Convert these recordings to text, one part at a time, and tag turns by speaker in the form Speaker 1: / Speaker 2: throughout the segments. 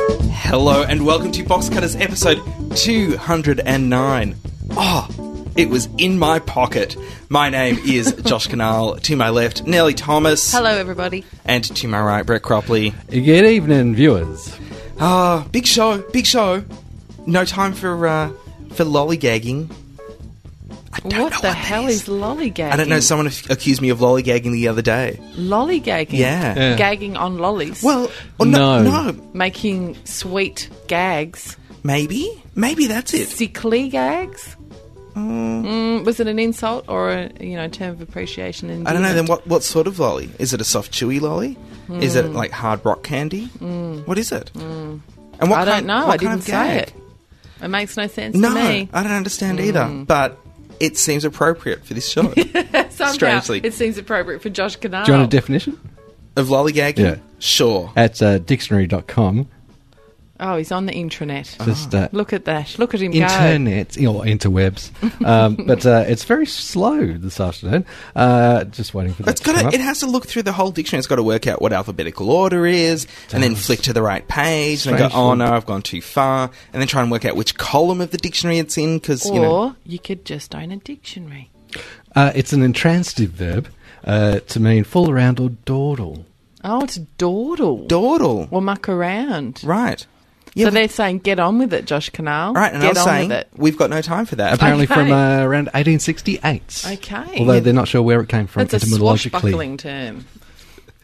Speaker 1: Hello and welcome to Box Cutters episode 209. Oh, it was in my pocket. My name is Josh Canal. To my left, Nellie Thomas.
Speaker 2: Hello, everybody.
Speaker 1: And to my right, Brett Cropley.
Speaker 3: Good evening, viewers.
Speaker 1: Ah, big show, big show. No time for uh, for lollygagging. I don't
Speaker 2: What
Speaker 1: know
Speaker 2: the
Speaker 1: that
Speaker 2: hell is lollygagging?
Speaker 1: I don't know. Someone ac- accused me of lollygagging the other day.
Speaker 2: lollygagging.
Speaker 1: Yeah.
Speaker 3: Yeah.
Speaker 2: Gagging on lollies.
Speaker 1: Well, oh, no,
Speaker 3: No.
Speaker 1: no,
Speaker 2: making sweet gags.
Speaker 1: maybe, maybe that's it.
Speaker 2: Sickly gags? Mm, was it an insult or a you know term of appreciation? And
Speaker 1: I don't know. Then what? What sort of lolly? Is it a soft, chewy lolly? Is
Speaker 2: Hmm.
Speaker 1: it like hard rock candy? What is it? And what
Speaker 2: I
Speaker 1: kind-
Speaker 2: don't know.
Speaker 1: what
Speaker 2: I didn't
Speaker 1: kind of
Speaker 2: say
Speaker 1: gag?
Speaker 2: it. It makes no sense
Speaker 1: No,
Speaker 2: to me. Hmm.
Speaker 1: I don't understand either. But it seems appropriate for this show
Speaker 2: Somehow,
Speaker 1: strangely.
Speaker 2: it seems appropriate for Josh Canal.
Speaker 3: Do you want a definition?
Speaker 1: of lollygagging.
Speaker 3: Yeah.
Speaker 1: Sure.
Speaker 3: At uh, dictionary.com.
Speaker 2: oh, he's on the intranet.
Speaker 3: Just uh,
Speaker 2: Look at that! Look at him go.
Speaker 3: internet or interwebs. um, but uh, it's very slow this afternoon. Uh, just waiting for that
Speaker 1: It's
Speaker 3: to come
Speaker 1: got
Speaker 3: up.
Speaker 1: to, it has to look through the whole dictionary. It's got to work out what alphabetical order is, and then flick to the right page, and then go,
Speaker 3: Strange
Speaker 1: "Oh
Speaker 3: thought.
Speaker 1: no, I've gone too far," and then try and work out which column of the dictionary it's in because you know.
Speaker 2: Or you could just own a dictionary.
Speaker 3: uh, it's an intransitive verb uh, to mean fool around or dawdle.
Speaker 2: Oh, it's dawdle.
Speaker 1: Dawdle,
Speaker 2: or muck around.
Speaker 1: right? Yeah,
Speaker 2: so they're saying, get on with it, Josh Canal.
Speaker 1: right. And
Speaker 2: get
Speaker 1: I was
Speaker 2: on
Speaker 1: saying
Speaker 2: with it.
Speaker 1: we've got no time for that.
Speaker 3: Apparently
Speaker 2: Okay.
Speaker 3: from uh, around 1868.
Speaker 2: Okay.
Speaker 3: Although they're not sure where it came from
Speaker 2: That's a
Speaker 3: etymologically.
Speaker 2: swashbuckling term.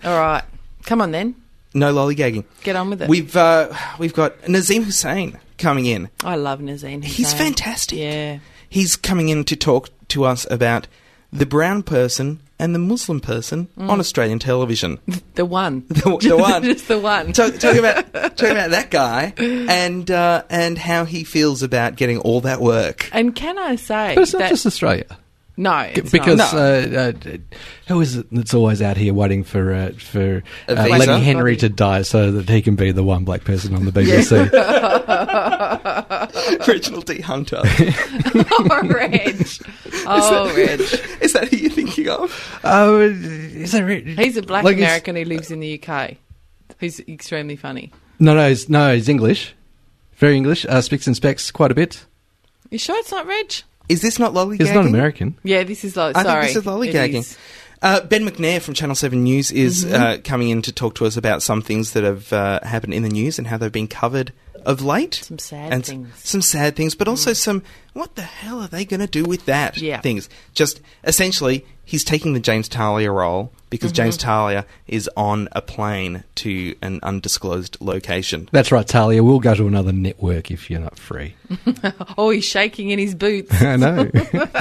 Speaker 2: All right. Come on then.
Speaker 1: No lollygagging.
Speaker 2: Get on with it.
Speaker 1: We've uh, we've got Nazim Hussein coming in.
Speaker 2: I love Nazine.
Speaker 1: He's
Speaker 2: Hussain.
Speaker 1: fantastic.
Speaker 2: Yeah.
Speaker 1: He's coming in to talk to us about the brown person and the Muslim person
Speaker 2: Mm.
Speaker 1: on Australian television.
Speaker 2: The one.
Speaker 1: The- the one.
Speaker 2: Just the one.
Speaker 1: talk, talk about talk about that guy and uh, and how he feels about getting all that work.
Speaker 2: and can I say.
Speaker 3: But it's not
Speaker 2: that,
Speaker 3: just Australia.
Speaker 2: no. It's
Speaker 3: because
Speaker 2: not.
Speaker 3: uh, uh, who is it that's always out here waiting for uh, for
Speaker 1: A
Speaker 3: uh,
Speaker 1: visa?
Speaker 3: Lenny Henry to die so that he can be the one black person on the BBC?
Speaker 1: Reginald D. Hunter.
Speaker 2: Oh, Reg. Oh, Reg.
Speaker 1: Is that who you're thinking of?
Speaker 3: Oh, is that re-
Speaker 2: He's a black
Speaker 3: like, he's-
Speaker 2: American who lives in the UK. He's extremely funny.
Speaker 3: No, no, he's, no, he's English, very English. Uh, speaks and specs quite a bit.
Speaker 2: You sure it's not Reg?
Speaker 1: Is this not lollygagging?
Speaker 3: He's not American.
Speaker 2: Yeah, this is like.
Speaker 1: I
Speaker 2: sorry.
Speaker 1: think this is
Speaker 2: It
Speaker 1: lollygagging.
Speaker 2: is. Mm-hmm.
Speaker 1: Uh, ben McNair from Channel 7 News is uh, coming in to talk to us about some things that have uh, happened in the news and how they've been covered of late.
Speaker 2: Some sad
Speaker 1: and s-
Speaker 2: things. Mm.
Speaker 1: Some sad things, but also some, what the hell are they going to do with that
Speaker 2: Yeah.
Speaker 1: things. Just essentially, he's taking the James Talia role because James
Speaker 2: Mm-hmm.
Speaker 1: Talia is on a plane to an undisclosed location.
Speaker 3: That's right, Talia. We'll go to another network if you're not free.
Speaker 2: Oh, he's shaking in his boots
Speaker 3: I know.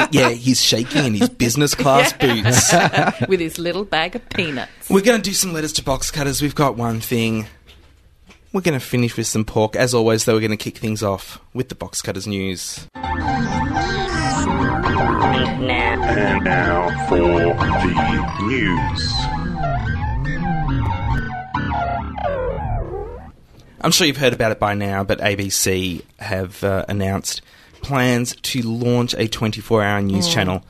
Speaker 1: yeah, he's shaking in his business class boots.
Speaker 2: with his little bag of peanuts.
Speaker 1: We're going to do some letters to box cutters. We've got one thing. We're going to finish with some pork. As always, though, we're going to kick things off with the box cutters news.
Speaker 4: And now for the news.
Speaker 1: I'm sure you've heard about it by now, but ABC have uh, announced plans to launch a 24 hour news channel.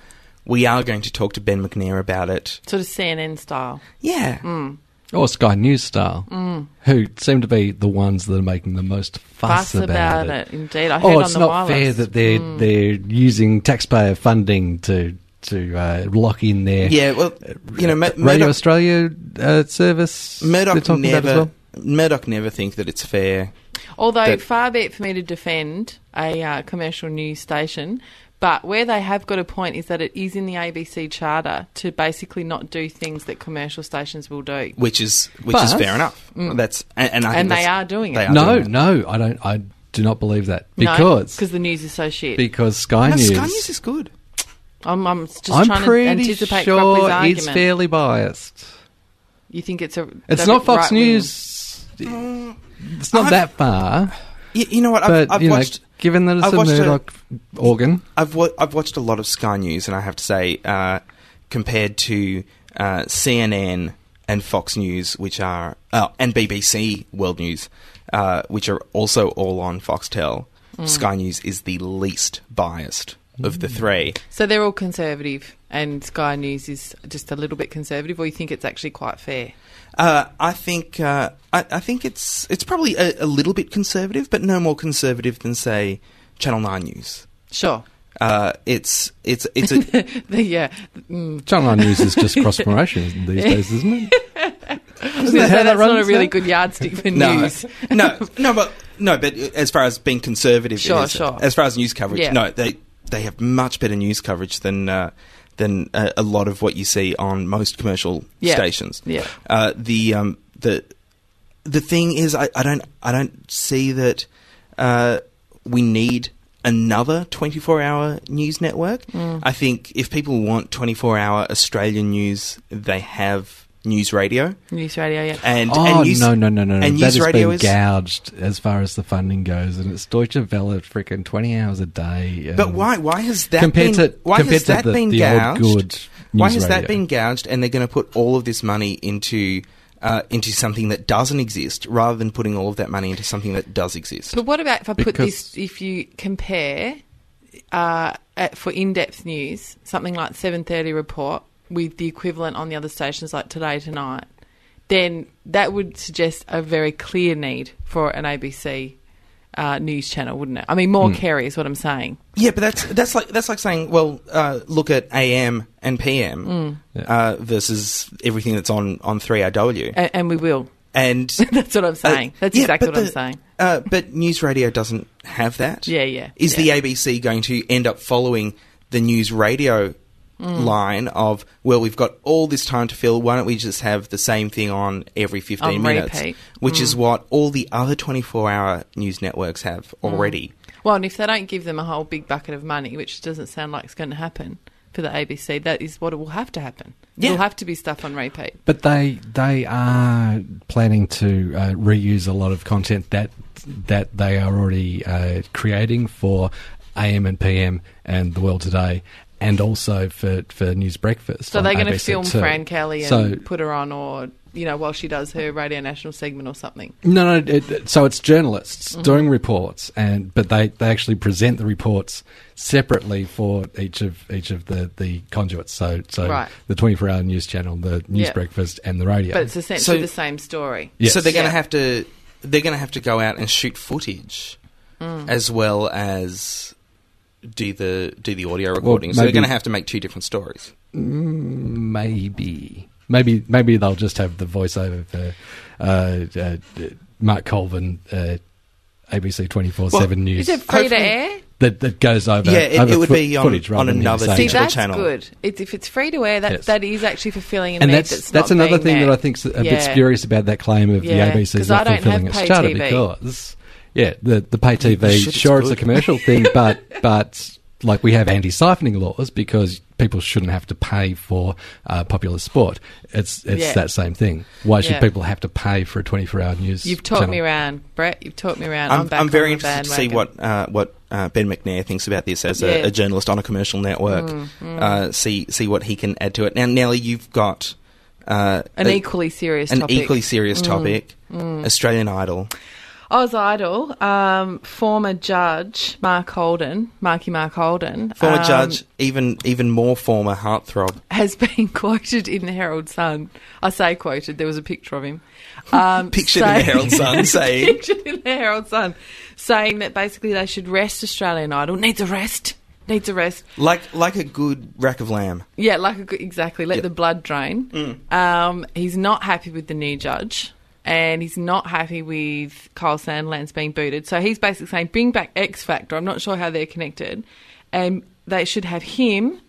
Speaker 1: We are going to talk to Ben McNair about it. Mm.
Speaker 2: Sort of CNN style.
Speaker 1: Yeah.
Speaker 3: or Sky News style,
Speaker 2: Mm.
Speaker 3: who seem to be the ones that are making the most fuss,
Speaker 2: Fuss about, it. Indeed. I heard
Speaker 3: Oh,
Speaker 2: on
Speaker 3: it's
Speaker 2: the Hmm.
Speaker 3: not
Speaker 2: wireless.
Speaker 3: fair that they're they're using taxpayer funding to to uh, lock in their
Speaker 1: Yeah, well, Uh, you know, Mur-
Speaker 3: Radio
Speaker 1: Murdoch,
Speaker 3: Australia uh, service. they're
Speaker 1: Murdoch
Speaker 3: talking about as
Speaker 1: never.
Speaker 3: well.
Speaker 1: Murdoch never think that it's fair.
Speaker 2: Although,
Speaker 1: that-
Speaker 2: far be it for me to defend a uh, commercial news station. But where they have got a point is that it is in the ABC charter to basically not do things that commercial stations will do.
Speaker 1: Which is which is
Speaker 3: But-
Speaker 1: fair enough. That's and, Mm. and I think
Speaker 2: And they
Speaker 1: that's-
Speaker 2: are doing it.
Speaker 1: they are
Speaker 3: No,
Speaker 1: doing it.
Speaker 3: no, I don't. I do not believe that
Speaker 2: No,
Speaker 3: because
Speaker 2: the news is so shit.
Speaker 3: because Sky
Speaker 1: No,
Speaker 3: News.
Speaker 1: Sky News is good.
Speaker 2: I'm, I'm just
Speaker 3: I'm
Speaker 2: trying to
Speaker 3: pretty
Speaker 2: anticipate Cropley's
Speaker 3: sure
Speaker 2: argument.
Speaker 3: it's fairly biased.
Speaker 2: You think it's a?
Speaker 3: It's
Speaker 2: that
Speaker 3: not
Speaker 2: it
Speaker 3: Fox
Speaker 2: right-wing?
Speaker 3: News.
Speaker 1: Mm.
Speaker 3: It's not
Speaker 1: I've-
Speaker 3: that far,
Speaker 1: You, you know what? I've,
Speaker 3: but
Speaker 1: I've
Speaker 3: you know,
Speaker 1: watched.
Speaker 3: given that it's
Speaker 1: I've
Speaker 3: a
Speaker 1: watched a-
Speaker 3: Murdoch organ,
Speaker 1: I've wa- I've watched a lot of Sky News, and I have to say, uh, compared to uh, CNN and Fox News, which are uh, and BBC World News, uh, which are also all on Foxtel, Sky News is the least biased of
Speaker 3: Mm.
Speaker 1: the three.
Speaker 2: So they're all conservative, and Sky News is just a little bit conservative, or you think it's actually quite fair?
Speaker 1: Uh, I think uh, I, I think it's it's probably a, a little bit conservative, but no more conservative than say Channel Nine News.
Speaker 2: Sure.
Speaker 1: Uh, it's it's it's a,
Speaker 2: The- yeah. Mm.
Speaker 3: Channel 9 News is just cross promotion these days, isn't it?
Speaker 2: So
Speaker 3: that how that
Speaker 2: that's not a
Speaker 3: runs
Speaker 2: really
Speaker 3: now?
Speaker 2: good yardstick for
Speaker 1: no,
Speaker 2: news.
Speaker 1: no, no, but no, but as far as being conservative, it
Speaker 2: Sure,
Speaker 1: is.
Speaker 2: sure.
Speaker 1: As far as news coverage,
Speaker 2: Yeah.
Speaker 1: no, they they have much better news coverage than uh, than a, a lot of what you see on most commercial
Speaker 2: Yeah.
Speaker 1: stations.
Speaker 2: Yeah.
Speaker 1: Uh, the um, the the thing is, I, I don't I don't see that uh, we need another 24 hour news network.
Speaker 2: Mm.
Speaker 1: I think if people want 24 hour Australian news, they have news radio
Speaker 2: News radio, yeah.
Speaker 1: and
Speaker 3: oh,
Speaker 1: and news,
Speaker 3: no, no, no, no.
Speaker 1: and
Speaker 3: that
Speaker 1: news
Speaker 3: has
Speaker 1: radio
Speaker 3: been
Speaker 1: is-
Speaker 3: gouged as far as the funding goes, and it's Deutsche Welle freaking 20 hours a day. um,
Speaker 1: But why? Why has that
Speaker 3: compared
Speaker 1: been?
Speaker 3: to,
Speaker 1: why
Speaker 3: compared
Speaker 1: has
Speaker 3: to
Speaker 1: that
Speaker 3: the,
Speaker 1: been
Speaker 3: the
Speaker 1: gouged?
Speaker 3: old good
Speaker 1: why
Speaker 3: news
Speaker 1: has that
Speaker 3: radio?
Speaker 1: been gouged? And they're going to put all of this money into uh, into something that doesn't exist, rather than putting all of that money into something that does exist.
Speaker 2: But what about if I put
Speaker 3: Because-
Speaker 2: this? If you compare uh, at, for in-depth news, something like seven thirty report with the equivalent on the other stations like Today Tonight, then that would suggest a very clear need for an ABC uh, news channel, wouldn't it? I mean, more care is what I'm saying.
Speaker 1: Yeah, but that's that's like that's like saying, well, uh, look at AM and PM
Speaker 3: Mm.
Speaker 1: uh, versus everything that's on on three RW,
Speaker 2: A- and we will.
Speaker 1: and
Speaker 2: That's what I'm saying.
Speaker 1: Uh,
Speaker 2: That's
Speaker 1: yeah,
Speaker 2: exactly
Speaker 1: but
Speaker 2: what I'm
Speaker 1: the-
Speaker 2: saying.
Speaker 1: Uh, but news radio doesn't have that.
Speaker 2: Yeah, yeah,
Speaker 1: Is the
Speaker 2: yeah.
Speaker 1: ABC going to end up following the news radio
Speaker 2: Mm.
Speaker 1: line of well, we've got all this time to fill. Why don't we just have the same thing on every fifteen
Speaker 2: On
Speaker 1: minutes?
Speaker 2: repeat. Mm.
Speaker 1: Which is what all the other twenty-four hour news networks have
Speaker 2: Mm.
Speaker 1: already.
Speaker 2: Well, and if they don't give them a whole big bucket of money, which doesn't sound like it's going to happen for the ABC, that is what will have to happen.
Speaker 1: Yeah.
Speaker 2: It'll have to be stuff on repeat.
Speaker 3: But they they are planning to uh, reuse a lot of content that that they are already uh, creating for AM and PM and the world today, and also for, for News Breakfast.
Speaker 2: So
Speaker 3: on
Speaker 2: they're going to
Speaker 3: ABC
Speaker 2: film
Speaker 3: too.
Speaker 2: Fran Kelly and
Speaker 3: So-
Speaker 2: put her on, or you know, while she does her Radio National segment or something.
Speaker 3: No, no. It, it- so it's journalists
Speaker 2: Mm-hmm.
Speaker 3: doing reports, and but they, they actually present the reports separately for each of each of the, the conduits. So so
Speaker 2: Right.
Speaker 3: the twenty four hour news channel, the news
Speaker 2: Yeah.
Speaker 3: breakfast, and the radio.
Speaker 2: But it's essentially
Speaker 1: So-
Speaker 2: the same story.
Speaker 3: Yes.
Speaker 1: So they're going to
Speaker 2: Yeah.
Speaker 1: have to they're going to have to go out and shoot footage
Speaker 2: Mm.
Speaker 1: as well as do the do the audio recording. so they're
Speaker 3: maybe-
Speaker 1: going to have to make two different stories.
Speaker 3: maybe maybe maybe they'll just have the voiceover for uh, uh, Mark Colvin, uh, ABC twenty four seven
Speaker 2: Is
Speaker 3: news
Speaker 2: it free to
Speaker 1: Hopefully-
Speaker 2: air?
Speaker 3: that, that goes over.
Speaker 1: Yeah, it-
Speaker 3: over
Speaker 1: it would
Speaker 3: foot-
Speaker 1: be on-
Speaker 3: footage rather
Speaker 1: on
Speaker 3: than the
Speaker 1: another
Speaker 3: same
Speaker 2: See,
Speaker 1: digital
Speaker 2: that's
Speaker 1: channel.
Speaker 2: good. It, if it's free to air, that
Speaker 3: Yes.
Speaker 2: that is actually fulfilling a
Speaker 3: and
Speaker 2: need
Speaker 3: that's that's,
Speaker 2: not
Speaker 3: another
Speaker 2: being
Speaker 3: thing
Speaker 2: there.
Speaker 3: that I think's a bit
Speaker 2: Yeah.
Speaker 3: spurious about that claim of
Speaker 2: Yeah,
Speaker 3: the ABC's
Speaker 2: 'cause
Speaker 3: not
Speaker 2: I don't
Speaker 3: fulfilling
Speaker 2: have
Speaker 3: its
Speaker 2: pay
Speaker 3: charter
Speaker 2: TV.
Speaker 3: because yeah, the the pay TV
Speaker 1: shit, it's
Speaker 3: sure it's a
Speaker 1: good.
Speaker 3: commercial thing, but but like we have anti-siphoning laws because people shouldn't have to pay for uh, popular sport. It's it's
Speaker 2: Yeah.
Speaker 3: that same thing. Why should
Speaker 2: Yeah.
Speaker 3: people have to pay for a twenty-four hour news?
Speaker 2: You've talked
Speaker 3: channel?
Speaker 2: me around, Brett. You've talked me around.
Speaker 1: I'm,
Speaker 2: I'm, back
Speaker 1: I'm very
Speaker 2: on the
Speaker 1: interested to see
Speaker 2: bandwagon.
Speaker 1: what uh, what uh, Ben McNair thinks about this as
Speaker 2: Yeah. Mm,
Speaker 1: a, a journalist on a commercial network. Uh, see see what he can add to it. Now, Nellie, you've got uh,
Speaker 2: an
Speaker 1: a-
Speaker 2: equally serious
Speaker 1: an
Speaker 2: topic. Mm,
Speaker 1: equally serious topic: Australian Idol.
Speaker 2: Oz Idol, um, former judge Mark Holden, Marky Mark Holden,
Speaker 1: Former
Speaker 2: um,
Speaker 1: judge, even even more former heartthrob.
Speaker 2: has been quoted in the Herald Sun. I say quoted. There was a picture of him. Um,
Speaker 1: Pictured in the
Speaker 2: saying-
Speaker 1: Herald Sun saying,
Speaker 2: pictured in the Herald Sun, saying that basically they should rest Australian Idol. Needs a rest. Needs a rest.
Speaker 1: like like a good rack of lamb.
Speaker 2: Yeah, like a, good- exactly. Let
Speaker 1: Yeah.
Speaker 2: the blood drain.
Speaker 3: Mm.
Speaker 2: Um, he's not happy with the new judge, and he's not happy with Kyle Sandlands being booted. So he's basically saying, bring back X Factor. I'm not sure how they're connected, and they should have him,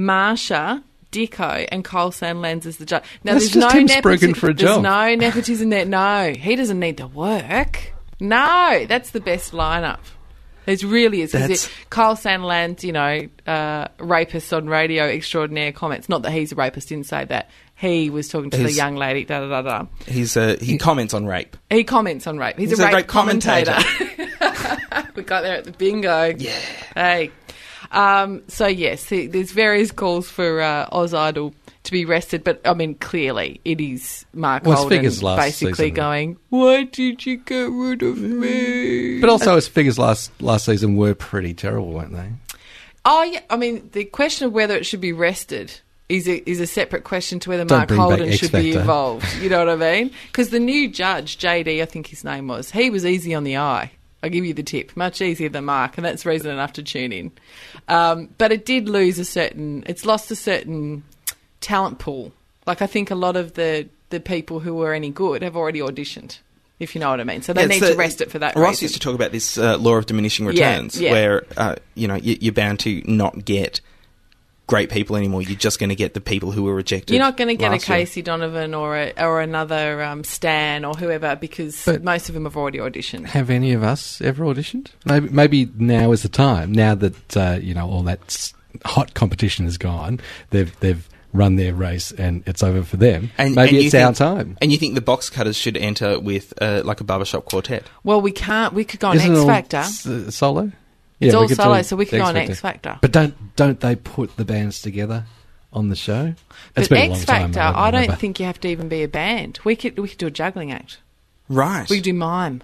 Speaker 2: Marsha. Dicko and Kyle Sandlands as the judge. Now,
Speaker 3: That's
Speaker 2: there's
Speaker 3: just
Speaker 2: no
Speaker 3: him
Speaker 2: nepotism.
Speaker 3: spruiking for a
Speaker 2: there's
Speaker 3: job.
Speaker 2: no nepotism there. No, he doesn't need to work. No, that's the best lineup. It really is. 'cause
Speaker 1: That's-
Speaker 2: it- Kyle Sandland, you know, uh, rapist on radio extraordinaire comments. Not that he's a rapist, didn't say that. He was talking to the
Speaker 1: He's-
Speaker 2: young lady, da da da da.
Speaker 1: He's a, he comments on rape.
Speaker 2: He comments on rape. He's, a, rape, commentator. we got there at the bingo. Yeah. Hey. Um, so, yes, th- there's various calls for uh, Oz Idol to be rested, but I mean, clearly it is Mark
Speaker 3: Well, it's
Speaker 2: Holden
Speaker 3: figures last
Speaker 2: basically
Speaker 3: season.
Speaker 2: going, Why did you get rid of me?
Speaker 3: But also, his figures last last season were pretty terrible, weren't they?
Speaker 2: Oh, yeah. I mean, the question of whether it should be rested is a, is a separate question to whether
Speaker 3: Don't
Speaker 2: Mark
Speaker 3: bring back
Speaker 2: Holden
Speaker 3: X
Speaker 2: should be
Speaker 3: Factor.
Speaker 2: involved. You know what I mean? Because the new judge, JD, I think his name was, he was easy on the eye. I'll give you the tip. Much easier than Mark, and that's reason enough to tune in. Um, but it did lose a certain, it's lost a certain talent pool. Like, I think a lot of the, the people who were any good have already auditioned, if you know what I mean. So they
Speaker 1: Yeah,
Speaker 2: need
Speaker 1: it's
Speaker 2: to
Speaker 1: the-
Speaker 2: rest it for that
Speaker 1: Ross
Speaker 2: reason.
Speaker 1: used to talk about this uh, law of diminishing
Speaker 2: Yeah,
Speaker 1: returns,
Speaker 2: yeah.
Speaker 1: where uh, you know you, you're bound to not get great people anymore. You're just going to get the people who were rejected.
Speaker 2: You're not going to get a
Speaker 1: last year.
Speaker 2: Casey Donovan or a, or another um, Stan or whoever because
Speaker 3: But-
Speaker 2: most of them have already auditioned.
Speaker 3: Have any of us ever auditioned? Maybe, maybe now is the time. Now that uh, you know all that s- hot competition is gone, they've they've run their race and it's over for them. maybe
Speaker 1: you
Speaker 3: it's
Speaker 1: think-
Speaker 3: our time.
Speaker 1: And you think the box cutters should enter with uh, like a barbershop quartet?
Speaker 2: Well, we can't. We could go on
Speaker 3: Isn't it
Speaker 2: X
Speaker 3: all
Speaker 2: Oh, Factor.
Speaker 3: s- uh, solo. Yeah,
Speaker 2: it's
Speaker 3: we
Speaker 2: all
Speaker 3: could
Speaker 2: solo,
Speaker 3: do
Speaker 2: so we could go on
Speaker 3: Factor.
Speaker 2: X Factor.
Speaker 3: But don't don't they put the bands together on the show? It's
Speaker 2: But
Speaker 3: been a
Speaker 2: X
Speaker 3: long time,
Speaker 2: Factor, I don't
Speaker 3: remember.
Speaker 2: think you have to even be a band. We could we could do a juggling act.
Speaker 1: Right.
Speaker 2: We could do mime.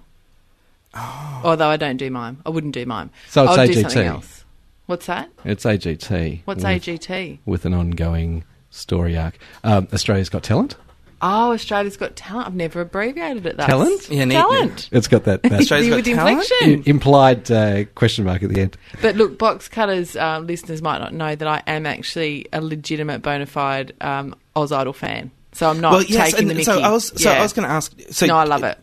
Speaker 2: Although I don't do mime, I wouldn't do mime.
Speaker 3: Oh. So it's
Speaker 2: I'd do
Speaker 3: AGT.
Speaker 2: something else. What's that?
Speaker 3: it's AGT.
Speaker 2: What's
Speaker 3: with,
Speaker 2: AGT?
Speaker 3: with an ongoing story arc? Um, Australia's Got Talent.
Speaker 2: Oh, Australia's Got Talent. I've never abbreviated it. That
Speaker 3: Talent?
Speaker 1: Yeah, neat.
Speaker 2: talent.
Speaker 3: It's got that. that
Speaker 1: Australia's Got
Speaker 2: with
Speaker 1: Talent?
Speaker 2: inflection.
Speaker 3: I- implied uh, question mark at the end.
Speaker 2: But look, box cutters uh, listeners might not know that I am actually a legitimate bona fide um, Oz Idol fan. So I'm not taking
Speaker 1: and
Speaker 2: the mickey.
Speaker 1: so I was so
Speaker 2: Yeah.
Speaker 1: I was going to ask. So
Speaker 2: No, I love it.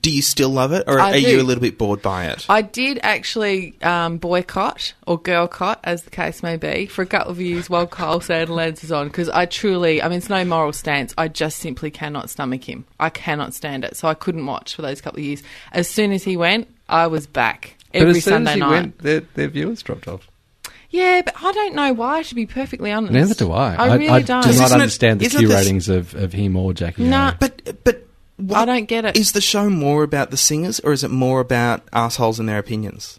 Speaker 1: Do you still love it, or
Speaker 2: I
Speaker 1: are
Speaker 2: do.
Speaker 1: you a little bit bored by it?
Speaker 2: I did actually um, boycott or girlcott, as the case may be, for a couple of years while Kyle Sandilands is on because I truly, I mean, it's no moral stance. I just simply cannot stomach him. I cannot stand it. So I couldn't watch for those couple of years. As soon as he went, I was back every
Speaker 3: but as soon
Speaker 2: Sunday
Speaker 3: as you
Speaker 2: night.
Speaker 3: went, their, their viewers dropped off.
Speaker 2: Yeah, but I don't know why. To be perfectly honest,
Speaker 3: Neither do I.
Speaker 2: I, really don't.
Speaker 3: do not
Speaker 1: Isn't it-
Speaker 3: understand the
Speaker 1: isn't
Speaker 3: Q
Speaker 1: this-
Speaker 3: ratings of, of him or Jackie.
Speaker 2: Nah.
Speaker 3: O.
Speaker 1: but but what,
Speaker 2: I don't get it.
Speaker 1: Is the show more about the singers, or is it more about assholes and their opinions?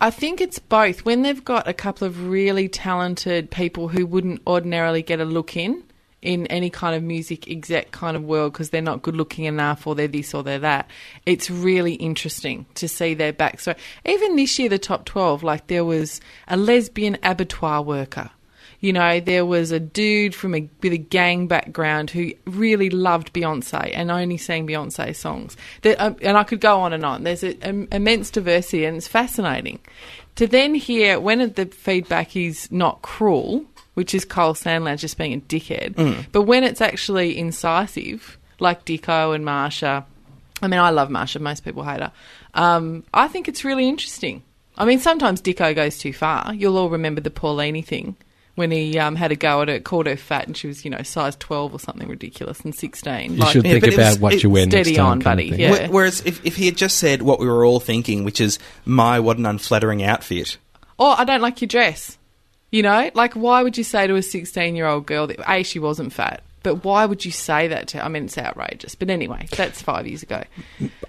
Speaker 2: I think it's both. When they've got a couple of really talented people who wouldn't ordinarily get a look in in any kind of music exec kind of world because they're not good looking enough or they're this or they're that, it's really interesting to see their backstory. Even this year, the top 12, like there was a lesbian abattoir worker. You know, there was a dude from a with a gang background who really loved Beyonce and only sang Beyonce songs. That, um, and I could go on and on. There's an immense diversity, and it's fascinating to then hear when the feedback is not cruel, which is Cole Sandland just being a dickhead, but when it's actually incisive, like Dicko and Marsha. I mean, I love Marsha. Most people hate her. Um, I think it's really interesting. I mean, sometimes Dicko goes too far. You'll all remember the Paulini thing when he um, had a go at her, called her fat, and she was, you know, size 12 or something ridiculous and 16.
Speaker 3: you should
Speaker 1: yeah,
Speaker 3: think
Speaker 1: but it
Speaker 3: about
Speaker 1: was-
Speaker 3: what
Speaker 1: it-
Speaker 3: you wear next
Speaker 2: steady
Speaker 3: time.
Speaker 2: on,
Speaker 3: kind of
Speaker 2: buddy,
Speaker 3: thing.
Speaker 2: yeah.
Speaker 1: Wh- Whereas if, if he had just said what we were all thinking, which is, my, what an unflattering outfit.
Speaker 2: or I don't like your dress. You know, like why would you say to a 16 year old girl that A, she wasn't fat, but why would you say that to her? I mean, it's outrageous. But anyway, that's five years ago.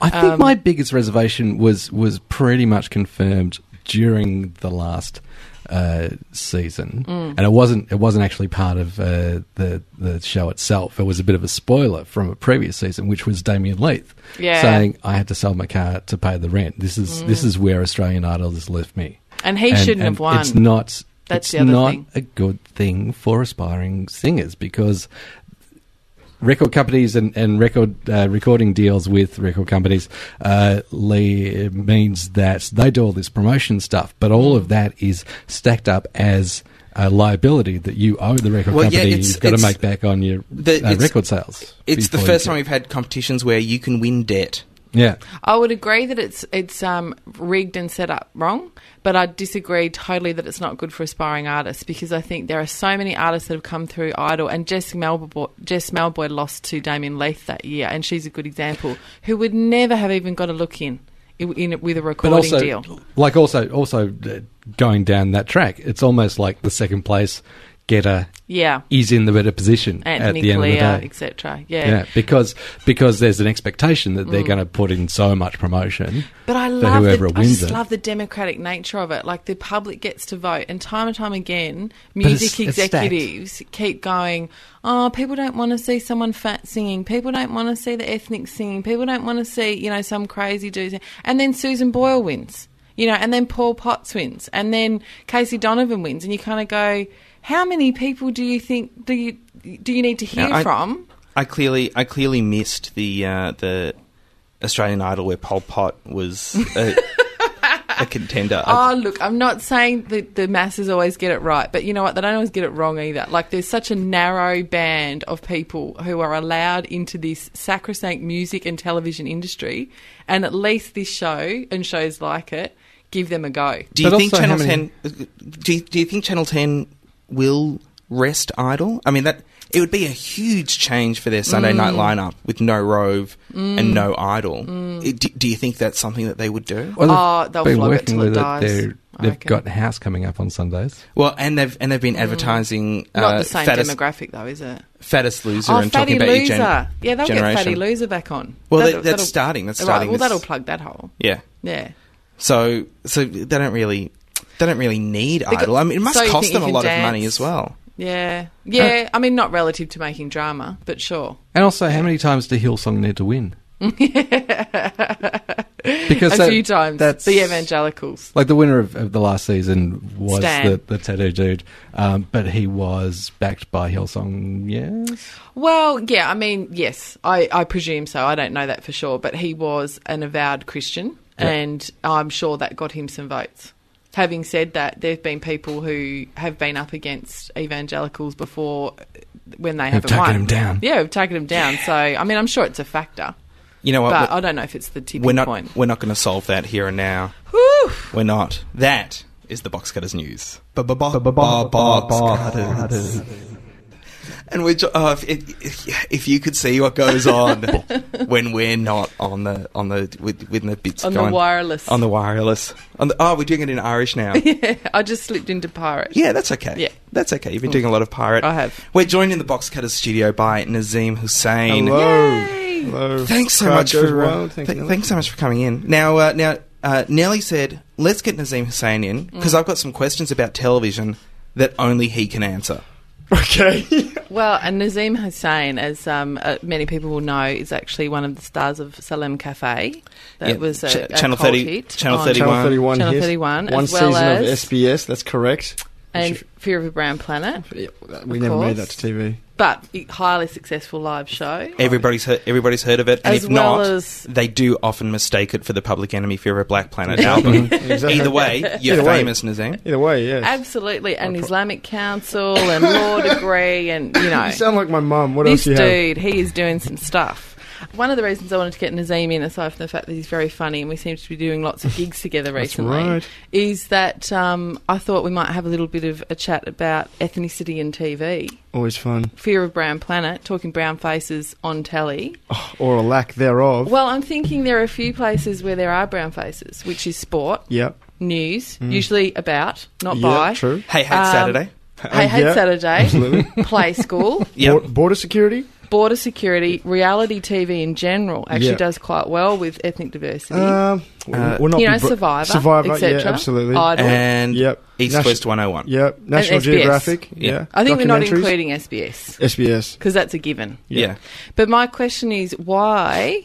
Speaker 3: I think
Speaker 2: Um,
Speaker 3: my biggest reservation was was pretty much confirmed during the last uh, season, and it wasn't it wasn't actually part of uh, the the show itself. It was a bit of a spoiler from a previous season, which was Damien Leith
Speaker 2: Yeah.
Speaker 3: saying, "I had to sell my car to pay the rent. This is this is where Australian Idol has left me."
Speaker 2: And he shouldn't have won.
Speaker 3: It's not.
Speaker 2: That's
Speaker 3: it's
Speaker 2: the other
Speaker 3: not
Speaker 2: thing.
Speaker 3: a good thing for aspiring singers because record companies and, and record uh, recording deals with record companies uh, le- means that they do all this promotion stuff, but all of that is stacked up as a liability that you owe the record
Speaker 1: Well, yeah,
Speaker 3: company.
Speaker 1: it's-
Speaker 3: You've got to
Speaker 1: it's-
Speaker 3: make back on your
Speaker 1: the-
Speaker 3: uh,
Speaker 1: it's-
Speaker 3: record sales.
Speaker 1: It's the
Speaker 3: before you
Speaker 1: first
Speaker 3: can-
Speaker 1: time we've had competitions where you can win debt.
Speaker 3: Yeah.
Speaker 2: I would agree that it's it's um, rigged and set up wrong, but I disagree totally that it's not good for aspiring artists because I think there are so many artists that have come through Idol, and Jess Malboy, Jess Malboy lost to Damien Leith that year, and she's a good example who would never have even got a look in, in, in with a recording
Speaker 3: also,
Speaker 2: deal.
Speaker 3: Like also, also uh, going down that track, it's almost like the second place getter
Speaker 2: Yeah,
Speaker 3: is in the better position
Speaker 2: Anthony
Speaker 3: at the end
Speaker 2: Clear,
Speaker 3: of the day.
Speaker 2: etc.
Speaker 3: Yeah, because because there's an expectation that they're going to put in so much promotion.
Speaker 2: Mm. But I
Speaker 3: that
Speaker 2: love
Speaker 3: whoever
Speaker 2: the, I
Speaker 3: wins
Speaker 2: just
Speaker 3: it.
Speaker 2: love the democratic nature of it. Like the public gets to vote, and time and time again,
Speaker 3: it's-
Speaker 2: music
Speaker 3: it's stacked.
Speaker 2: executives keep going. Oh, people don't want to see someone fat singing. People don't want to see the ethnic singing. People don't want to see you know some crazy dude. sing." And then Susan Boyle wins. You know, and then Paul Potts wins, and then Casey Donovan wins, and you kind of go, how many people do you think do you do you need to hear
Speaker 1: Now, I-
Speaker 2: from?
Speaker 1: I clearly, I clearly missed the uh, the Australian Idol where Pol Pot was a, a contender. I-
Speaker 2: Oh, look, I'm not saying that the masses always get it right, but you know what? They don't always get it wrong either. Like, there's such a narrow band of people who are allowed into this sacrosanct music and television industry, and at least this show and shows like it give them a go.
Speaker 1: do you
Speaker 3: But
Speaker 1: think
Speaker 3: also how
Speaker 1: Channel
Speaker 3: many-
Speaker 1: Ten? Do you, do you think Channel Ten will rest Idol? I mean, that it would be a huge change for their
Speaker 2: Mm.
Speaker 1: Sunday night lineup with no Rove and no Idol.
Speaker 2: Mm.
Speaker 1: It- Do, do you think that's something that they would do?
Speaker 2: Oh, they'll
Speaker 3: been
Speaker 2: flog it
Speaker 3: working
Speaker 2: till it
Speaker 3: with
Speaker 2: dies,
Speaker 3: They're,
Speaker 2: I
Speaker 3: they've
Speaker 2: reckon.
Speaker 3: got House coming up on Sundays.
Speaker 1: Well, and they've and they've been advertising
Speaker 2: Mm. Not
Speaker 1: uh,
Speaker 2: the same
Speaker 1: fattest,
Speaker 2: demographic, though, is it?
Speaker 1: fattest loser
Speaker 2: Oh,
Speaker 1: and talking
Speaker 2: Fatty
Speaker 1: about your
Speaker 2: Loser.
Speaker 1: gen-
Speaker 2: yeah, they'll
Speaker 1: generation.
Speaker 2: get Fatty Loser back on.
Speaker 1: Well, that,
Speaker 2: That'll-
Speaker 1: that's
Speaker 2: that'll-
Speaker 1: starting. That's
Speaker 2: Right,
Speaker 1: starting.
Speaker 2: well,
Speaker 1: this-
Speaker 2: that'll plug that hole.
Speaker 1: yeah.
Speaker 2: Yeah.
Speaker 1: So so they don't really they don't really need
Speaker 2: got-
Speaker 1: idol. I mean, it must
Speaker 2: so you
Speaker 1: cost
Speaker 2: think you
Speaker 1: them a
Speaker 2: can
Speaker 1: lot of money
Speaker 2: dance?
Speaker 1: as well.
Speaker 3: Uh,
Speaker 2: Yeah. Yeah. I mean, not relative to making drama, but sure.
Speaker 3: And also, how many times do Hillsong need to win? because
Speaker 2: a
Speaker 3: that-
Speaker 2: few times.
Speaker 3: That's
Speaker 2: the evangelicals.
Speaker 3: Like the winner of, of the last season was
Speaker 2: Stan.
Speaker 3: the, the tattoo dude, um, but he was backed by Hillsong. Yes,
Speaker 2: Well, yeah, I mean, yes, I, I presume so. I don't know that for sure, but he was an avowed Christian,
Speaker 3: Yeah.
Speaker 2: and I'm sure that got him some votes. Having said that, there have been people who have been up against evangelicals before uh, when they haven't
Speaker 3: taken
Speaker 2: won.
Speaker 3: him down.
Speaker 2: Yeah, have taken him down. So, I mean, I'm sure it's a factor,
Speaker 1: You know what?
Speaker 2: but
Speaker 1: we're,
Speaker 2: I don't know if it's the tipping
Speaker 1: we're not
Speaker 2: point.
Speaker 1: we're not going to solve that here and now. We're not. That is the box cutters news. Box cutters. And we're jo- oh, if, if, if you could see what goes on when we're not on the on the with, with the bits
Speaker 2: On the
Speaker 1: going
Speaker 2: wireless.
Speaker 1: on the wireless on the oh we're doing it in Irish now
Speaker 2: I just slipped into pirate.
Speaker 1: Yeah, that's okay.
Speaker 2: Yeah.
Speaker 1: That's okay. You've been doing a lot of pirate.
Speaker 2: I have.
Speaker 1: We're joined in the Box Cutters studio by Nazim Hussein.
Speaker 2: Yay!
Speaker 5: Hello.
Speaker 1: Thanks so
Speaker 5: Crowd
Speaker 1: much
Speaker 5: goes
Speaker 1: for uh,
Speaker 5: wild. Thank
Speaker 1: th-
Speaker 5: you.
Speaker 1: thanks so much for coming in. Now, uh, now uh, Nelly said, "Let's get Nazim Hussein in
Speaker 2: Mm.
Speaker 1: because I've got some questions about television that only he can answer."
Speaker 5: Okay.
Speaker 2: Well, and Nazim Hussain, as um, uh, many people will know, is actually one of the stars of Salem Cafe. That
Speaker 1: Yeah,
Speaker 2: was a,
Speaker 1: Ch-
Speaker 2: a
Speaker 1: Channel
Speaker 2: cult
Speaker 1: 30
Speaker 2: hit
Speaker 1: Channel
Speaker 2: on
Speaker 1: 31.
Speaker 5: Channel 31.
Speaker 2: Channel
Speaker 5: hit.
Speaker 2: 31,
Speaker 5: One
Speaker 2: as well
Speaker 5: season of
Speaker 2: as-
Speaker 5: SBS, that's correct.
Speaker 2: and
Speaker 5: Which is-
Speaker 2: Fear of a Brown Planet,
Speaker 5: yeah, that- we
Speaker 2: of
Speaker 5: never made
Speaker 2: course.
Speaker 5: that to TV.
Speaker 2: but a highly successful live show.
Speaker 1: Everybody's heard, everybody's heard of it, and
Speaker 2: As
Speaker 1: if
Speaker 2: well
Speaker 1: not,
Speaker 2: as-
Speaker 1: they do often mistake it for the Public Enemy Fear of a Black Planet album.
Speaker 5: Exactly.
Speaker 1: Either way, you're
Speaker 5: Either way.
Speaker 1: famous, Nazim.
Speaker 5: Either way, yeah.
Speaker 2: Absolutely, and Islamic Council and law degree, and you know,
Speaker 5: You sound like my mum. What
Speaker 2: this
Speaker 5: else you have?
Speaker 2: dude, he is doing some stuff. One of the reasons I wanted to get Nazim in, aside from the fact that he's very funny and we seem to be doing lots of gigs together recently,
Speaker 5: right.
Speaker 2: is that um, I thought we might have a little bit of a chat about ethnicity and TV,
Speaker 5: Always fun.
Speaker 2: fear of brown planet, talking brown faces on telly.
Speaker 5: Or a lack thereof.
Speaker 2: Well, I'm thinking there are a few places where there are brown faces, which is sport,
Speaker 5: Yep.
Speaker 2: news, usually about, not
Speaker 5: Hmm. Yeah,
Speaker 2: by.
Speaker 5: true.
Speaker 1: Hey, hate
Speaker 2: Um,
Speaker 1: Saturday.
Speaker 2: Hey, hate
Speaker 5: Yeah,
Speaker 2: Saturday,
Speaker 5: absolutely.
Speaker 2: play school.
Speaker 1: Yep.
Speaker 5: Bor- border security?
Speaker 2: border security, reality TV in general actually
Speaker 5: Yeah.
Speaker 2: does quite well with ethnic diversity.
Speaker 5: Um,
Speaker 1: Uh,
Speaker 5: we're not
Speaker 2: you
Speaker 5: be
Speaker 2: know,
Speaker 5: bro-
Speaker 2: Survivor,
Speaker 5: Survivor,
Speaker 2: etc.
Speaker 5: yeah, absolutely.
Speaker 2: Idol.
Speaker 1: and
Speaker 5: Yep.
Speaker 1: East
Speaker 5: National-
Speaker 1: West 101.
Speaker 5: Yep. National
Speaker 2: SBS.
Speaker 5: Geographic.
Speaker 1: Yeah.
Speaker 5: Yeah.
Speaker 2: I think we're not
Speaker 5: Documentaries.
Speaker 2: including SBS
Speaker 5: SBS.
Speaker 2: because that's a given.
Speaker 1: yeah.
Speaker 2: But my question is, why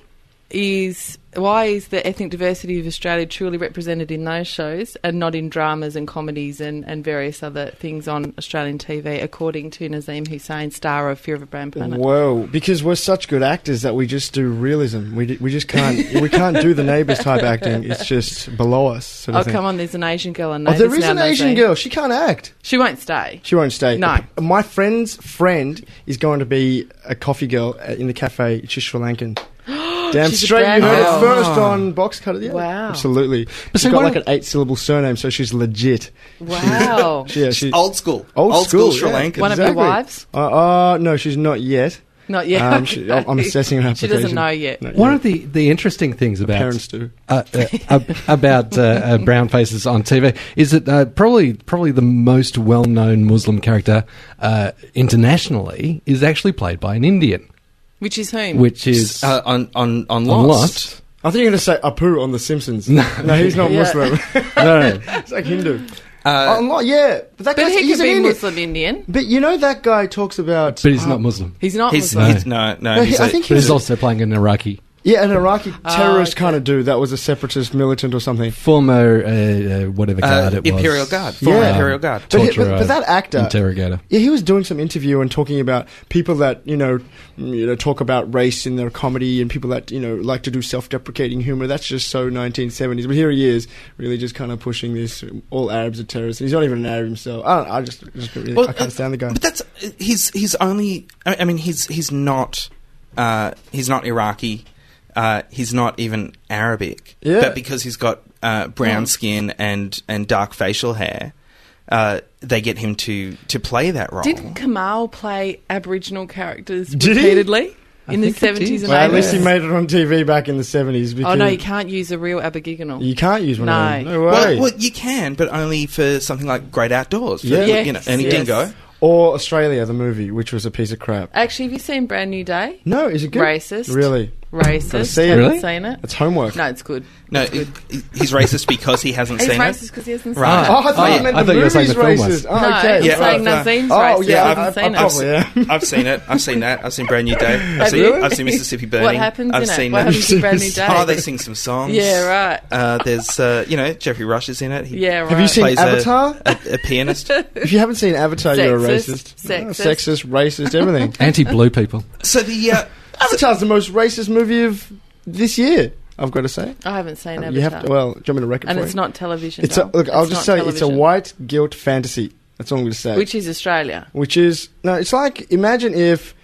Speaker 2: is why is the ethnic diversity of Australia truly represented in those shows and not in dramas and comedies and, and various other things on Australian TV, according to Nazim Hussain, star of Fear of a Brown Planet?
Speaker 5: Whoa! Because we're such good actors that we just do realism. We, d- we just can't we can't do the neighbours type acting. It's just below us. Sort of
Speaker 2: Oh,
Speaker 5: thing.
Speaker 2: come on, there's an Asian girl on
Speaker 5: Oh, there
Speaker 2: Neighbours
Speaker 5: is
Speaker 2: now,
Speaker 5: an Asian
Speaker 2: Nazim.
Speaker 5: girl. She can't act.
Speaker 2: She won't stay.
Speaker 5: She won't stay.
Speaker 2: No.
Speaker 5: My friend's friend is going to be a coffee girl uh, in the cafe. She's Sri Lankan. Damn
Speaker 2: She's a
Speaker 5: straight.
Speaker 2: brown
Speaker 5: You heard
Speaker 2: girl.
Speaker 5: it first on Box Cutter. Yeah,
Speaker 2: Wow.
Speaker 5: Absolutely. She's
Speaker 3: see,
Speaker 5: got
Speaker 3: why
Speaker 5: like an
Speaker 3: don't-
Speaker 5: eight syllable surname, so she's legit.
Speaker 2: Wow.
Speaker 5: She, yeah, she,
Speaker 1: Old school.
Speaker 5: Old
Speaker 1: school,
Speaker 5: school,
Speaker 1: Sri
Speaker 5: yeah.
Speaker 1: Lankan.
Speaker 2: Oh. One of your
Speaker 5: Exactly.
Speaker 2: wives?
Speaker 5: Uh, uh, no, she's not yet.
Speaker 2: Not yet.
Speaker 5: Um, she, I'm, I'm
Speaker 2: Okay.
Speaker 5: assessing her
Speaker 2: She
Speaker 5: application.
Speaker 2: doesn't know yet.
Speaker 5: Not
Speaker 3: one of the, the interesting things about
Speaker 5: parents do.
Speaker 3: uh, uh, ab- about uh, uh, brown faces on TV is that uh, probably probably the most well known Muslim character uh, internationally is actually played by an Indian,
Speaker 2: Which is whom?
Speaker 3: which is
Speaker 1: uh, on on on
Speaker 3: on
Speaker 1: Lost.
Speaker 3: Lost.
Speaker 5: I think you're going to say Apu on The Simpsons. No, he's not
Speaker 2: Yeah.
Speaker 5: Muslim.
Speaker 3: No, no.
Speaker 5: it's like Hindu.
Speaker 1: Uh,
Speaker 5: oh, not, yeah, but
Speaker 2: But
Speaker 5: that guy's,
Speaker 2: he
Speaker 5: he's
Speaker 2: could
Speaker 5: an
Speaker 2: be
Speaker 5: Indian.
Speaker 2: Muslim Indian.
Speaker 5: But you know that guy talks about.
Speaker 3: but he's
Speaker 5: uh,
Speaker 3: not Muslim.
Speaker 2: He's not
Speaker 1: He's,
Speaker 2: Muslim.
Speaker 1: he's- no, no.
Speaker 5: No,
Speaker 1: he's
Speaker 5: he- I
Speaker 1: a-
Speaker 5: think
Speaker 3: But
Speaker 5: he's.
Speaker 3: he's also playing an Iraqi.
Speaker 5: Yeah, an Iraqi
Speaker 2: Ah,
Speaker 5: terrorist
Speaker 2: okay.
Speaker 5: kind of dude that was a separatist militant or something.
Speaker 3: Former uh, uh, whatever guard
Speaker 1: Uh,
Speaker 3: it was.
Speaker 1: Imperial Guard, former
Speaker 5: Yeah.
Speaker 1: Imperial Guard.
Speaker 5: But, he- but,
Speaker 3: Torturer,
Speaker 5: but that actor,
Speaker 3: Interrogator.
Speaker 5: yeah, he was doing some interview and talking about people that you know, mm, you know, talk about race in their comedy and people that you know like to do self-deprecating humor. That's just so 1970s. But here he is, really just kind of pushing this. um, All Arabs are terrorists. He's not even an Arab himself. I, don't, I just, just really, I
Speaker 2: uh,
Speaker 5: can't stand the guy.
Speaker 1: But that's he's he's only. I I mean, he's he's not uh, he's not Iraqi. Uh, he's not even Arabic.
Speaker 5: Yeah.
Speaker 1: But because he's got uh, brown skin and and dark facial hair, uh, they get him to to play that role.
Speaker 2: Did Kamal play Aboriginal characters
Speaker 5: Did he?
Speaker 2: repeatedly in
Speaker 3: think he
Speaker 2: the
Speaker 3: did.
Speaker 2: seventies and
Speaker 5: well, at least
Speaker 2: eighties?
Speaker 5: he made it on TV back in the 70s. Because
Speaker 2: oh no, you can't use a real Aboriginal.
Speaker 5: You can't use one
Speaker 2: No.
Speaker 5: of them. No way.
Speaker 1: well, well, you can, but only for something like Great Outdoors. For,
Speaker 5: Yeah.
Speaker 1: you know,
Speaker 2: Yes,
Speaker 1: and
Speaker 2: yes.
Speaker 1: Dingo.
Speaker 5: or Australia, the movie, which was a piece of crap.
Speaker 2: Actually, have you seen Brand New Day?
Speaker 5: No, is it good?
Speaker 2: Racist.
Speaker 5: Really?
Speaker 2: Racist.
Speaker 5: see it.
Speaker 2: Haven't
Speaker 3: Really?
Speaker 2: seen it?
Speaker 5: It's homework.
Speaker 2: No, it's good.
Speaker 1: No, he- he's racist because he hasn't
Speaker 2: He's
Speaker 1: seen
Speaker 2: racist
Speaker 1: it.
Speaker 2: because he hasn't seen
Speaker 1: Right.
Speaker 2: it.
Speaker 5: Oh, I thought
Speaker 1: Oh,
Speaker 5: you meant
Speaker 3: I
Speaker 5: the
Speaker 3: thought you were
Speaker 5: movie's
Speaker 3: saying the film
Speaker 5: racist.
Speaker 3: was.
Speaker 5: Oh,
Speaker 2: No,
Speaker 5: okay.
Speaker 2: I'm
Speaker 1: Yeah,
Speaker 2: saying
Speaker 1: I've, uh,
Speaker 2: Nazeem's
Speaker 5: oh,
Speaker 2: racist.
Speaker 5: yeah,
Speaker 2: I haven't
Speaker 5: I've-
Speaker 2: seen it.
Speaker 5: I've- I've- yeah.
Speaker 1: I've seen it. I've seen that. I've seen Brand New Day. I've seen,
Speaker 2: you?
Speaker 1: I've seen Mississippi Burning.
Speaker 2: What happens
Speaker 1: I've
Speaker 2: in
Speaker 1: seen
Speaker 2: it? What
Speaker 1: that.
Speaker 2: happens in Brand New Day?
Speaker 1: Oh, they sing some songs.
Speaker 2: Yeah, right.
Speaker 1: Uh, there's, uh, you know, Jeffrey Rush is in it. He
Speaker 2: Yeah, right.
Speaker 5: Have you seen
Speaker 1: plays a-
Speaker 5: Avatar?
Speaker 1: A, a pianist.
Speaker 5: if you haven't seen Avatar, you're a
Speaker 2: Sexist,
Speaker 5: racist.
Speaker 2: sexist.
Speaker 5: sexist, racist, everything.
Speaker 3: Anti-blue people.
Speaker 1: so the uh,
Speaker 5: Avatar's the most racist movie of this year. I've got to say.
Speaker 2: I haven't seen Avatar.
Speaker 5: You have to. Well, do you want me to record
Speaker 2: and
Speaker 5: for
Speaker 2: it's
Speaker 5: you?
Speaker 2: not television.
Speaker 5: It's a,
Speaker 2: doll.
Speaker 5: look. I'll
Speaker 2: It's
Speaker 5: just say
Speaker 2: not
Speaker 5: it's a
Speaker 2: television.
Speaker 5: white guilt fantasy. That's all I'm going to say.
Speaker 2: which is Australia.
Speaker 5: Which is no. It's like imagine if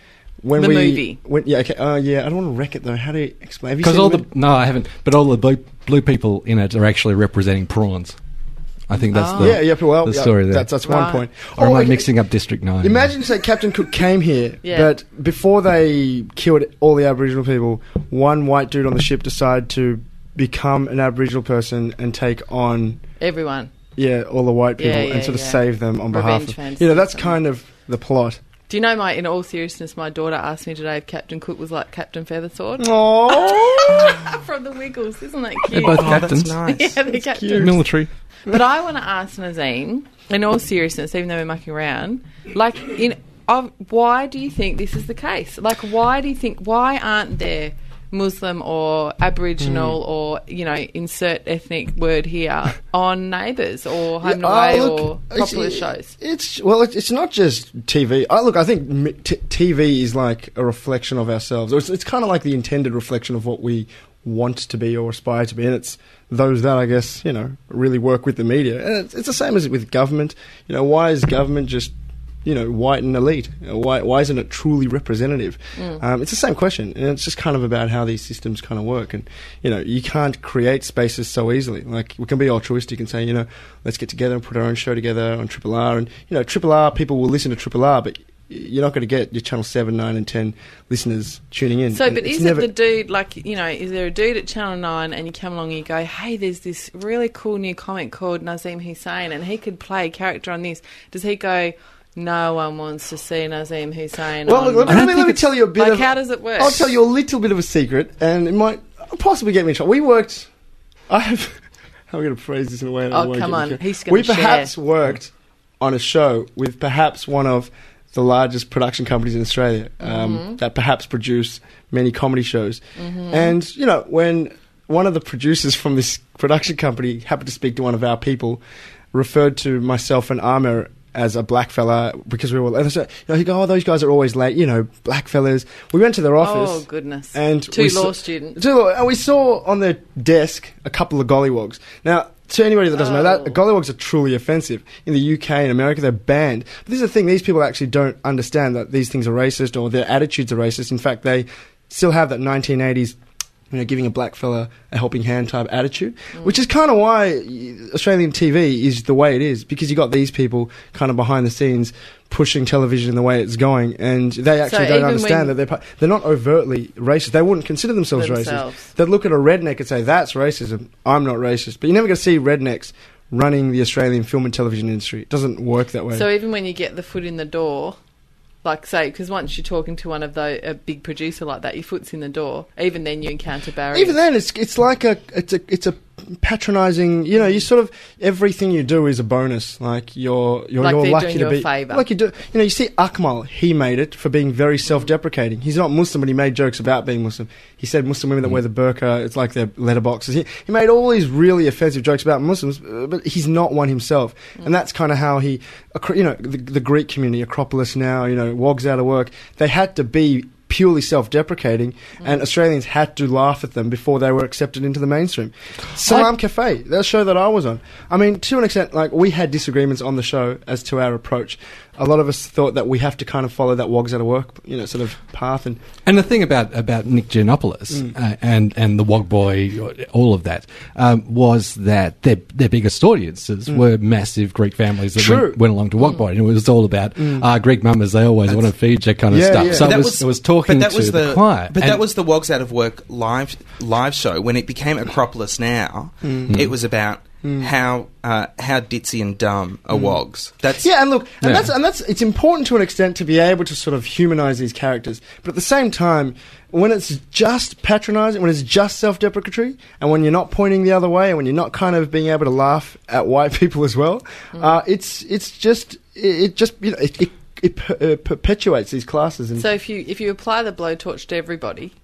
Speaker 5: when
Speaker 2: The
Speaker 5: we
Speaker 2: movie.
Speaker 5: when yeah okay uh, yeah I don't want to wreck it though. How do you explain? Have you
Speaker 3: Because
Speaker 5: seen
Speaker 3: all
Speaker 5: the
Speaker 3: the no, I haven't. But all the blue, blue people in it are actually representing prawns. I think that's
Speaker 2: Oh.
Speaker 3: the
Speaker 5: Ah. yeah yeah well
Speaker 3: the
Speaker 5: yeah,
Speaker 3: story there.
Speaker 5: That's that's
Speaker 2: Right.
Speaker 5: one point.
Speaker 3: Or am
Speaker 5: Oh,
Speaker 3: I
Speaker 5: okay.
Speaker 3: mixing up District Nine?
Speaker 5: Imagine, say, Captain Cook came here,
Speaker 2: Yeah.
Speaker 5: but before they killed all the Aboriginal people, one white dude on the ship decided to become an Aboriginal person and take on,
Speaker 2: Everyone.
Speaker 5: yeah, all the white people
Speaker 2: Yeah, yeah,
Speaker 5: and sort of
Speaker 2: yeah.
Speaker 5: save them on behalf
Speaker 2: Revenge
Speaker 5: of.
Speaker 2: fantasy
Speaker 5: You know, that's
Speaker 2: something.
Speaker 5: kind of the plot.
Speaker 2: Do you know, my? in all seriousness, my daughter asked me today if Captain Cook was like Captain Feathersword
Speaker 5: Oh,
Speaker 2: from The Wiggles. Isn't that
Speaker 3: they're
Speaker 2: cute?
Speaker 3: both
Speaker 1: oh, that's
Speaker 3: captains,
Speaker 1: nice.
Speaker 2: yeah, the captain.
Speaker 3: military.
Speaker 2: But I want to ask Nazim, in all seriousness, even though we're mucking around, like, in of, why do you think this is the case? Like, why do you think, why aren't there Muslim or Aboriginal or, you know, insert ethnic word here on Neighbours or Home and Away
Speaker 5: oh, look,
Speaker 2: or
Speaker 5: it's-
Speaker 2: popular shows?
Speaker 5: It's well, it's it's not just TV. I, look, I think m- t- TV is like a reflection of ourselves. It's, it's kind of like the intended reflection of what we want to be or aspire to be, and it's those that I guess you know really work with the media. And it's, it's the same as with government. You know, why is government just you know white and elite? You know, Why why isn't it truly representative?
Speaker 2: Mm.
Speaker 5: Um, it's the same question, and it's just kind of about how these systems kind of work. And you know, you can't create spaces so easily. Like we can be altruistic and say, you know, let's get together and put our own show together on Triple R, and you know, Triple R people will listen to Triple R, but you're not going to get your channel 7 9 and 10 listeners tuning in
Speaker 2: So,
Speaker 5: And
Speaker 2: but
Speaker 5: it's
Speaker 2: is
Speaker 5: never-
Speaker 2: it the dude, like, you know, is there a dude at Channel 9 and you come along and you go, hey, there's this really cool new comic called Nazim Hussein and he could play a character on this? Does he go, no one wants to see Nazim Hussein?
Speaker 5: Well,
Speaker 2: on
Speaker 5: look, let,
Speaker 2: my-"
Speaker 5: me, let me
Speaker 3: think
Speaker 5: tell you a bit.
Speaker 2: Like,
Speaker 5: of,
Speaker 2: how does it work?
Speaker 5: I'll tell you a little bit of a secret, and it might possibly get me in trouble. We worked. I have. How am I going to phrase this in a way? that I
Speaker 2: Oh,
Speaker 5: won't
Speaker 2: come
Speaker 5: get in
Speaker 2: on,
Speaker 5: trouble?
Speaker 2: he's gonna
Speaker 5: We
Speaker 2: share.
Speaker 5: perhaps worked on a show with perhaps one of the largest production companies in Australia um,
Speaker 2: Mm-hmm.
Speaker 5: that perhaps produce many comedy shows. And you know when one of the producers from this production company happened to speak to one of our people, referred to myself and Armour as a black fella because we were all, and so, you know, he go, oh, those guys are always late, you know, black fellas. We went to their office.
Speaker 2: Oh, goodness.
Speaker 5: And
Speaker 2: Two
Speaker 5: we
Speaker 2: law
Speaker 5: saw-
Speaker 2: students.
Speaker 5: Two law- and we saw on their desk a couple of gollywogs. Now, to anybody that doesn't know
Speaker 2: Oh.
Speaker 5: that, gollywogs are truly offensive. In the UK and America, they're banned. But this is the thing, these people actually don't understand that these things are racist or their attitudes are racist. In fact, they still have that 1980s. You know, giving a black fella a helping hand type attitude,
Speaker 2: Mm.
Speaker 5: which is kind of why y- Australian TV is the way it is because you got these people kind of behind the scenes pushing television in the way it's going, and they actually don't
Speaker 2: even when-
Speaker 5: understand that they're pa- they're not overtly racist. They wouldn't consider themselves,
Speaker 2: Themselves.
Speaker 5: racist. They'd look at a redneck and say, "That's racism. I'm not racist." But you're never going to see rednecks running the Australian film and television industry. It doesn't work that way.
Speaker 2: So, even when you get the foot in the door, like, say, because once you're talking to one of those, a big producer like that, your foot's in the door, even then you encounter barriers.
Speaker 5: Even then, it's it's like a it's a it's a patronizing. You know, you sort of everything you do is a bonus. Like you're you're,
Speaker 2: Like
Speaker 5: you're
Speaker 2: they're
Speaker 5: lucky
Speaker 2: doing
Speaker 5: to
Speaker 2: you a
Speaker 5: be
Speaker 2: favour.
Speaker 5: like you do. You know, you see Akmal. He made it for being very self-deprecating. He's not Muslim, but he made jokes about being Muslim. He said Muslim women that wear the burqa, it's like their letterboxes. He, he made all these really offensive jokes about Muslims, uh, but he's not one himself.
Speaker 2: Hmm.
Speaker 5: And that's kind of how he, Acro- you know, the, the Greek community, Acropolis now, you know, Wogs out of work. They had to be purely self-deprecating and Australians had to laugh at them before they were accepted into the mainstream. Salam Cafe, that show that I was on. I mean, to an extent, like we had disagreements on the show as to our approach. A lot of us thought that we have to kind of follow that wogs out of work, you know, sort of path. And
Speaker 3: And the thing about about Nick Giannopoulos
Speaker 5: Mm.
Speaker 3: uh, and and the Wog Boy, all of that, um, was that their their biggest audiences were massive Greek families that
Speaker 5: Mm. True. Mm.
Speaker 3: went, went along to Wog Boy, and it was all about uh, Greek mamas. They always want to feed you kind of
Speaker 5: Yeah,
Speaker 3: stuff.
Speaker 5: yeah.
Speaker 3: So
Speaker 5: But
Speaker 3: it
Speaker 1: that
Speaker 3: was, it was talking
Speaker 1: but that
Speaker 3: to
Speaker 1: was
Speaker 3: the, choir.
Speaker 1: But
Speaker 3: And-
Speaker 1: that was the Wogs Out of Work live live show when it became Acropolis. Now
Speaker 5: Mm.
Speaker 1: it was about how uh, how ditzy and dumb are Wogs. That's
Speaker 5: Mm. yeah, and look, and
Speaker 3: Yeah.
Speaker 5: that's and that's it's important to an extent to be able to sort of humanize these characters, but at the same time, when it's just patronizing, when it's just self-deprecatory, and when you're not pointing the other way, and when you're not kind of being able to laugh at white people as well, uh, it's it's just it, it just you know it. it it per- uh, perpetuates these classes, and
Speaker 2: So if you if you apply the blowtorch to everybody,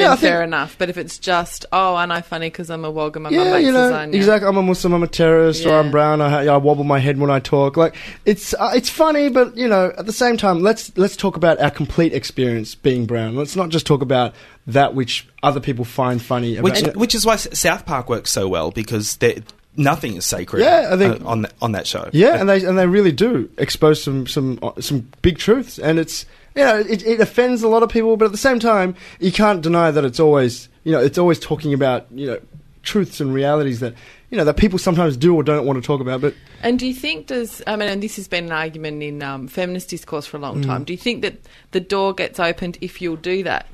Speaker 2: then
Speaker 5: I think-
Speaker 2: fair enough. But if it's just oh, aren't I funny because I'm a wog and my mum
Speaker 5: yeah,
Speaker 2: makes
Speaker 5: you know,
Speaker 2: lasagna?
Speaker 5: exactly. I'm a Muslim. I'm a terrorist, or
Speaker 2: Yeah.
Speaker 5: I'm brown. I, ha- I wobble my head when I talk. Like it's uh, it's funny, but you know, at the same time, let's let's talk about our complete experience being brown. Let's not just talk about that which other people find funny. About,
Speaker 1: which which is why S- South Park works so well because there- nothing is sacred.
Speaker 5: Yeah, I think-
Speaker 1: uh, on th- on that show.
Speaker 5: yeah, and they and they really do expose some some uh, some big truths, and it's you know it, it offends a lot of people, but at the same time, you can't deny that it's always you know it's always talking about you know truths and realities that you know that people sometimes do or don't want to talk about, but.
Speaker 2: And do you think does I mean and this has been an argument in um, feminist discourse for a
Speaker 5: Mm.
Speaker 2: long time. Do you think that the door gets opened if you'll do that?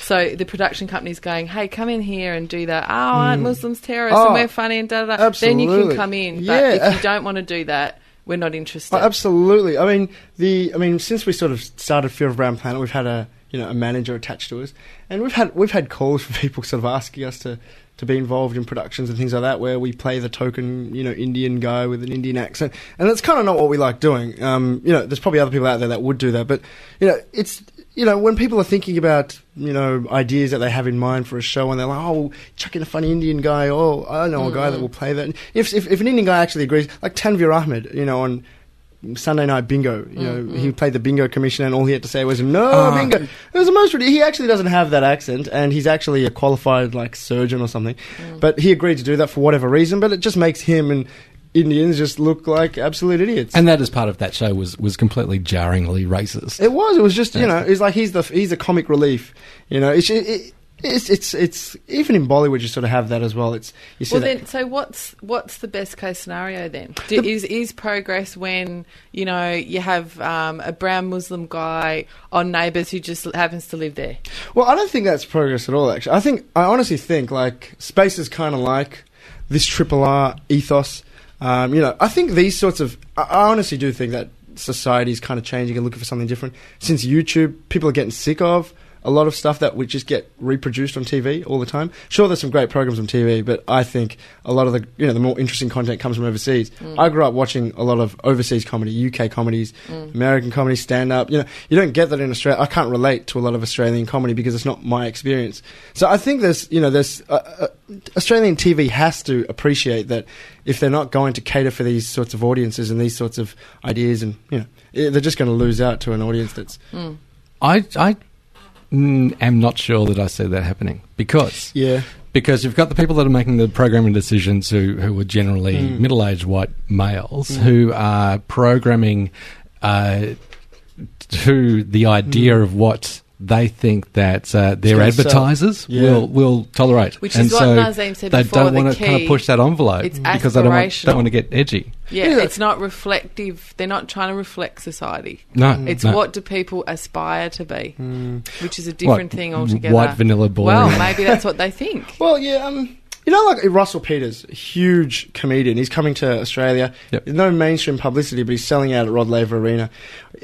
Speaker 2: So the production company's going, hey, come in here and do that. Oh, aren't Muslims terrorists?
Speaker 5: Mm. Oh,
Speaker 2: and we're funny and da da da. Then you
Speaker 5: absolutely.
Speaker 2: can come in. But
Speaker 5: Yeah.
Speaker 2: if you don't want to do that, we're not interested.
Speaker 5: Oh, absolutely. I mean, the I mean, since we sort of started Fear of Brown Planet, we've had a you know a manager attached to us, and we've had we've had calls from people sort of asking us to to be involved in productions and things like that, where we play the token you know Indian guy with an Indian accent, and that's kind of not what we like doing. Um, you know, there's probably other people out there that would do that, but you know, it's you know when people are thinking about you know ideas that they have in mind for a show, and they're like, oh, we'll chuck in a funny Indian guy. Oh, I know a guy that will play that. And If, if if an Indian guy actually agrees, like Tanvir Ahmed, you know on Sunday night bingo. You know,
Speaker 2: Mm-hmm.
Speaker 5: he played the bingo commissioner, and all he had to say was "no
Speaker 1: Ah.
Speaker 5: bingo." It was the most. ridiculous- He actually doesn't have that accent, and he's actually a qualified like surgeon or something.
Speaker 2: Mm.
Speaker 5: But he agreed to do that for whatever reason. But it just makes him and Indians just look like absolute idiots.
Speaker 3: and that as part of that show was was completely jarringly racist.
Speaker 5: It was. It was just you know. It's like he's the he's the comic relief. You know. It's it, it's it's it's even in Bollywood you sort of have that as well. It's you see
Speaker 2: Well,
Speaker 5: that-
Speaker 2: then, so what's what's the best case scenario then? Do, is is progress when you know you have um, a brown Muslim guy on Neighbours who just happens to live there?
Speaker 5: Well, I don't think that's progress at all. Actually, I think I honestly think like space is kind of like this triple R ethos. Um, you know, I think these sorts of I, I honestly do think that society is kind of changing and looking for something different. Since YouTube, people are getting sick of a lot of stuff that would just get reproduced on TV all the time. Sure, there's some great programs on TV, but I think a lot of the you know the more interesting content comes from overseas. I grew up watching a lot of overseas comedy, UK comedies, American comedy, stand up. You know, you don't get that in Australia. I can't relate to a lot of Australian comedy because it's not my experience. So I think there's you know there's uh, uh, Australian TV has to appreciate that if they're not going to cater for these sorts of audiences and these sorts of ideas, and you know eh, they're just going to lose out to an audience that's
Speaker 3: I I mm, am not sure that I see that happening because
Speaker 5: yeah.
Speaker 3: because you've got the people that are making the programming decisions who, who are generally
Speaker 5: Hmm.
Speaker 3: middle-aged white males who are programming uh, to the idea of what they think that uh, their
Speaker 5: Hmm. gonna sell.
Speaker 3: advertisers
Speaker 5: Yeah.
Speaker 3: will will tolerate,
Speaker 2: Which is what Nazim said
Speaker 3: they
Speaker 2: before,
Speaker 3: don't
Speaker 2: the
Speaker 3: want to kind
Speaker 2: key-
Speaker 3: of push that envelope
Speaker 2: it's
Speaker 3: because they don't want,
Speaker 2: aspirational.
Speaker 3: don't want to get edgy.
Speaker 2: Yeah,
Speaker 5: Yeah.
Speaker 2: it's not reflective. They're not trying to reflect society.
Speaker 3: No,
Speaker 2: It's
Speaker 3: Mm. no. Mm.
Speaker 2: what do people aspire to be, which is a different
Speaker 3: What,
Speaker 2: thing altogether.
Speaker 3: white vanilla boy.
Speaker 2: Well, maybe that's what they think.
Speaker 5: Well, yeah, um, You know, like Russell Peters, huge comedian. He's coming to Australia.
Speaker 3: Yep.
Speaker 5: No mainstream publicity, but he's selling out at Rod Laver Arena.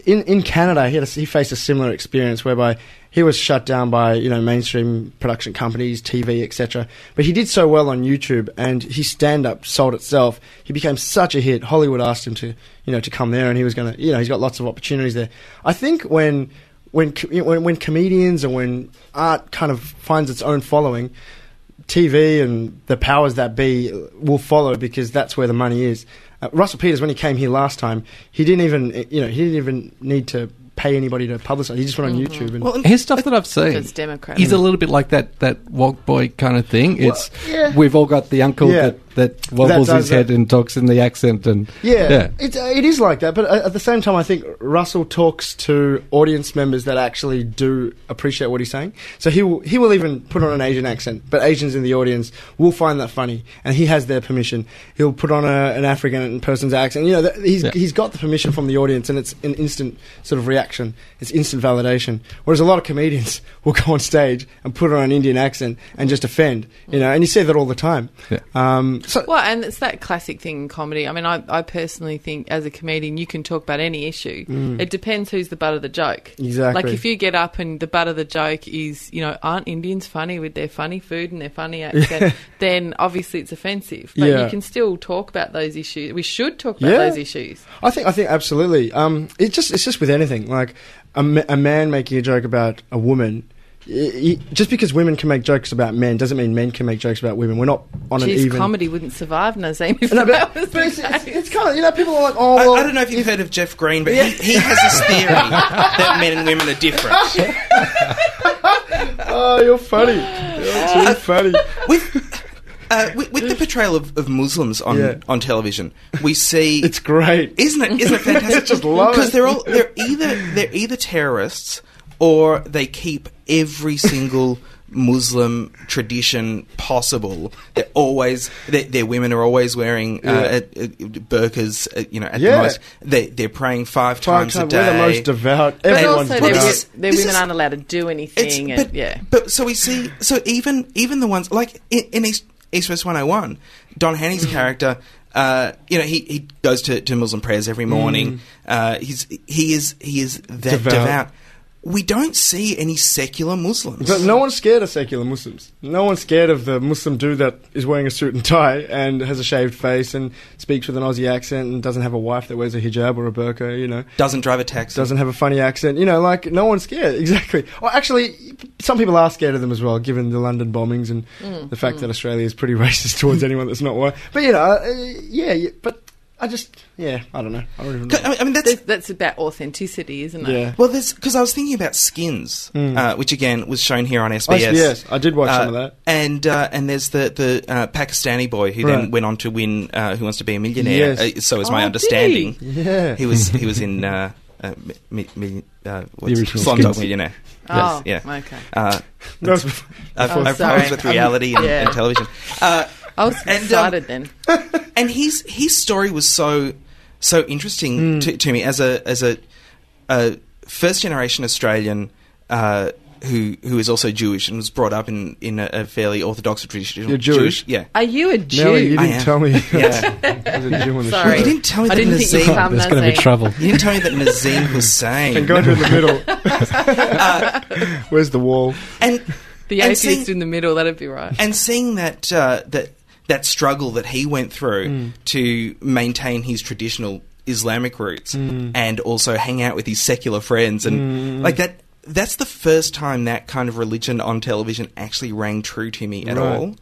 Speaker 5: In in Canada, he had a, he faced a similar experience whereby he was shut down by you know mainstream production companies, TV, etc. But he did so well on YouTube, and his stand up sold itself. He became such a hit. Hollywood asked him to you know to come there, and he was going to you know he's got lots of opportunities there. I think when when co- when, when comedians and when art kind of finds its own following. TV and the powers that be will follow because that's where the money is. Uh, Russell Peters, when he came here last time, he didn't even you know he didn't even need to pay anybody to publicize. He just went on YouTube and
Speaker 1: Well,
Speaker 3: Here's stuff that I've seen.
Speaker 2: It's Democrat.
Speaker 3: He's a little bit like that that walk boy kind of thing. It's
Speaker 5: yeah.
Speaker 3: we've all got the uncle
Speaker 5: Yeah.
Speaker 3: that that wobbles
Speaker 5: does
Speaker 3: his head
Speaker 5: that.
Speaker 3: and talks in the accent and
Speaker 5: yeah, It's, uh, it is like that. But uh, at the same time, I think Russell talks to audience members that actually do appreciate what he's saying. So he will he will even put on an Asian accent, but Asians in the audience will find that funny, and he has their permission. He'll put on a, an African person's accent. You know, th- he's
Speaker 3: Yeah.
Speaker 5: he's got the permission from the audience, and it's an instant sort of reaction. It's instant validation. Whereas a lot of comedians will go on stage and put on an Indian accent and just offend. You know, and you see that all the time.
Speaker 3: Yeah.
Speaker 5: Um, so
Speaker 2: Well, and it's that classic thing in comedy. I mean, I, I personally think as a comedian, you can talk about any issue. It depends who's the butt of the joke.
Speaker 5: Mm. Exactly.
Speaker 2: Like if you get up and the butt of the joke is, you know, aren't Indians funny with their funny food and their funny accent, then obviously it's offensive. But
Speaker 5: Yeah.
Speaker 2: you can still talk about those issues. We should talk about
Speaker 5: Yeah.
Speaker 2: those issues.
Speaker 5: I think I think absolutely. Um, it's just it's just with anything like a, ma- a man making a joke about a woman. i- i- Just because women can make jokes about men doesn't mean men can make jokes about women. We're not on
Speaker 2: Jeez,
Speaker 5: an even.
Speaker 2: comedy wouldn't survive, Nazim, if
Speaker 5: No,
Speaker 2: that
Speaker 5: but,
Speaker 2: was
Speaker 5: but
Speaker 2: the
Speaker 5: it's, it's,
Speaker 2: case.
Speaker 5: it's kind of you know people are like oh
Speaker 1: I,
Speaker 5: well,
Speaker 1: I don't know if you've heard of Jeff Green, but he, he has this theory that men and women are different.
Speaker 5: oh you're funny you're too funny
Speaker 1: Uh, With, uh, with, with the portrayal of, of Muslims on,
Speaker 5: Yeah.
Speaker 1: on television, we see
Speaker 5: it's great
Speaker 1: Isn't it? Isn't it fantastic?
Speaker 5: Just love it.
Speaker 1: because they're all they're either they're either terrorists or they keep every single Muslim tradition possible. They're always their, their women are always wearing uh,
Speaker 5: Yeah.
Speaker 1: uh, uh, burqas. Uh, you know, at
Speaker 5: Yeah.
Speaker 1: the most they they're praying five,
Speaker 5: Five
Speaker 1: times, a
Speaker 5: times-
Speaker 1: day.
Speaker 5: we're the most devout
Speaker 2: But
Speaker 5: everyone's
Speaker 2: also, their,
Speaker 1: this
Speaker 5: devout.
Speaker 1: is-
Speaker 2: their
Speaker 1: this
Speaker 2: women
Speaker 1: is-
Speaker 2: aren't allowed to do
Speaker 1: It's-
Speaker 2: anything.
Speaker 1: but,
Speaker 2: and, yeah.
Speaker 1: But so we see. So even even the ones like in, in East, East West One Hundred One, Don Haney's
Speaker 2: Mm.
Speaker 1: character. Uh, you know, he, he goes to, to Muslim prayers every
Speaker 2: Mm.
Speaker 1: morning. Uh, he's he is he is that
Speaker 5: Devout.
Speaker 1: devout. We don't see any secular Muslims.
Speaker 5: But no one's scared of secular Muslims. No one's scared of the Muslim dude that is wearing a suit and tie and has a shaved face and speaks with an Aussie accent and doesn't have a wife that wears a hijab or a burqa, you know.
Speaker 1: doesn't drive a taxi.
Speaker 5: doesn't have a funny accent. You know, like no one's scared. Exactly. Or actually, some people are scared of them as well, given the London bombings and the fact that Australia is pretty racist towards anyone that's not white. But you know, uh, yeah, yeah. But I just, yeah, I don't know. I don't even know.
Speaker 1: I mean- I mean, that's
Speaker 2: There's- that's about authenticity, isn't it?
Speaker 5: Yeah.
Speaker 1: well, there's because I was thinking about Skins, uh, which again was shown here on SBS.
Speaker 5: Mm. Oh, yes, I did watch
Speaker 1: Uh,
Speaker 5: some of that.
Speaker 1: And uh, and there's the the uh, Pakistani boy who
Speaker 5: Right.
Speaker 1: then went on to win uh, Who Wants to Be a Millionaire.
Speaker 5: Yes.
Speaker 1: Uh, so is
Speaker 2: Oh, did
Speaker 1: my
Speaker 2: he?
Speaker 1: understanding.
Speaker 5: Yeah.
Speaker 1: he was he was in uh, uh, mi- mi- uh, what's
Speaker 3: The
Speaker 1: it?
Speaker 3: original
Speaker 1: Slumdog
Speaker 3: Skins.
Speaker 1: Millionaire.
Speaker 2: Oh,
Speaker 1: Yes, yeah.
Speaker 2: okay.
Speaker 1: Uh,
Speaker 5: No, it's-
Speaker 1: I've,
Speaker 2: Oh,
Speaker 1: I've
Speaker 2: sorry.
Speaker 1: problems with reality
Speaker 2: Um,
Speaker 1: and,
Speaker 2: yeah.
Speaker 1: and television. Uh,
Speaker 2: I was
Speaker 1: And, um,
Speaker 2: excited then.
Speaker 1: and his his story was so so
Speaker 5: Hmm.
Speaker 1: interesting to, to me as a as a, a first generation Australian uh, who who is also Jewish and was brought up in in a, a fairly orthodox traditional
Speaker 5: You're Jewish?
Speaker 1: yeah.
Speaker 2: Are you a Jew?
Speaker 5: Nelly, you
Speaker 1: I
Speaker 5: didn't
Speaker 1: am.
Speaker 5: tell me.
Speaker 1: Yeah.
Speaker 5: There's a Jew on the
Speaker 2: Sorry.
Speaker 5: show.
Speaker 1: You didn't tell me
Speaker 2: I
Speaker 1: that
Speaker 2: didn't think you
Speaker 1: Nazim.
Speaker 2: found-
Speaker 1: you
Speaker 2: I'm
Speaker 3: there's
Speaker 2: not
Speaker 3: going to be
Speaker 2: saying-
Speaker 3: trouble.
Speaker 1: didn't tell me that Nazim was
Speaker 5: And
Speaker 1: saying,
Speaker 5: go to the middle.
Speaker 2: Uh,
Speaker 5: Where's the wall?
Speaker 1: and
Speaker 2: the
Speaker 1: and
Speaker 2: atheist
Speaker 1: seeing-
Speaker 2: in the middle, that'd be right.
Speaker 1: and seeing that uh, that that struggle that he went through to maintain his traditional Islamic roots and also hang out with his secular friends and like that that's the first time that kind of religion on television actually rang true to me at
Speaker 5: Right.
Speaker 1: all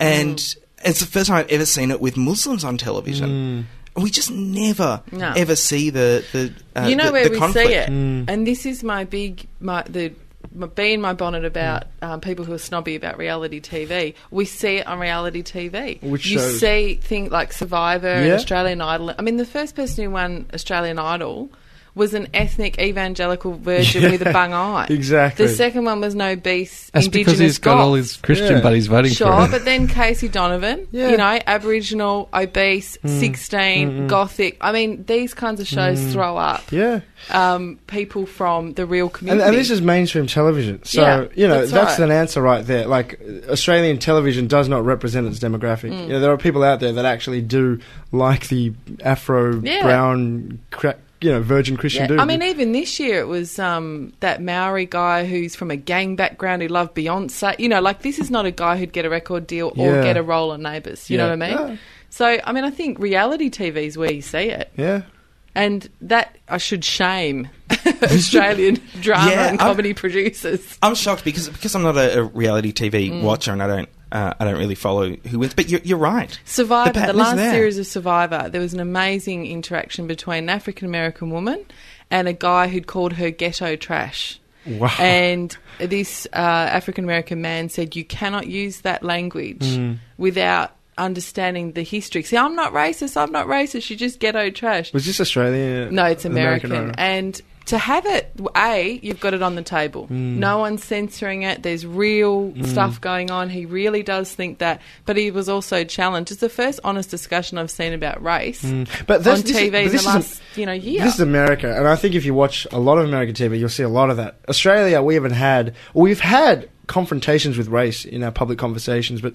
Speaker 1: and
Speaker 2: Mm.
Speaker 1: it's the first time I've ever seen it with Muslims on television and we just never
Speaker 2: No.
Speaker 1: ever see the the uh,
Speaker 2: you know
Speaker 1: the-
Speaker 2: where
Speaker 1: the
Speaker 2: we
Speaker 1: conflict.
Speaker 2: see it, and this is my big my the my, bee in my bonnet about um, people who are snobby about reality TV. We see it on reality TV.
Speaker 5: Which
Speaker 2: you
Speaker 5: shows?
Speaker 2: see things like Survivor and
Speaker 5: Yeah.
Speaker 2: Australian Idol. I mean, the first person who won Australian Idol. was an ethnic evangelical virgin with a bung eye.
Speaker 5: Exactly.
Speaker 2: The second one was an obese
Speaker 3: That's
Speaker 2: indigenous
Speaker 3: because he's got all
Speaker 2: goth.
Speaker 3: his Christian
Speaker 5: Yeah.
Speaker 3: buddies voting
Speaker 2: Sure,
Speaker 3: for him.
Speaker 2: but then Casey Donovan,
Speaker 5: Yeah.
Speaker 2: you know, Aboriginal, obese, 16, gothic. I mean, these kinds of shows throw up
Speaker 5: yeah.
Speaker 2: um, people from the real
Speaker 5: And,
Speaker 2: community.
Speaker 5: and this is mainstream television. So,
Speaker 2: Yeah,
Speaker 5: you know,
Speaker 2: that's
Speaker 5: that's,
Speaker 2: right.
Speaker 5: an answer right there. Like, Australian television does not represent its demographic.
Speaker 2: Mm.
Speaker 5: You know, there are people out there that actually do like the Afro
Speaker 2: Yeah.
Speaker 5: brown, cra- you know, virgin Christian
Speaker 2: Yeah.
Speaker 5: dude.
Speaker 2: I mean, even this year it was um, that Maori guy who's from a gang background who loved Beyonce. You know, like this is not a guy who'd get a record deal or
Speaker 5: Yeah.
Speaker 2: get a role on Neighbours. You know
Speaker 5: Yeah.
Speaker 2: what I mean?
Speaker 5: Yeah.
Speaker 2: So, I mean, I think reality TV is where you see it,
Speaker 5: yeah.
Speaker 2: and that I should shame Australian drama
Speaker 1: Yeah,
Speaker 2: and
Speaker 1: I've-
Speaker 2: comedy producers.
Speaker 1: I'm shocked because because I'm not a, a reality TV
Speaker 2: Mm.
Speaker 1: watcher and I don't uh, I don't really follow who wins. But you're, you're right.
Speaker 2: Survivor, the,
Speaker 1: pattern is
Speaker 2: last
Speaker 1: there.
Speaker 2: series of Survivor, there was an amazing interaction between an African American woman and a guy who'd called her ghetto trash.
Speaker 5: Wow.
Speaker 2: And this uh, African American man said, You cannot use that language without understanding the history. See, I'm not racist, I'm not racist, you're just ghetto trash.
Speaker 5: Was this Australian?
Speaker 2: No, it's American.
Speaker 5: right?
Speaker 2: and to have it, A, you've got it on the table.
Speaker 5: Hmm.
Speaker 2: No one's censoring it. There's real stuff going on. He really does think that. But he was also challenged. It's the first honest discussion I've seen about race
Speaker 5: But
Speaker 2: on
Speaker 5: that's, Hmm. this,
Speaker 2: TV
Speaker 5: but
Speaker 2: in
Speaker 5: this
Speaker 2: the
Speaker 5: is
Speaker 2: last you know, year.
Speaker 5: This is America, and I think if you watch a lot of American TV, you'll see a lot of that. Australia, we haven't had, we've had confrontations with race in our public conversations, but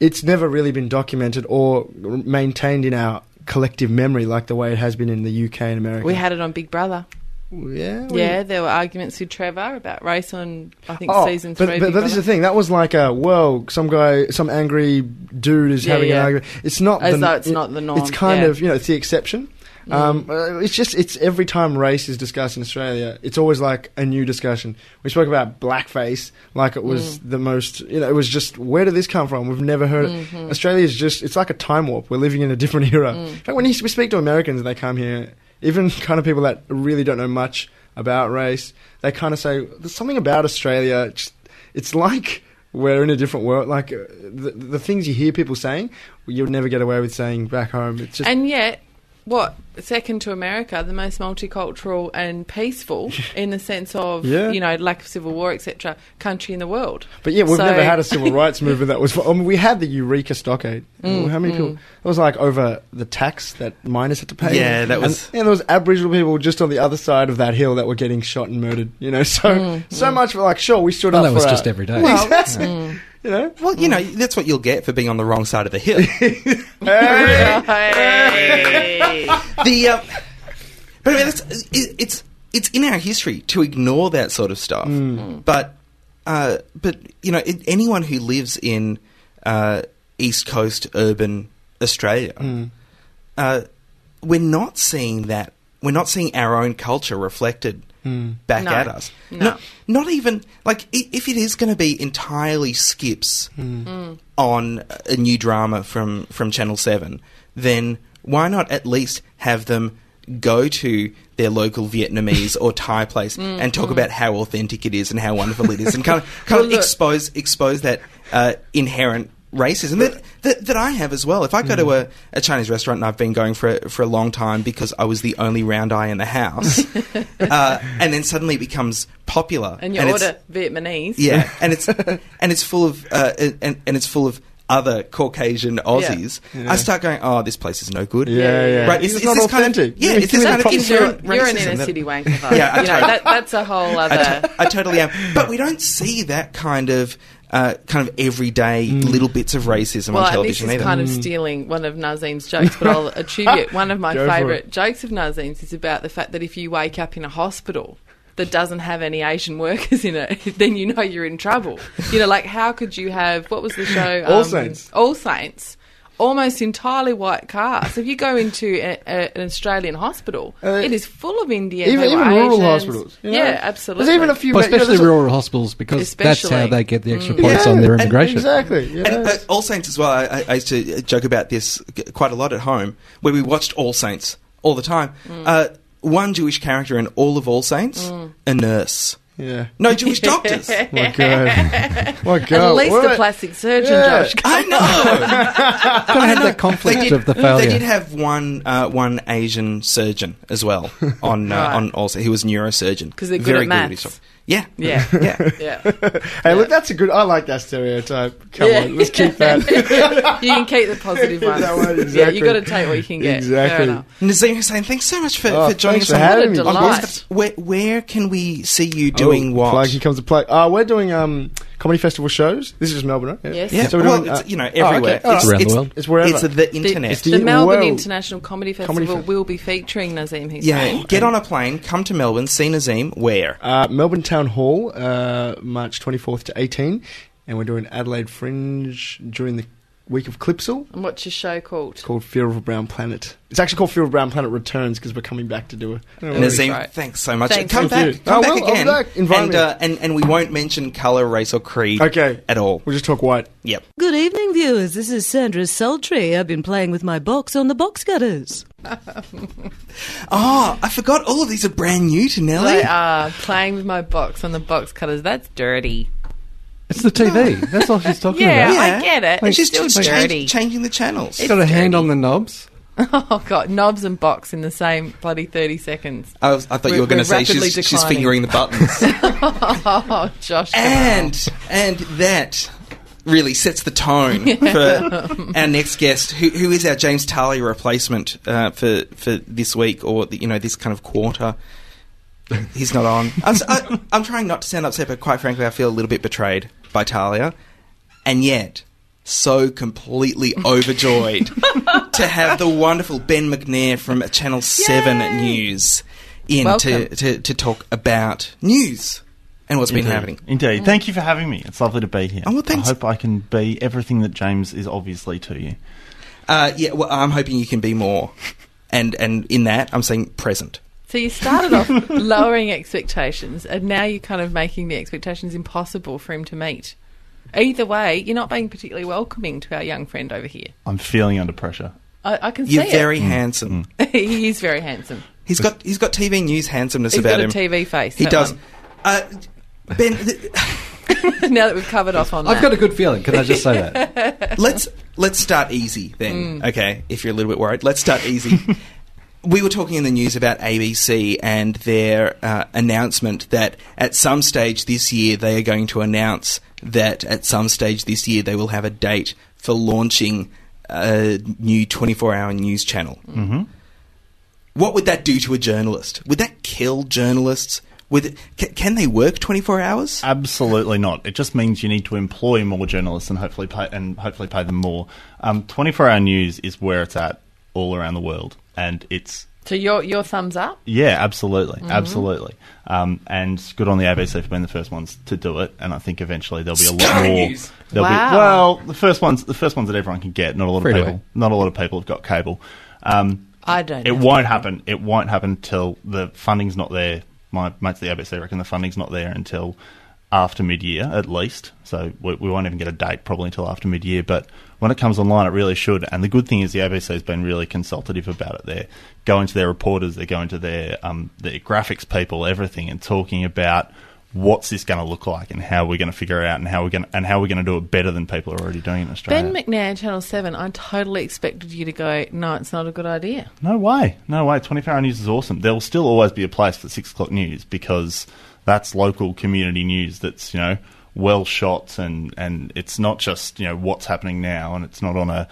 Speaker 5: it's never really been documented or maintained in our collective memory like the way it has been in the UK and America.
Speaker 2: we had it on Big Brother.
Speaker 5: yeah, we-
Speaker 2: Yeah, there were arguments with Trevor about race on, I think,
Speaker 5: Oh,
Speaker 2: season
Speaker 5: but,
Speaker 2: three.
Speaker 5: but,
Speaker 2: Big
Speaker 5: but this is the
Speaker 2: Brother.
Speaker 5: thing. That was like a whoa, some guy, some angry dude is
Speaker 2: Yeah,
Speaker 5: having an
Speaker 2: yeah.
Speaker 5: argument. It's not
Speaker 2: As
Speaker 5: the,
Speaker 2: though it's
Speaker 5: it-
Speaker 2: not the norm,
Speaker 5: It's kind
Speaker 2: yeah.
Speaker 5: of you know it's the exception. Um, uh, it's just it's every time race is discussed in Australia, it's always like a new discussion. We spoke about blackface like it was the most you know it was just where did this come from? We've never heard it. Australia's just it's like a time warp. We're living in a different era. In fact, when you, we speak to Americans and they come here, even kind of people that really don't know much about race, they kind of say there's something about Australia. Just, it's like we're in a different world. Like uh, the, the things you hear people saying, you'll never get away with saying back home. It's just
Speaker 2: And yet, what second to America, the most multicultural and peaceful in the sense of
Speaker 5: Yeah.
Speaker 2: you know lack of civil war, etc., country in the world.
Speaker 5: But yeah, we've
Speaker 2: So-
Speaker 5: never had a civil rights movement that was. I mean, we had the Eureka Stockade.
Speaker 2: Mm,
Speaker 5: How many people? It was like over the tax that miners had to pay.
Speaker 1: Yeah, that
Speaker 5: And-
Speaker 1: was-
Speaker 5: And there was Aboriginal people just on the other side of that hill that were getting shot and murdered. You know, so
Speaker 2: Mm,
Speaker 5: so much for like, sure, we stood
Speaker 3: Well,
Speaker 5: up.
Speaker 3: that was
Speaker 5: for
Speaker 3: just
Speaker 5: our-
Speaker 3: every day.
Speaker 5: Well, exactly.
Speaker 2: mm.
Speaker 5: You know,
Speaker 1: Well, you know that's what you'll get for being on the wrong side of the hill.
Speaker 2: Hey.
Speaker 1: the um, but I mean, it's, it, it's it's in our history to ignore that sort of stuff. But uh, but you know, it, anyone who lives in uh, East Coast urban Australia, uh, we're not seeing that. We're not seeing our own culture reflected back
Speaker 2: No.
Speaker 1: at us.
Speaker 2: No.
Speaker 1: Not, not even like i- if it is going to be entirely skips
Speaker 2: Hmm.
Speaker 1: on a new drama from from Channel Seven, then why not at least have them go to their local Vietnamese or Thai place
Speaker 2: Hmm.
Speaker 1: and talk about how authentic it is and how wonderful it is, and kind of kind of
Speaker 2: Well, look-
Speaker 1: expose expose that uh, inherent racism that, that that I have as well. If I go to a, a Chinese restaurant and I've been going for for a long time because I was the only round eye in the house, uh, and then suddenly it becomes popular,
Speaker 2: and you
Speaker 1: it's-
Speaker 2: order Vietnamese.
Speaker 1: yeah, and it's and it's full of uh, and and it's full of other Caucasian Aussies. I start going, oh, this place is no good.
Speaker 5: yeah, yeah.
Speaker 1: Right,
Speaker 5: It's,
Speaker 1: it's-
Speaker 5: not
Speaker 1: it's this kind of-
Speaker 5: authentic.
Speaker 1: yeah,
Speaker 5: You're
Speaker 1: it's this
Speaker 5: killing
Speaker 1: kind of
Speaker 5: pop-
Speaker 1: It's
Speaker 2: You're,
Speaker 1: inherent
Speaker 2: you're an
Speaker 1: racism
Speaker 2: inner
Speaker 1: that-
Speaker 2: city wanker. though.
Speaker 1: Yeah, I
Speaker 2: you know,
Speaker 1: tried.
Speaker 2: that, that's a whole
Speaker 1: I
Speaker 2: other.
Speaker 1: to- I totally am. But we don't see that kind of uh, kind of everyday
Speaker 3: Mm.
Speaker 1: little bits of racism on
Speaker 2: well, and this
Speaker 1: television
Speaker 2: is
Speaker 1: either.
Speaker 2: kind of stealing one of Nazim's jokes, but I'll attribute one of my
Speaker 5: Go for it.
Speaker 2: favourite jokes of Nazim's is about the fact that if you wake up in a hospital that doesn't have any Asian workers in it, then you know you're in trouble. You know, like how could you have what was the show? Um,
Speaker 5: All Saints.
Speaker 2: All Saints. Almost entirely white cast. If you go into a, a, an Australian hospital,
Speaker 5: Uh,
Speaker 2: it is full of Indian,
Speaker 5: Even,
Speaker 2: there were
Speaker 5: even rural
Speaker 2: Asians.
Speaker 5: hospitals. you know?
Speaker 2: Yeah, absolutely.
Speaker 5: There's even a few,
Speaker 3: Well,
Speaker 5: you know,
Speaker 3: especially
Speaker 5: there's a-
Speaker 3: rural hospitals because that's how
Speaker 2: Especially.
Speaker 3: they get the extra
Speaker 2: Mm.
Speaker 3: points on their
Speaker 5: and-
Speaker 3: immigration.
Speaker 5: Exactly. yeah.
Speaker 1: And uh, All Saints as well. I, I- I used to joke about this g- quite a lot at home, where we watched All
Speaker 2: Mm.
Speaker 1: Saints all the time. Uh, one Jewish character in all of All Saints, a nurse.
Speaker 5: Yeah.
Speaker 1: No Jewish doctors.
Speaker 5: My God. My God.
Speaker 2: At least
Speaker 5: Oh, what?
Speaker 2: a plastic surgeon,
Speaker 5: Yeah.
Speaker 2: Josh.
Speaker 1: I know.
Speaker 3: I had
Speaker 1: know.
Speaker 3: that conflict
Speaker 1: They did-
Speaker 3: of the
Speaker 1: they
Speaker 3: failure.
Speaker 1: did have one uh, one Asian surgeon as well on uh,
Speaker 2: Right.
Speaker 1: on also. He was a neurosurgeon
Speaker 2: 'Cause they're good at
Speaker 1: at his
Speaker 2: maths.
Speaker 1: job. Yeah,
Speaker 2: Yeah.
Speaker 1: yeah.
Speaker 2: Yeah.
Speaker 5: Hey, look, that's a good. I like that stereotype. Come
Speaker 2: Yeah.
Speaker 5: on, let's keep that.
Speaker 2: you can keep the positive ones.
Speaker 5: That one,
Speaker 2: Yeah, you
Speaker 5: exactly.
Speaker 2: got to take what you can get.
Speaker 5: Exactly.
Speaker 2: Fair enough.
Speaker 1: Nazim Hussain, thanks so much for,
Speaker 5: Oh,
Speaker 1: for joining us.
Speaker 5: thanks for
Speaker 1: on-
Speaker 5: having me.
Speaker 2: What a
Speaker 1: on
Speaker 2: delight.
Speaker 1: What's the- where, where can we see you doing
Speaker 5: Oh,
Speaker 1: what?
Speaker 5: Plug, here comes the plug. Uh, we're doing um, comedy festival shows. This is just Melbourne, right?
Speaker 2: Yes.
Speaker 1: yeah,
Speaker 5: So we're
Speaker 1: well,
Speaker 5: doing,
Speaker 1: it's,
Speaker 5: uh,
Speaker 1: you know,
Speaker 5: oh, okay.
Speaker 1: everywhere.
Speaker 5: All right.
Speaker 1: It's,
Speaker 3: Around the
Speaker 1: it's-
Speaker 3: world.
Speaker 5: It's wherever.
Speaker 1: It's the internet.
Speaker 2: The,
Speaker 5: the
Speaker 2: Melbourne
Speaker 5: world.
Speaker 2: International Comedy Festival
Speaker 5: Comedy Fe-
Speaker 2: will be featuring Nazim Hussain.
Speaker 1: yeah, get on a plane, come to Melbourne, see Nazim. Where?
Speaker 5: Oh, Uh, Melbourne Town Hall, uh, March 24th to 18, and we're doing Adelaide Fringe during the week of Clipsal.
Speaker 2: And what's your show called?
Speaker 5: It's called Fear of a Brown Planet. It's actually called Fear of a Brown Planet Returns because we're coming back to do it.
Speaker 1: Nazim,
Speaker 2: great.
Speaker 1: thanks so much.
Speaker 2: Thanks.
Speaker 1: Come
Speaker 5: Thank
Speaker 1: back,
Speaker 5: you.
Speaker 1: come
Speaker 5: I
Speaker 1: back
Speaker 5: will, I'll be
Speaker 1: again,
Speaker 5: back. Invite
Speaker 1: and
Speaker 5: me.
Speaker 1: uh, and and we won't mention color, race, or creed.
Speaker 5: Okay.
Speaker 1: at all.
Speaker 5: We'll just talk white.
Speaker 1: Yep.
Speaker 6: Good evening, viewers. This is Sandra Sultry. I've been playing with my box on the box cutters.
Speaker 1: Oh, I forgot all of these are brand new to Nelly.
Speaker 2: They are playing with my box on the box cutters. That's dirty.
Speaker 3: It's the TV. That's all she's talking
Speaker 2: Yeah.
Speaker 3: about.
Speaker 2: I get it.
Speaker 1: And
Speaker 2: It's
Speaker 1: she's
Speaker 2: still
Speaker 1: just change-
Speaker 2: dirty.
Speaker 1: changing the channels.
Speaker 3: She's got a hand on the knobs.
Speaker 2: Oh god, knobs and box in the same bloody thirty seconds.
Speaker 1: I, was, I thought you
Speaker 2: We're-
Speaker 1: were going
Speaker 2: we're
Speaker 1: to say
Speaker 2: rapidly
Speaker 1: she's, she's
Speaker 2: declining.
Speaker 1: fingering the buttons.
Speaker 2: Oh, Josh. come on.
Speaker 1: and and that really sets the tone for our next guest, who, who is our James Tarley replacement uh, for for this week or the, you know this kind of quarter. He's not on. I'm, s- I, am trying not to sound upset, but quite frankly, I feel a little bit betrayed by Talia, and yet so completely overjoyed to have the wonderful Ben McNair from Channel Seven News in to,
Speaker 2: Welcome.
Speaker 1: to to talk about news and what's been
Speaker 7: Indeed.
Speaker 1: happening.
Speaker 7: Indeed. Thank you for having me. It's lovely to be here.
Speaker 1: Oh, well, thanks.
Speaker 7: I hope I can be everything that James is obviously to you.
Speaker 1: Uh, yeah, well, I'm hoping you can be more. And and in that, I'm saying present.
Speaker 2: so you started off lowering expectations, and now you're kind of making the expectations impossible for him to meet. Either way, you're not being particularly welcoming to our young friend over here.
Speaker 7: I'm feeling under pressure.
Speaker 2: I, I can
Speaker 1: You're
Speaker 2: see
Speaker 1: very handsome.
Speaker 2: it. he is very handsome.
Speaker 1: He's got he's got TV news handsomeness
Speaker 2: He's
Speaker 1: about
Speaker 2: got a
Speaker 1: him.
Speaker 2: TV face.
Speaker 1: he
Speaker 2: that
Speaker 1: does.
Speaker 2: one.
Speaker 1: Uh, ben, th-
Speaker 2: now that we've covered off on
Speaker 3: I've
Speaker 2: that.
Speaker 3: got a good feeling. Can I just say that?
Speaker 1: let's let's start easy then. Okay, if you're a little bit worried, let's start easy. we were talking in the news about ABC and their uh, announcement that at some stage this year they are going to announce that at some stage this year they will have a date for launching a new 24-hour news channel. Mm-hmm. What would that do to a journalist? Would that kill journalists? Would it, c- can they work 24 hours?
Speaker 7: Absolutely not. It just means you need to employ more journalists and hopefully pay and hopefully pay them more. Um, 24-hour news is where it's at all around the world, and it's
Speaker 2: So your your thumbs up.
Speaker 7: yeah, absolutely, absolutely. Um, and good on the ABC for being the first ones to do it. And I think eventually there'll be a lot
Speaker 1: Sky
Speaker 7: more.
Speaker 1: News.
Speaker 7: there'll
Speaker 2: Wow.
Speaker 7: Be, well, the first ones, the first ones that everyone can get. Not a lot
Speaker 3: Free
Speaker 7: of
Speaker 3: to
Speaker 7: people.
Speaker 3: air.
Speaker 7: Not a lot of people have got cable. Um,
Speaker 2: I don't.
Speaker 7: It
Speaker 2: know.
Speaker 7: won't happen. It won't happen till the funding's not there. My mates at the ABC reckon the funding's not there until after mid-year at least. So we, we won't even get a date probably until after mid-year. But when it comes online, it really should. And the good thing is the ABC has been really consultative about it. They're going to their reporters, they're going to their um, their graphics people, everything, and talking about what's this going to look like and how we're going to figure it out and how we're going and how we're going to do it better than people are already doing it in Australia.
Speaker 2: Ben McNair, Channel Seven. I totally expected you to go. No, it's not a good idea.
Speaker 7: No way. No way. 24 hour news is awesome. There will still always be a place for 6 o'clock news because that's local community news that's, you know, well shot and, and it's not just, you know, what's happening now and it's not on a.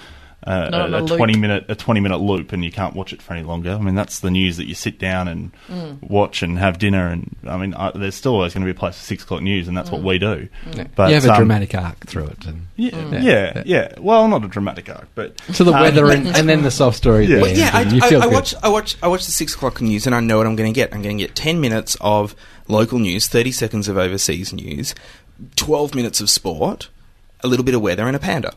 Speaker 7: Uh,
Speaker 2: Not on
Speaker 7: a,
Speaker 2: a loop.
Speaker 7: 20 minute a 20 minute loop and you can't watch it for any longer. I mean that's the news that you sit down and watch and have dinner and I mean I, there's still always going to be a place for six o'clock news and that's what we do. But
Speaker 3: you have a
Speaker 7: um,
Speaker 3: dramatic arc through it. And,
Speaker 7: yeah, yeah, yeah. Well, not a dramatic arc, but
Speaker 3: to the
Speaker 7: um,
Speaker 3: weather and, and then the soft story.
Speaker 7: Yeah.
Speaker 3: at the
Speaker 7: Well,
Speaker 3: end,
Speaker 1: yeah, I,
Speaker 3: and you
Speaker 1: I-
Speaker 3: feel
Speaker 1: I,
Speaker 3: good.
Speaker 1: watch, I watch, I watch the six o'clock news, and I know what I'm going to get. I'm going to get ten minutes of local news, thirty seconds of overseas news, twelve minutes of sport, a little bit of weather, and a panda.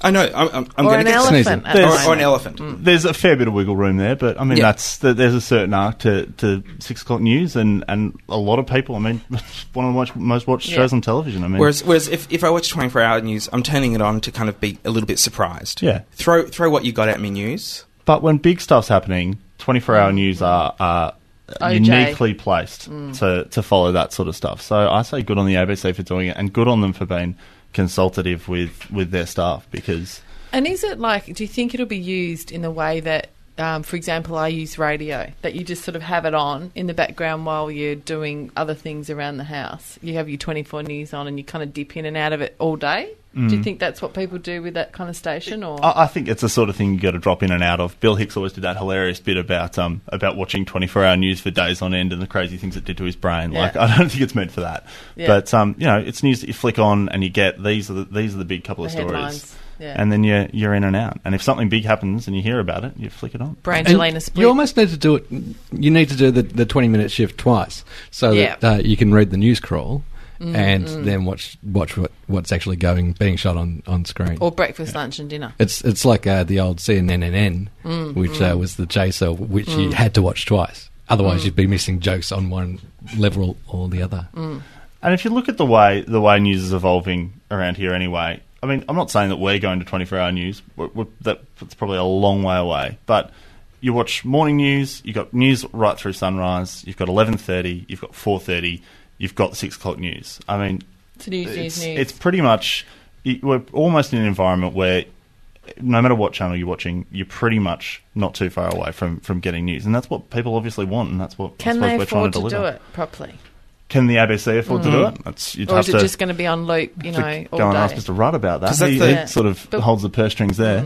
Speaker 1: I know. I'm, I'm, I'm
Speaker 2: or
Speaker 1: going to
Speaker 2: an
Speaker 1: get
Speaker 2: elephant.
Speaker 3: sneezing.
Speaker 2: at the
Speaker 7: There's-
Speaker 1: Or, or an
Speaker 2: moment.
Speaker 1: elephant.
Speaker 3: Mm.
Speaker 7: there's a fair bit of wiggle room there, but I mean
Speaker 1: Yeah.
Speaker 7: that's th- there's a certain arc to, to six o'clock news, and, and a lot of people. I mean, one of the most, most watched
Speaker 2: Yeah.
Speaker 7: shows on television. I mean,
Speaker 1: Whereas, whereas if, if I watch 24 hour news, I'm turning it on to kind of be a little bit surprised.
Speaker 7: Yeah.
Speaker 1: Throw throw what you got at me, news. Mm.
Speaker 7: but when big stuff's happening, twenty four hour news are, are
Speaker 2: OJ.
Speaker 7: uniquely placed
Speaker 1: Mm.
Speaker 7: to, to follow that sort of stuff. So I say good on the ABC for doing it, and good on them for being consultative with, with their staff because
Speaker 2: And is it like, do you think it'll be used in the way that, um, for example, I use radio, that you just sort of have it on in the background while you're doing other things around the house? You have your 24 news on and you kind of dip in and out of it all day? Do
Speaker 1: Mm.
Speaker 2: you think that's what people do with that kind of station? Or
Speaker 7: I, I think it's the sort of thing you got to drop in and out of. Bill Hicks always did that hilarious bit about um about watching twenty four hour news for days on end and the crazy things it did to his brain.
Speaker 2: Yeah.
Speaker 7: Like I don't think it's meant for that.
Speaker 2: Yeah.
Speaker 7: But um you know it's news that you flick on and you get these are the, these are the big couple
Speaker 2: the
Speaker 7: of stories.
Speaker 2: headlines? Yeah.
Speaker 7: And then you're you're in and out. And if something big happens and you hear about it, you flick it on.
Speaker 2: Brangelina
Speaker 3: And
Speaker 2: split.
Speaker 3: You almost need to do it. You need to do the, the twenty minute shift twice, so
Speaker 2: Yeah. Mm,
Speaker 3: that uh, you can read the news crawl and then watch watch what, what's actually going being shot on on screen.
Speaker 2: or breakfast, lunch, and dinner.
Speaker 3: It's it's like uh, the old CNNN,
Speaker 2: Mm,
Speaker 3: which Uh, was the chaser, which you had to watch twice.
Speaker 2: Mm.
Speaker 3: Otherwise, you'd be missing jokes on one level or the other.
Speaker 7: And if you look at the way the way news is evolving around here, anyway, I mean, I'm not saying that we're going to 24 hour news. We're, we're, that- that's probably a long way away. But you watch morning news. You've got news right through sunrise. You've got 11:30. You've got 4:30. You've got six o'clock news. I mean,
Speaker 2: It's news,
Speaker 7: it's,
Speaker 2: news, news.
Speaker 7: it's pretty much it- we're almost in an environment where no matter what channel you're watching, you're pretty much not too far away from, from getting news, and that's what people obviously want, and that's what I
Speaker 2: Can
Speaker 7: suppose
Speaker 2: they
Speaker 7: we're trying
Speaker 2: afford
Speaker 7: to
Speaker 2: to,
Speaker 7: deliver.
Speaker 2: do it properly?
Speaker 7: Can the ABC afford to do it? That's you'd
Speaker 2: Mm. Or
Speaker 7: have
Speaker 2: is
Speaker 7: to
Speaker 2: it just going to be on loop, you
Speaker 7: to
Speaker 2: know,
Speaker 7: go
Speaker 2: all
Speaker 7: and
Speaker 2: day?
Speaker 7: ask Mr. Rudd about that.
Speaker 1: 'Cause that's
Speaker 7: He,
Speaker 1: the-
Speaker 7: he
Speaker 2: Yeah.
Speaker 7: sort of
Speaker 2: But- Mm.
Speaker 7: holds the purse strings there.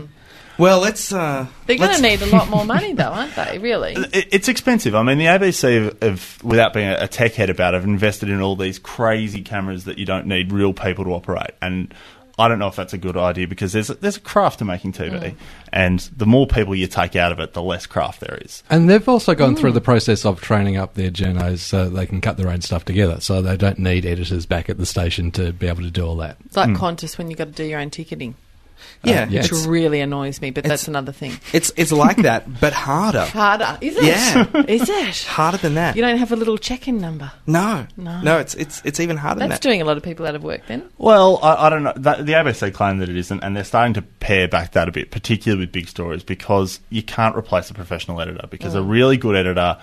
Speaker 1: Well, let's. Uh,
Speaker 2: They're going
Speaker 1: let's-
Speaker 2: to need a lot more money, though, aren't they, really?
Speaker 7: It- It's expensive. I mean, the ABC have, have, without being a tech head about it, have invested in all these crazy cameras that you don't need real people to operate. And I don't know if that's a good idea because there's a, there's a craft to making TV,
Speaker 2: Mm.
Speaker 7: and the more people you take out of it, the less craft there is.
Speaker 3: And they've also gone through the process of training up their journos so they can cut their own stuff together, so they don't need editors back at the station to be able to do all that.
Speaker 2: It's like
Speaker 7: Hmm.
Speaker 2: Qantas when you've got to do your own ticketing,
Speaker 1: Yeah,
Speaker 3: yeah.
Speaker 2: which
Speaker 1: It's,
Speaker 2: really annoys me, but that's
Speaker 1: it's-
Speaker 2: another thing.
Speaker 1: it's it's like that, but harder.
Speaker 2: Harder, is it?
Speaker 1: Yeah.
Speaker 2: Is it?
Speaker 1: Harder than that.
Speaker 2: You don't have a little check in number.
Speaker 1: no,
Speaker 2: No.
Speaker 1: no, it's it's it's even harder than
Speaker 2: That's
Speaker 1: that.
Speaker 2: doing a lot of people out of work then.
Speaker 7: Well, I, I don't know. That, the ABC claim that it isn't, and they're starting to pare back that a bit, particularly with big stories, because you can't replace a professional editor. Because a
Speaker 2: Mm.
Speaker 7: really good editor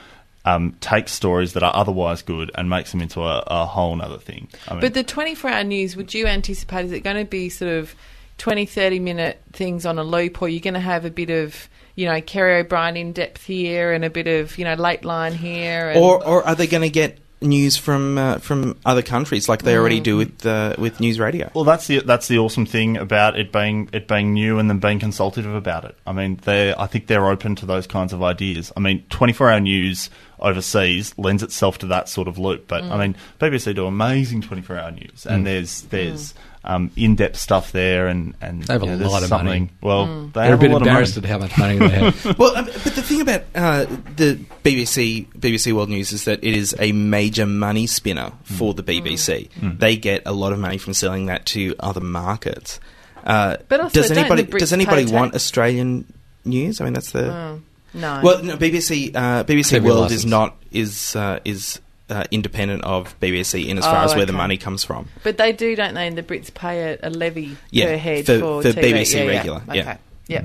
Speaker 7: um, takes stories that are otherwise good and makes them into a, a whole other thing. I mean,
Speaker 2: But the 24 hour news, would you anticipate, is it going to be sort of 20, 30 minute things on a loop, or you're going to have a bit of, you know, Kerry O'Brien in depth here and a bit of, you know, late line here? And
Speaker 1: Or or are they going to get news from uh, from other countries like they already
Speaker 2: Mm.
Speaker 1: do with uh, with news radio?
Speaker 7: well, that's the that's the awesome thing about it being it being new and them being consultative about it. I mean, they I think they're open to those kinds of ideas. I mean, twenty four hour news overseas lends itself to that sort of loop. But I mean, BBC do amazing twenty four hour news,
Speaker 3: Mm.
Speaker 7: and there's there's um, in depth stuff there, and and
Speaker 3: They have a
Speaker 7: you know, there's
Speaker 3: lot of
Speaker 7: something-
Speaker 3: money.
Speaker 7: Well, they
Speaker 3: They're a
Speaker 7: have a,
Speaker 3: bit
Speaker 7: lot
Speaker 3: embarrassed
Speaker 7: of
Speaker 3: at
Speaker 7: money.
Speaker 3: how much money they have.
Speaker 1: Well, um, but the thing about uh, the BBC BBC World News is that it is a major money spinner for the BBC. They get a lot of money from selling that to other markets. Uh,
Speaker 2: But also,
Speaker 1: does
Speaker 2: don't the
Speaker 1: anybody
Speaker 2: Brits
Speaker 1: does anybody
Speaker 2: pay
Speaker 1: want
Speaker 2: tax?
Speaker 1: Australian news? I mean, that's the
Speaker 2: Mm, no.
Speaker 1: well. No, BBC uh, BBC
Speaker 3: TV
Speaker 1: World
Speaker 3: license.
Speaker 1: is not is uh, is uh, independent of BBC in as far
Speaker 2: Oh,
Speaker 1: as where the
Speaker 2: okay.
Speaker 1: money comes from.
Speaker 2: But they do, don't they? And the Brits pay a, a levy
Speaker 1: Yeah,
Speaker 2: per head
Speaker 1: for-
Speaker 2: for,
Speaker 1: for
Speaker 2: TV.
Speaker 1: BBC
Speaker 2: yeah,
Speaker 1: regular,
Speaker 2: Yeah.
Speaker 1: yeah. Mm.
Speaker 2: Okay. Yeah.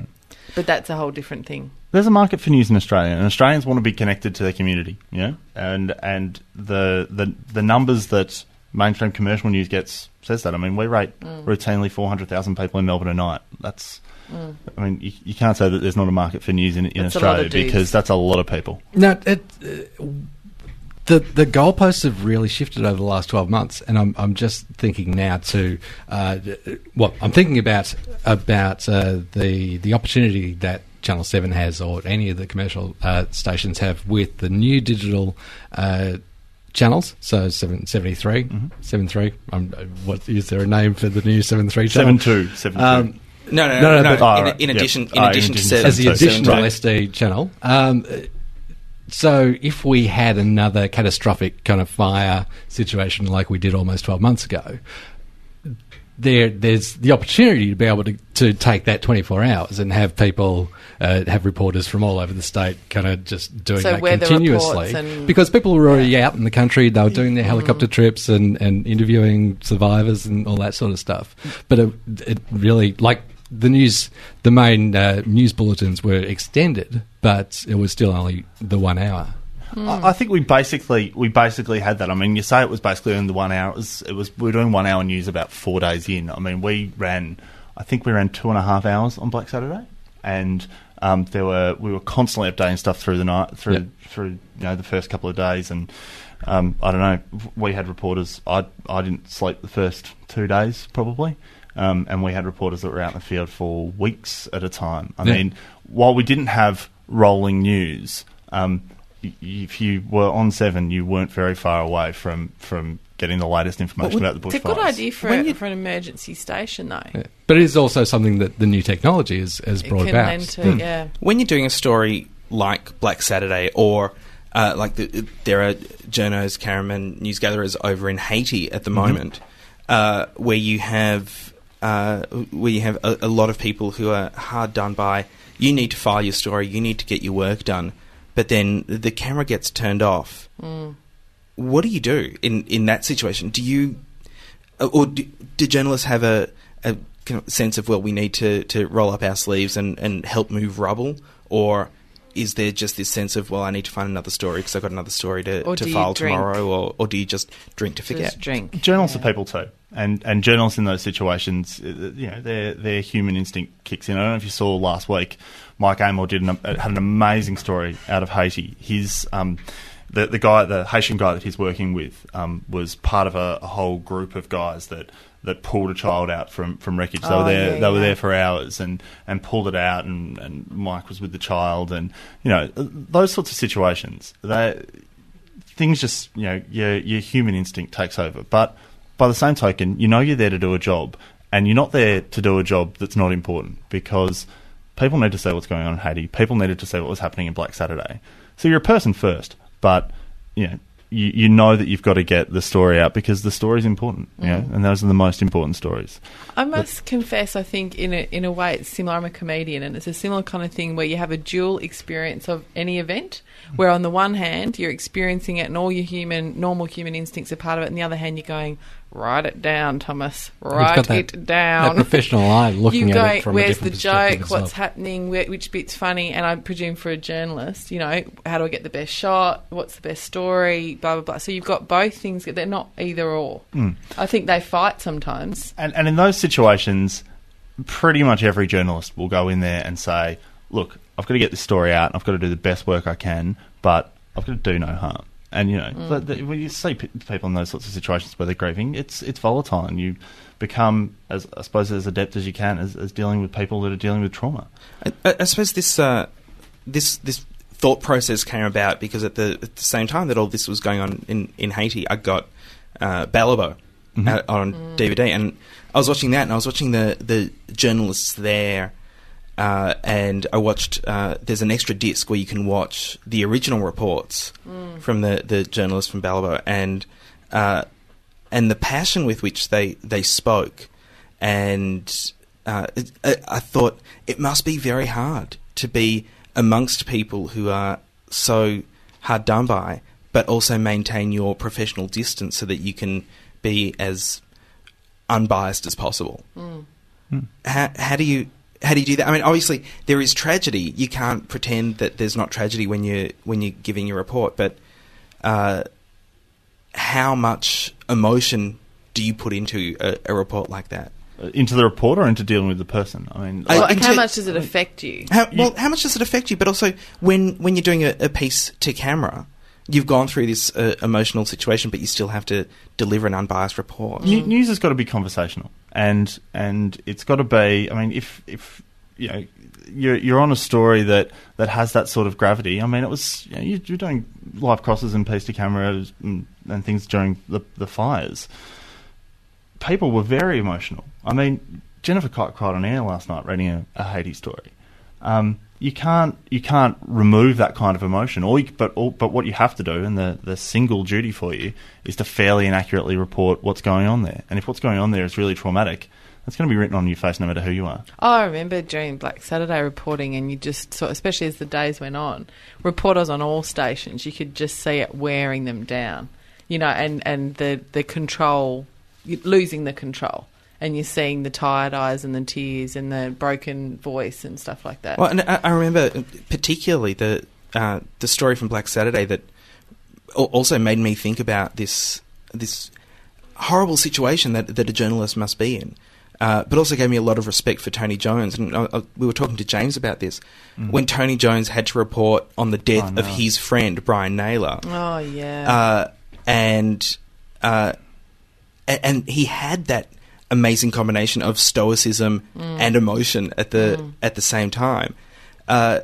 Speaker 2: But that's a whole different thing.
Speaker 7: There's a market for news in Australia, and Australians want to be connected to their community. You know, and and the the the numbers that mainstream commercial news gets says that. I mean, we rate
Speaker 2: Mm.
Speaker 7: routinely four hundred thousand people in Melbourne a night. That's I mean, you, you can't say that there's not a market for news in, in
Speaker 2: Mm. That's a lot of
Speaker 7: Australia
Speaker 2: dudes.
Speaker 7: because that's a lot of people.
Speaker 3: no, it, uh, the the goalposts have really shifted over the last twelve months, and I'm I'm just thinking now to uh, what I'm thinking about about uh, the the opportunity that. Channel Seven has, or any of the commercial uh, stations have, with the new digital uh, channels. So seven seventy seven three. I'm, what is there a name for the new seven three channel?
Speaker 7: Seven two, seven two.
Speaker 3: Um,
Speaker 1: No, no,
Speaker 3: No, no,
Speaker 1: no. no,
Speaker 3: but-
Speaker 1: in,
Speaker 7: Oh, right.
Speaker 1: in
Speaker 7: Yeah.
Speaker 1: addition,
Speaker 7: Oh,
Speaker 1: uh, in addition to seven,
Speaker 3: as the
Speaker 1: seven-
Speaker 3: additional
Speaker 1: right.
Speaker 3: SD channel. Um, uh, so if we had another catastrophic kind of fire situation like we did almost 12 months ago, there, there's the opportunity to be able to, to take that 24 hours and have people, uh, have reporters from all over the state kind of just doing
Speaker 2: So
Speaker 3: that
Speaker 2: weather
Speaker 3: continuously.
Speaker 2: reports and- Mm.
Speaker 3: because people were already out in the country, they were doing their helicopter trips and, and interviewing survivors and all that sort of stuff. But it, it really, like the news, the main uh, news bulletins were extended, but it was still only the one hour.
Speaker 7: I, I think we basically we basically had that. I mean, you say it was basically in the one hour. It was, it was we were doing one hour news about four days in. I mean, we ran. I think we ran two and a half hours on Black Saturday, and um, there were we were constantly updating stuff through the night through
Speaker 3: Yep.
Speaker 7: through you know the first couple of days and. Um, I don't know. We had reporters. I I didn't sleep the first two days probably, um, and we had reporters that were out in the field for weeks at a time. I
Speaker 3: Yeah.
Speaker 7: mean, while we didn't have rolling news, um, y- if you were on Seven, you weren't very far away from, from getting the latest information about the bushfires.
Speaker 2: It's a good idea for,
Speaker 1: When
Speaker 2: a-
Speaker 1: you-
Speaker 2: for an emergency station, though.
Speaker 3: Yeah. But it is also something that the new technology has, has
Speaker 2: It
Speaker 3: brought
Speaker 2: can
Speaker 3: about.
Speaker 2: lend to,
Speaker 1: Hmm.
Speaker 2: yeah.
Speaker 1: when you're doing a story like Black Saturday or uh, like the, there are journos, cameramen, newsgatherers over in Haiti at the moment, uh, where you have uh, where you have a, a lot of people who are hard done by. You need to file your story. You need to get your work done, but then the camera gets turned off. What do you do in in that situation? Do you or do, do journalists have a, a kind of sense of well, we need to, to roll up our sleeves and, and help move rubble, or is there just this sense of well, I need to find another story because I've got another story to,
Speaker 2: Or do
Speaker 1: to
Speaker 2: you
Speaker 1: file
Speaker 2: drink?
Speaker 1: tomorrow, or, or do you just drink to forget?
Speaker 2: Just drink.
Speaker 7: Journalists
Speaker 2: Yeah.
Speaker 7: are people too, and and journalists in those situations, uh, you know, their their human instinct kicks in. I don't know if you saw last week, Mike Amor did an, uh, had an amazing story out of Haiti. His um, the the guy, the Haitian guy that he's working with, um, was part of a, a whole group of guys that. That pulled a child out from, from wreckage. They
Speaker 2: Oh,
Speaker 7: were there.
Speaker 2: yeah,
Speaker 7: they were
Speaker 2: yeah.
Speaker 7: there for hours and, and pulled it out. And, and Mike was with the child. And you know those sorts of situations. They things just you know your your human instinct takes over. But by the same token, you know you're there to do a job, and you're not there to do a job that's not important because people need to see what's going on in Haiti. People needed to see what was happening in Black Saturday. So you're a person first, but you know. You, you know that you've got to get the story out because the story's important, you know, and those are the most important stories.
Speaker 2: I must confess, I think in a, in a way it's similar. I'm a comedian, and it's a similar kind of thing where you have a dual experience of any event, where on the one hand you're experiencing it, and all your human, normal human instincts are part of it, and the other hand you're going, write it down, Thomas,
Speaker 3: It's
Speaker 2: write
Speaker 3: got that-
Speaker 2: it down.
Speaker 3: That professional eye looking
Speaker 2: you go,
Speaker 3: at it from a
Speaker 2: where's
Speaker 3: different
Speaker 2: the
Speaker 3: perspective
Speaker 2: joke? What's
Speaker 3: itself.
Speaker 2: happening? Where, which bit's funny? And I presume for a journalist, you know, how do I get the best shot? What's the best story? Blah blah blah. So you've got both things. They're not either or.
Speaker 3: Hmm.
Speaker 2: I think they fight sometimes.
Speaker 7: And, and in those situations, pretty much every journalist will go in there and say, look, I've got to get this story out. I've got to do the best work I can, but I've got to do no harm. And, you know, but the, when you see pe people in those sorts of situations where they're grieving, it's, it's volatile. And you become, as I suppose, as adept as you can as, as dealing with people that are dealing with trauma.
Speaker 1: I, I I suppose this uh, this this thought process came about because at the at the same time that all this was going on in, in Haiti, I got uh, Balabo uh, on DVD, and I was watching that, and I was watching the the journalists there. Uh, and I watched. Uh, there's an extra disc where you can watch the original reports from the, the journalist from Balabo, and uh, and the passion with which they they spoke, and uh, it, I, I thought it must be very hard to be amongst people who are so hard done by, but also maintain your professional distance so that you can be as unbiased as possible. How, how do you? How do you do that? I mean, obviously there is tragedy. You can't pretend that there's not tragedy when you when you're giving your report. But uh, how much emotion do you put into a, a report like that?
Speaker 7: Uh, Into the reporter or into dealing with the person? I mean,
Speaker 1: I-
Speaker 7: like-
Speaker 2: Like,
Speaker 1: into-
Speaker 2: how much does it affect you?
Speaker 1: How, well, how much does it affect you? But also, when when you're doing a, a piece to camera, you've gone through this uh, emotional situation, but you still have to deliver an unbiased report.
Speaker 7: New- News has got to be conversational, and and it's got to be. I mean, if if you know you're you're on a story that that has that sort of gravity. I mean, it was you know, you- you're doing live crosses and piece to cameras and, and things during the the fires. People were very emotional. I mean, Jennifer Cott cried on air last night reading a, a Haiti story. Um, you can't you can't remove that kind of emotion. All you, but all, but what you have to do, and the, the single duty for you, is to fairly and accurately report what's going on there. And if what's going on there is really traumatic, that's going to be written on your face no matter who you are.
Speaker 2: Oh, I remember during Black Saturday reporting, and you just saw, especially as the days went on, reporters on all stations, you could just see it wearing them down, you know, and, and the, the control, you- losing the control. And you're seeing the tired eyes and the tears and the broken voice and stuff like that.
Speaker 1: Well, and I, I remember particularly the uh, the story from Black Saturday that al- also made me think about this this horrible situation that that a journalist must be in. Uh, but also gave me a lot of respect for Tony Jones, and I, I, we were talking to James about this when Tony Jones had to report on the death
Speaker 7: Mm. Oh, no.
Speaker 1: of his friend Brian Naylor,
Speaker 2: Oh yeah.
Speaker 1: uh, and uh, a- and he had that amazing combination of stoicism and emotion at the at the same time. Uh,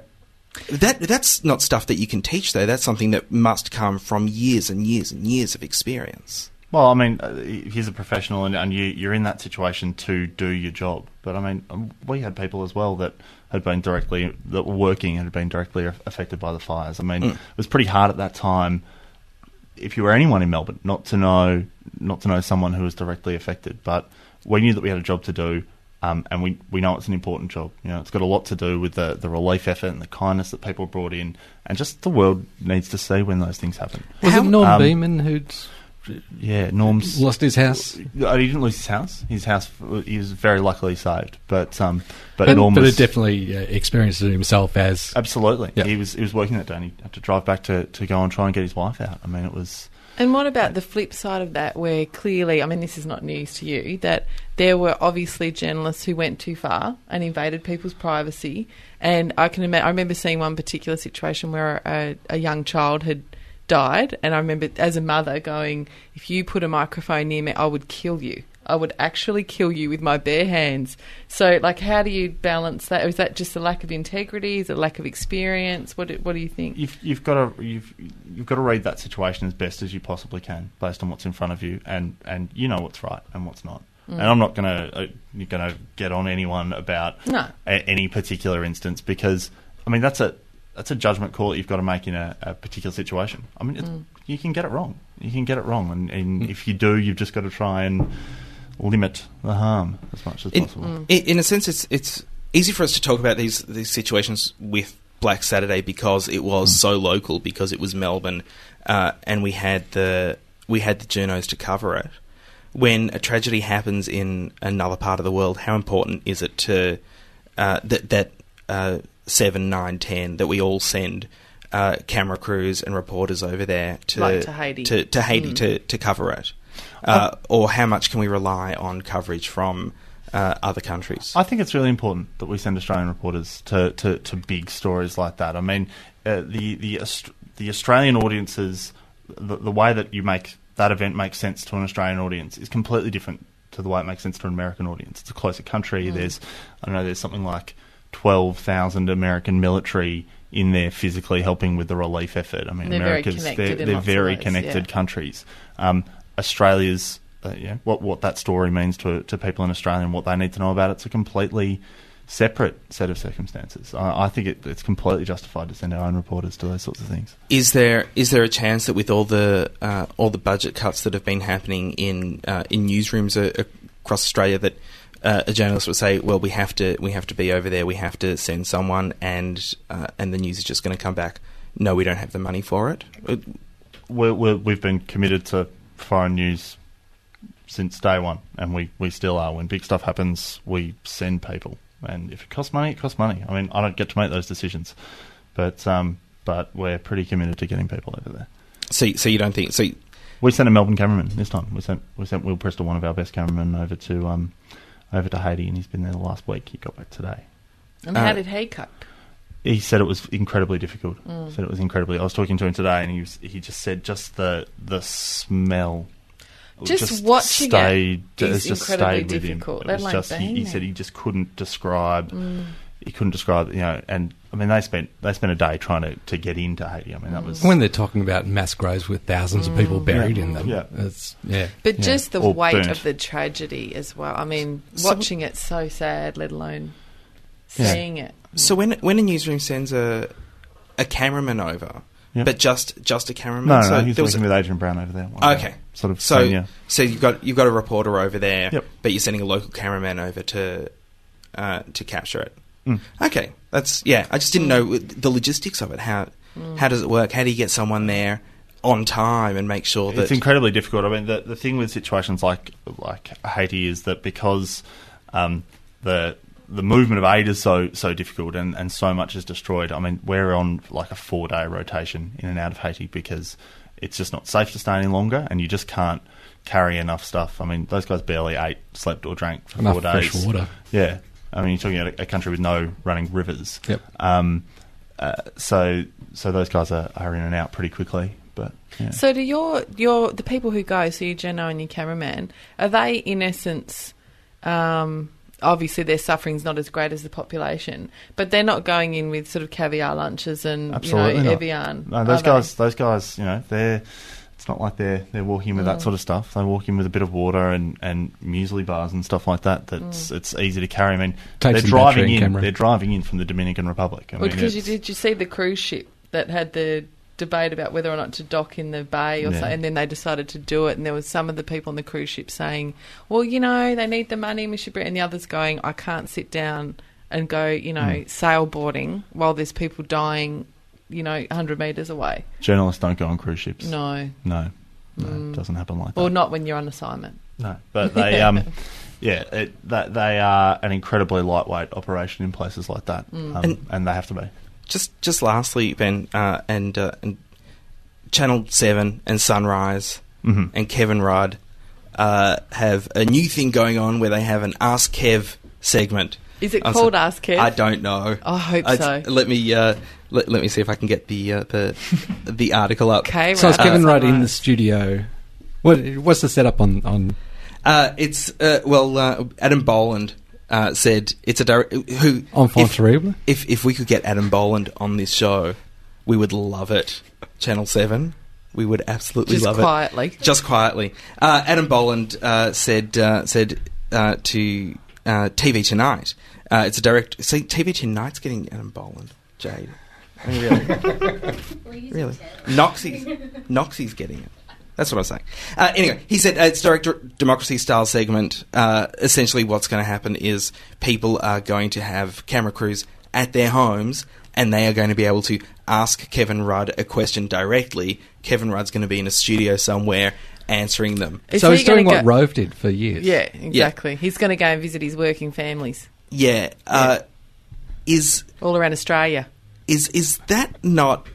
Speaker 1: that that's not stuff that you can teach though. That's something that must come from years and years and years of experience.
Speaker 7: Well, I mean, uh, he's a professional, and, and you, you're in that situation to do your job. But I mean, um, we had people as well that had been directly that were working and had been directly a- affected by the fires. I mean,
Speaker 1: Mm.
Speaker 7: it was pretty hard at that time. If you were anyone in Melbourne, not to know not to know someone who was directly affected, but we knew that we had a job to do, um, and we we know it's an important job. You know, it's got a lot to do with the the relief effort and the kindness that people brought in, and just the world needs to see when those things happen.
Speaker 3: Was it Norm
Speaker 7: um,
Speaker 3: Beeman who'd
Speaker 7: Yeah, Norm's
Speaker 3: lost his house?
Speaker 7: uh, he didn't lose his house. His house, he was very luckily saved. But um, but,
Speaker 3: But,
Speaker 7: Norm
Speaker 3: but
Speaker 7: was
Speaker 3: it definitely uh, experienced it himself as.
Speaker 7: absolutely.
Speaker 3: Yeah.
Speaker 7: He was he was working that day. and He had to drive back to, to go and try and get his wife out. I mean, it was
Speaker 2: And what about the flip side of that, where clearly, I mean, this is not news to you, that there were obviously journalists who went too far and invaded people's privacy. And I can imagine, I remember seeing one particular situation where a, a young child had died. And I remember as a mother going, if you put a microphone near me, I would kill you. I would actually kill you with my bare hands. So, like, how do you balance that? Is that just a lack of integrity? Is it lack of experience? What do, what do you think?
Speaker 7: you've you've got to you've you've got to read that situation as best as you possibly can, based on what's in front of you, and and you know what's right and what's not.
Speaker 2: Mm.
Speaker 7: And I'm not gonna uh, you're gonna get on anyone about
Speaker 2: No.
Speaker 7: a- any particular instance because I mean that's a that's a judgment call that you've got to make in a, a particular situation. I mean, it's,
Speaker 2: Mm.
Speaker 7: you can get it wrong. You can get it wrong, and, and if you do, you've just got to try and limit the harm as much as
Speaker 1: In-
Speaker 7: possible.
Speaker 1: I- In a sense, it's it's easy for us to talk about these these situations with Black Saturday because it was
Speaker 7: Mm.
Speaker 1: so local, because it was Melbourne, uh, and we had the we had the journos to cover it. When a tragedy happens in another part of the world, how important is it to uh, that that uh, seven, nine, ten that we all send uh, camera crews and reporters over there to
Speaker 2: Like to Haiti.
Speaker 1: to, to Haiti to, to cover it? Hmm. Uh, or how much can we rely on coverage from uh, other countries?
Speaker 7: I think it's really important that we send Australian reporters to, to, to big stories like that. I mean, uh, the the Aust- the Australian audiences, the, the way that you make that event make sense to an Australian audience is completely different to the way it makes sense to an American audience. It's a closer country. There's I don't know. There's something like twelve thousand American military in there physically helping with the relief effort. I mean,
Speaker 2: They're very
Speaker 7: America's
Speaker 2: connected
Speaker 7: they're,
Speaker 2: in
Speaker 7: they're
Speaker 2: lots of
Speaker 7: very
Speaker 2: ways,
Speaker 7: connected
Speaker 2: yeah.
Speaker 7: countries. Um, Australia's uh, yeah, what what that story means to to people in Australia and what they need to know about it's a completely separate set of circumstances. I, I think it, it's completely justified to send our own reporters to those sorts of things.
Speaker 1: Is there is there a chance that with all the uh, all the budget cuts that have been happening in uh, in newsrooms a, across Australia that uh, a journalist would say, "Well, we have to we have to be over there. We have to send someone," and uh, and the news is just going to come back. No, we don't have the money for it. Uh,
Speaker 7: We're, we're, we've been committed to foreign news since day one, and we, we still are. When big stuff happens, we send people, and if it costs money, it costs money. I mean, I don't get to make those decisions, but um, but we're pretty committed to getting people over there.
Speaker 1: So so you don't think so?
Speaker 7: We sent a Melbourne cameraman this time. We sent we sent Will Preston, one of our best cameramen, over to um, over to Haiti, and he's been there the last week. He got back today.
Speaker 2: And
Speaker 1: Uh,
Speaker 2: how did he cope?
Speaker 7: He said it was incredibly difficult.
Speaker 2: Mm.
Speaker 7: Said it was incredibly. I was talking to him today, and he was, he just said just the the smell.
Speaker 2: Just watching it
Speaker 7: it
Speaker 2: is
Speaker 7: has just
Speaker 2: incredibly
Speaker 7: stayed with him.
Speaker 2: difficult,
Speaker 7: It
Speaker 2: let
Speaker 7: was
Speaker 2: alone
Speaker 7: just, he,
Speaker 2: being
Speaker 7: he
Speaker 2: there. Mm.
Speaker 7: said he just couldn't describe. He couldn't describe, you know. And I mean, they spent they spent a day trying to, to get into Haiti. I mean,
Speaker 2: Mm.
Speaker 7: that was
Speaker 3: When they're talking about mass graves with thousands of people buried in them,
Speaker 7: Yeah.
Speaker 3: it's yeah.
Speaker 2: But
Speaker 3: yeah.
Speaker 2: just the
Speaker 7: Or
Speaker 2: weight
Speaker 7: burnt.
Speaker 2: of the tragedy as well. I mean,
Speaker 1: So-
Speaker 2: watching it so sad, let alone
Speaker 7: Yeah.
Speaker 2: seeing it.
Speaker 1: So when when a newsroom sends a a cameraman over,
Speaker 7: Yeah.
Speaker 1: but just just a cameraman.
Speaker 7: no, no,
Speaker 1: so
Speaker 7: no, he's
Speaker 1: there was
Speaker 7: working with Adrian Brown over there. one of our
Speaker 1: Okay.
Speaker 7: sort of
Speaker 1: so
Speaker 7: senior-
Speaker 1: so you've got you've got a reporter over there,
Speaker 7: Yep.
Speaker 1: but you're sending a local cameraman over to uh, to capture it.
Speaker 7: Mm.
Speaker 1: Okay, that's yeah. I just didn't know the logistics of it. How how does it work? How do you get someone there on time and make sure that
Speaker 7: It's incredibly difficult. I mean, the, the thing with situations like like Haiti is that because um, the the movement of aid is so so difficult and, and so much is destroyed. I mean, we're on like a four day rotation in and out of Haiti because it's just not safe to stay any longer, and you just can't carry enough stuff. I mean, those guys barely ate, slept, or drank for
Speaker 3: Enough
Speaker 7: four days.
Speaker 3: fresh water.
Speaker 7: Yeah, I mean, you're talking about a, a country with no running rivers.
Speaker 3: Yep.
Speaker 7: Um, uh, so so those guys are, are in and out pretty quickly. But yeah.
Speaker 2: So do your your the people who go, so your Jeno and your cameraman, are they in essence? Um, obviously, their suffering's not as great as the population, but they're not going in with sort of caviar lunches and
Speaker 7: Absolutely
Speaker 2: you know
Speaker 7: not.
Speaker 2: Evian.
Speaker 7: No, those
Speaker 2: are they?
Speaker 7: guys, those guys, you know, they're. It's not like they're they're walking
Speaker 2: Mm.
Speaker 7: with that sort of stuff. They walk in with a bit of water and, and muesli bars and stuff like that. That's
Speaker 2: Mm.
Speaker 7: it's easy to carry. I mean,
Speaker 3: Takes
Speaker 7: they're
Speaker 3: some battery
Speaker 7: driving
Speaker 3: and
Speaker 7: in.
Speaker 3: camera.
Speaker 7: They're driving in from the Dominican Republic. I
Speaker 2: Well,
Speaker 7: mean,
Speaker 2: because you
Speaker 7: it's-
Speaker 2: did you see the cruise ship that had the debate about whether or not to dock in the bay or
Speaker 7: Yeah.
Speaker 2: so, and then they decided to do it and there was some of the people on the cruise ship saying well you know they need the money and we should bring-" and the others going i can't sit down and go you know sailboarding while there's people dying you know 100 metres away
Speaker 7: journalists don't go on cruise ships.
Speaker 2: no Mm.
Speaker 7: no, no, it doesn't happen like that.
Speaker 2: or not when you're on assignment
Speaker 7: No, but they, um, yeah, it, that they are an incredibly lightweight operation in places like that,
Speaker 2: Mm.
Speaker 7: um, and,
Speaker 1: And-
Speaker 7: they have to be.
Speaker 1: Just just lastly, Ben, uh, and uh, and Channel Seven and Sunrise
Speaker 7: hmm
Speaker 1: and Kevin Rudd uh, have a new thing going on where they have an Ask Kev segment.
Speaker 2: is it
Speaker 1: I'm
Speaker 2: called
Speaker 1: so-
Speaker 2: ask kev Oh,
Speaker 1: I don't know.
Speaker 2: I hope
Speaker 1: I'd-
Speaker 2: so
Speaker 1: Let me uh, let, let me see if I can get the uh, the the article up.
Speaker 2: okay
Speaker 3: So it's
Speaker 2: right,
Speaker 3: Kevin
Speaker 2: Uh, that's
Speaker 3: Rudd in
Speaker 2: right.
Speaker 3: the studio. What, what's the setup on, on
Speaker 1: Uh, it's uh, well, uh, Adam Boland uh, said it's a dir- who
Speaker 3: on Font
Speaker 1: if,
Speaker 3: Terrible?
Speaker 1: if if we could get Adam Boland on this show, we would love it. Channel Seven, we would absolutely
Speaker 2: just
Speaker 1: love it.
Speaker 2: quietly
Speaker 1: just quietly. Uh, Adam Boland uh, said uh, said uh, to uh, TV Tonight. Uh, it's a direct. See, TV Tonight's getting Adam Boland, Jade. I mean, really, really. Noxie's Noxie's getting it. That's what I'm saying. Uh, anyway, he said uh, it's direct democracy style segment. Uh, essentially, what's going to happen is people are going to have camera crews at their homes, and they are going to be able to ask Kevin Rudd a question directly. Kevin Rudd's going to be in a studio somewhere answering them.
Speaker 2: Is
Speaker 3: so
Speaker 2: he
Speaker 3: he's doing
Speaker 2: gonna
Speaker 3: what
Speaker 2: go-
Speaker 3: Rove did for years.
Speaker 2: yeah exactly he's going to go and visit his working families
Speaker 1: Yeah, uh, is
Speaker 2: all around Australia.
Speaker 1: is is that not?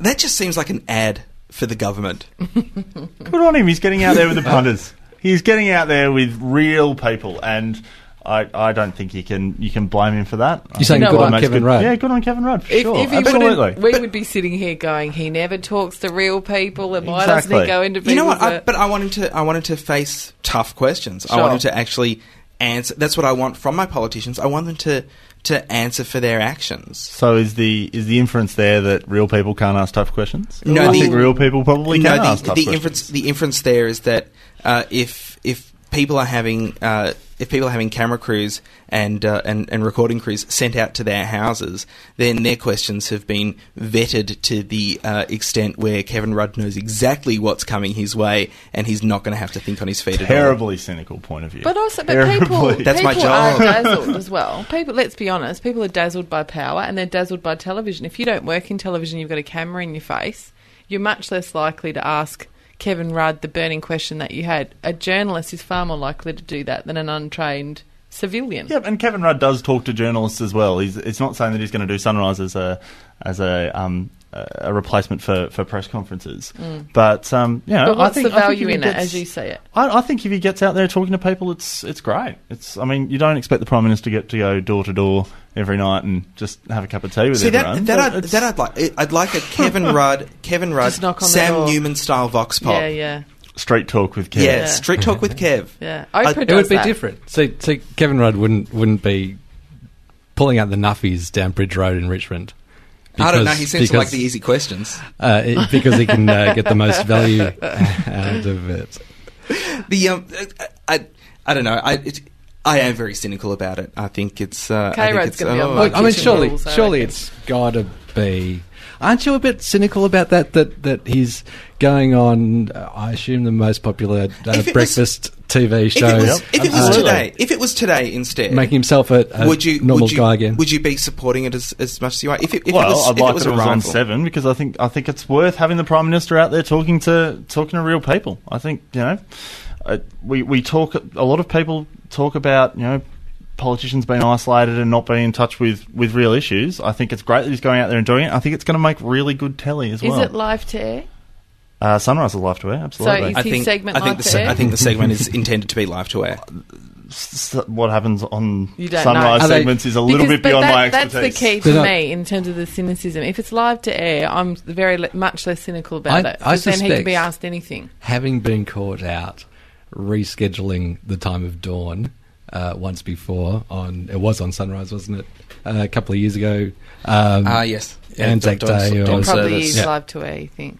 Speaker 1: That just seems like an ad for the government.
Speaker 7: Good on him. He's getting out there with the punters. He's getting out there with real people, and I, I don't think you can you can blame him for that. I
Speaker 3: saying
Speaker 7: think
Speaker 2: good
Speaker 7: Rudd
Speaker 2: on
Speaker 7: makes
Speaker 3: Kevin Rudd.
Speaker 7: Yeah, good on Kevin Rudd for
Speaker 2: If,
Speaker 7: sure.
Speaker 2: if he
Speaker 7: Absolutely.
Speaker 2: wouldn't, we would be sitting here going, he never talks to real people, and why doesn't he
Speaker 7: Exactly.
Speaker 2: go into
Speaker 1: You know what?
Speaker 2: people's,
Speaker 1: I,
Speaker 2: uh,
Speaker 1: but I wanted to. I wanted to face tough questions. I
Speaker 2: Sure.
Speaker 1: wanted to actually answer. That's what I want from my politicians. I want them to to answer for their actions.
Speaker 7: so is the is the inference there that real people can't ask tough questions?
Speaker 1: No,
Speaker 7: I
Speaker 1: the-
Speaker 7: think real people probably
Speaker 1: No,
Speaker 7: can
Speaker 1: the,
Speaker 7: ask tough
Speaker 1: the
Speaker 7: questions.
Speaker 1: inference. The inference there is that uh, if if people are having uh, if people are having camera crews and, uh, and and recording crews sent out to their houses, then their questions have been vetted to the uh, extent where Kevin Rudd knows exactly what's coming his way, and he's not going to have to think on his feet. at all.
Speaker 7: Terribly cynical point of view.
Speaker 2: but also, but
Speaker 7: Terribly.
Speaker 2: people,
Speaker 1: That's my
Speaker 2: people are
Speaker 1: job.
Speaker 2: dazzled as well. People, let's be honest, people are dazzled by power and they're dazzled by television. If you don't work in television, you've got a camera in your face, you're much less likely to ask Kevin Rudd the burning question that you had. A journalist is far more likely to do that than an untrained civilian.
Speaker 7: Yeah, and Kevin Rudd does talk to journalists as well. He's it's not saying that he's going to do Sunrise as a as a um a replacement for, for press conferences, but um you know,
Speaker 2: Mm. But what's
Speaker 7: I think,
Speaker 2: the
Speaker 7: I think
Speaker 2: value
Speaker 7: if he
Speaker 2: in it
Speaker 7: gets-
Speaker 2: as you see it?
Speaker 7: I, I think if he gets out there talking to people, it's it's great. It's I mean you don't expect the prime minister to get to go door to door every night and just have a cup of tea with
Speaker 1: See
Speaker 7: everyone.
Speaker 1: that that
Speaker 7: But
Speaker 1: I'd,
Speaker 7: it's-
Speaker 1: that I'd like. I'd like a Kevin Rudd, Kevin Rudd,
Speaker 2: Just knock on the
Speaker 1: Sam
Speaker 2: door.
Speaker 1: Newman style vox pop.
Speaker 2: Yeah, yeah,
Speaker 7: street talk with
Speaker 1: Yeah,
Speaker 7: Kevin.
Speaker 2: Yeah.
Speaker 1: street talk with Kev.
Speaker 2: yeah.
Speaker 1: I-
Speaker 2: Oprah
Speaker 1: it would
Speaker 3: It
Speaker 2: does
Speaker 3: would be
Speaker 2: that.
Speaker 3: different. See, see, Kevin Rudd wouldn't wouldn't be pulling out the nuffies down Bridge Road in Richmond.
Speaker 1: I don't know.
Speaker 3: Because-
Speaker 1: He seems to like
Speaker 3: because-
Speaker 1: the easy questions.
Speaker 3: uh, it- because he can uh, get the most value out of it.
Speaker 1: The um, I, I, I don't know. I it, I am very cynical about it. I think it's. Uh, I think
Speaker 2: K-Rod's
Speaker 1: it's.
Speaker 2: gonna be on
Speaker 1: I
Speaker 2: Like
Speaker 3: Look, I mean,
Speaker 2: kitchen
Speaker 3: surely,
Speaker 2: rules, I
Speaker 3: surely
Speaker 2: reckon.
Speaker 3: it's got to be. Aren't you a bit cynical about that? That that he's going on. uh, I assume the most popular uh,
Speaker 1: If it was-
Speaker 3: breakfast TV
Speaker 1: if it
Speaker 3: show,
Speaker 1: was, if it was
Speaker 7: Absolutely.
Speaker 1: today, if it was today instead,
Speaker 3: making himself a, a
Speaker 1: would you
Speaker 3: normal
Speaker 1: would you,
Speaker 3: guy again.
Speaker 1: Would you be supporting it as, as much as you are? If it, if
Speaker 7: well,
Speaker 1: it was,
Speaker 7: I'd
Speaker 1: if
Speaker 7: like
Speaker 1: it was
Speaker 7: that
Speaker 1: a
Speaker 7: it was on
Speaker 1: rival.
Speaker 7: seven because I think I think it's worth having the prime minister out there talking to talking to real people. I think you know, uh, we we talk a lot of people talk about you know politicians being isolated and not being in touch with with real issues. I think it's great that he's going out there and doing it. I think it's going to make really good telly as
Speaker 2: Is
Speaker 7: well.
Speaker 2: it live to air?
Speaker 7: Uh, Sunrise is live to air, absolutely.
Speaker 2: Is his segment
Speaker 1: I think
Speaker 2: live
Speaker 1: the
Speaker 2: to
Speaker 1: se-
Speaker 2: air?
Speaker 1: I think the segment is intended to be live to air.
Speaker 7: S- s- what happens on
Speaker 2: You don't
Speaker 7: Sunrise
Speaker 3: know. Are they-
Speaker 7: segments is a little
Speaker 2: Because-
Speaker 7: bit beyond
Speaker 2: but that-
Speaker 7: my expertise.
Speaker 2: That's the key
Speaker 3: They're
Speaker 2: for
Speaker 3: not-
Speaker 2: me in terms of the cynicism. If it's live to air, I'm very le- much less cynical about
Speaker 3: I-
Speaker 2: it.
Speaker 3: I
Speaker 2: because then he can
Speaker 3: suspect-
Speaker 2: be asked anything.
Speaker 3: having been caught out rescheduling the time of dawn uh, once before on it was on sunrise wasn't it uh, a couple of years ago um,
Speaker 1: Ah, yes.
Speaker 3: Anzac
Speaker 1: Dawn- Dawn-
Speaker 3: Day or-
Speaker 1: Dawn
Speaker 3: Well, so
Speaker 2: Probably
Speaker 1: Service.
Speaker 2: is
Speaker 3: Yeah.
Speaker 2: live to air. You think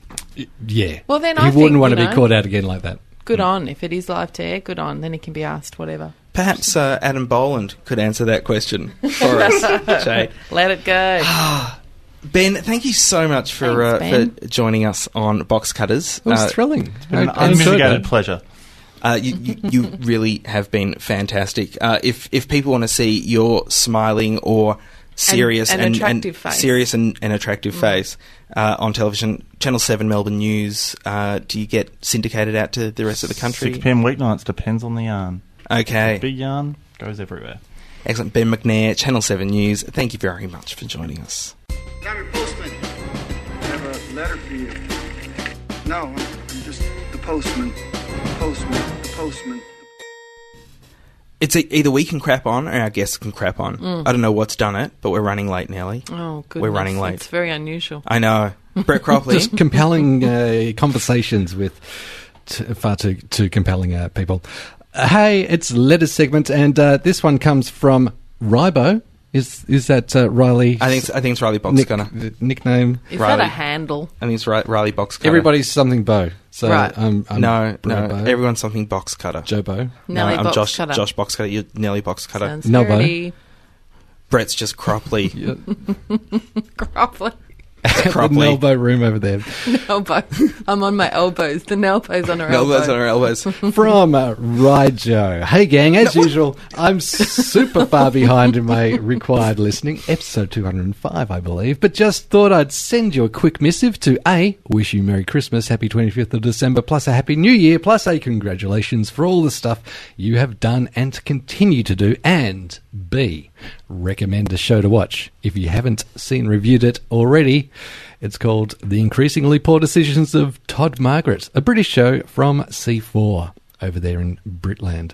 Speaker 3: yeah
Speaker 2: Well, then
Speaker 3: he
Speaker 2: I
Speaker 3: wouldn't
Speaker 2: think,
Speaker 3: want
Speaker 2: you
Speaker 3: to
Speaker 2: know-
Speaker 3: be caught out again like that
Speaker 2: good on if it is live to air. Good on. Then he can be asked whatever.
Speaker 1: Perhaps uh, Adam Boland could answer that question for us, Jay.
Speaker 2: Let it go. Oh,
Speaker 1: Ben, thank you so much for
Speaker 2: Thanks,
Speaker 1: uh,
Speaker 2: Ben.
Speaker 1: for joining us on Box Cutters.
Speaker 3: it was
Speaker 1: Uh,
Speaker 3: thrilling
Speaker 7: An
Speaker 3: I- I enjoyed
Speaker 7: unmitigated
Speaker 3: that.
Speaker 7: pleasure.
Speaker 1: Uh, you, you, you really have been fantastic. Uh, if if people want to see your smiling or serious
Speaker 2: an
Speaker 1: and,
Speaker 2: attractive
Speaker 1: and
Speaker 2: face. Mm.
Speaker 1: serious and, and attractive face uh, on television, Channel Seven Melbourne News, uh, do you get syndicated out to the rest of the country?
Speaker 7: 6 p.m. weeknights depends on the yarn.
Speaker 1: Okay,
Speaker 7: Big yarn goes everywhere.
Speaker 1: excellent. Ben McNair, Channel Seven News. Thank you very much for joining us.
Speaker 8: Gary Postman. I have a letter for you. No, Oh, I'm I'm just the postman. The postman. The postman.
Speaker 1: It's e- either we can crap on or our guests can crap on.
Speaker 2: Mm.
Speaker 1: I don't know what's done it, but we're running late, Nellie.
Speaker 2: oh, good.
Speaker 1: We're running late.
Speaker 2: It's very unusual.
Speaker 1: I know. Brett Cropley.
Speaker 3: just compelling uh, conversations with t- far too too compelling uh, people. Uh, hey, it's letter segment, and uh, this one comes from Ribo. Is is that uh, Riley?
Speaker 1: I think it's, I think it's Riley
Speaker 3: nick-
Speaker 1: Boxgunner.
Speaker 3: nickname.
Speaker 2: Is that
Speaker 1: Riley.
Speaker 2: a handle?
Speaker 1: I think it's Ri- Riley Boxgunner.
Speaker 3: Everybody's something Bo. So
Speaker 2: Right.
Speaker 3: I'm, I'm
Speaker 1: no, no.
Speaker 3: Ribo,
Speaker 1: Everyone's something box cutter.
Speaker 3: Joe Bo.
Speaker 2: Nelly
Speaker 1: no, I'm
Speaker 2: box
Speaker 1: Josh.
Speaker 2: cutter.
Speaker 1: Josh box cutter. You're Nelly box cutter.
Speaker 2: Sounds
Speaker 3: No, bro.
Speaker 2: dirty.
Speaker 1: Brett's just Cropley.
Speaker 3: Yeah,
Speaker 2: Groveling.
Speaker 3: the
Speaker 1: Cropley.
Speaker 3: elbow room over there.
Speaker 2: elbow. I'm on my elbows. The elbows on her
Speaker 1: Elbows on
Speaker 2: elbow.
Speaker 1: our elbows.
Speaker 3: From uh, Rijo. Hey, gang, as usual, I'm super far behind in my required listening, episode 205, I believe, but just thought I'd send you a quick missive to A, wish you Merry Christmas, Happy 25th of December, plus a Happy New Year, plus a congratulations for all the stuff you have done and continue to do, and B, recommend a show to watch. If you haven't seen, reviewed it already, it's called The Increasingly Poor Decisions of Todd Margaret, a British show from C4 over there in Britland.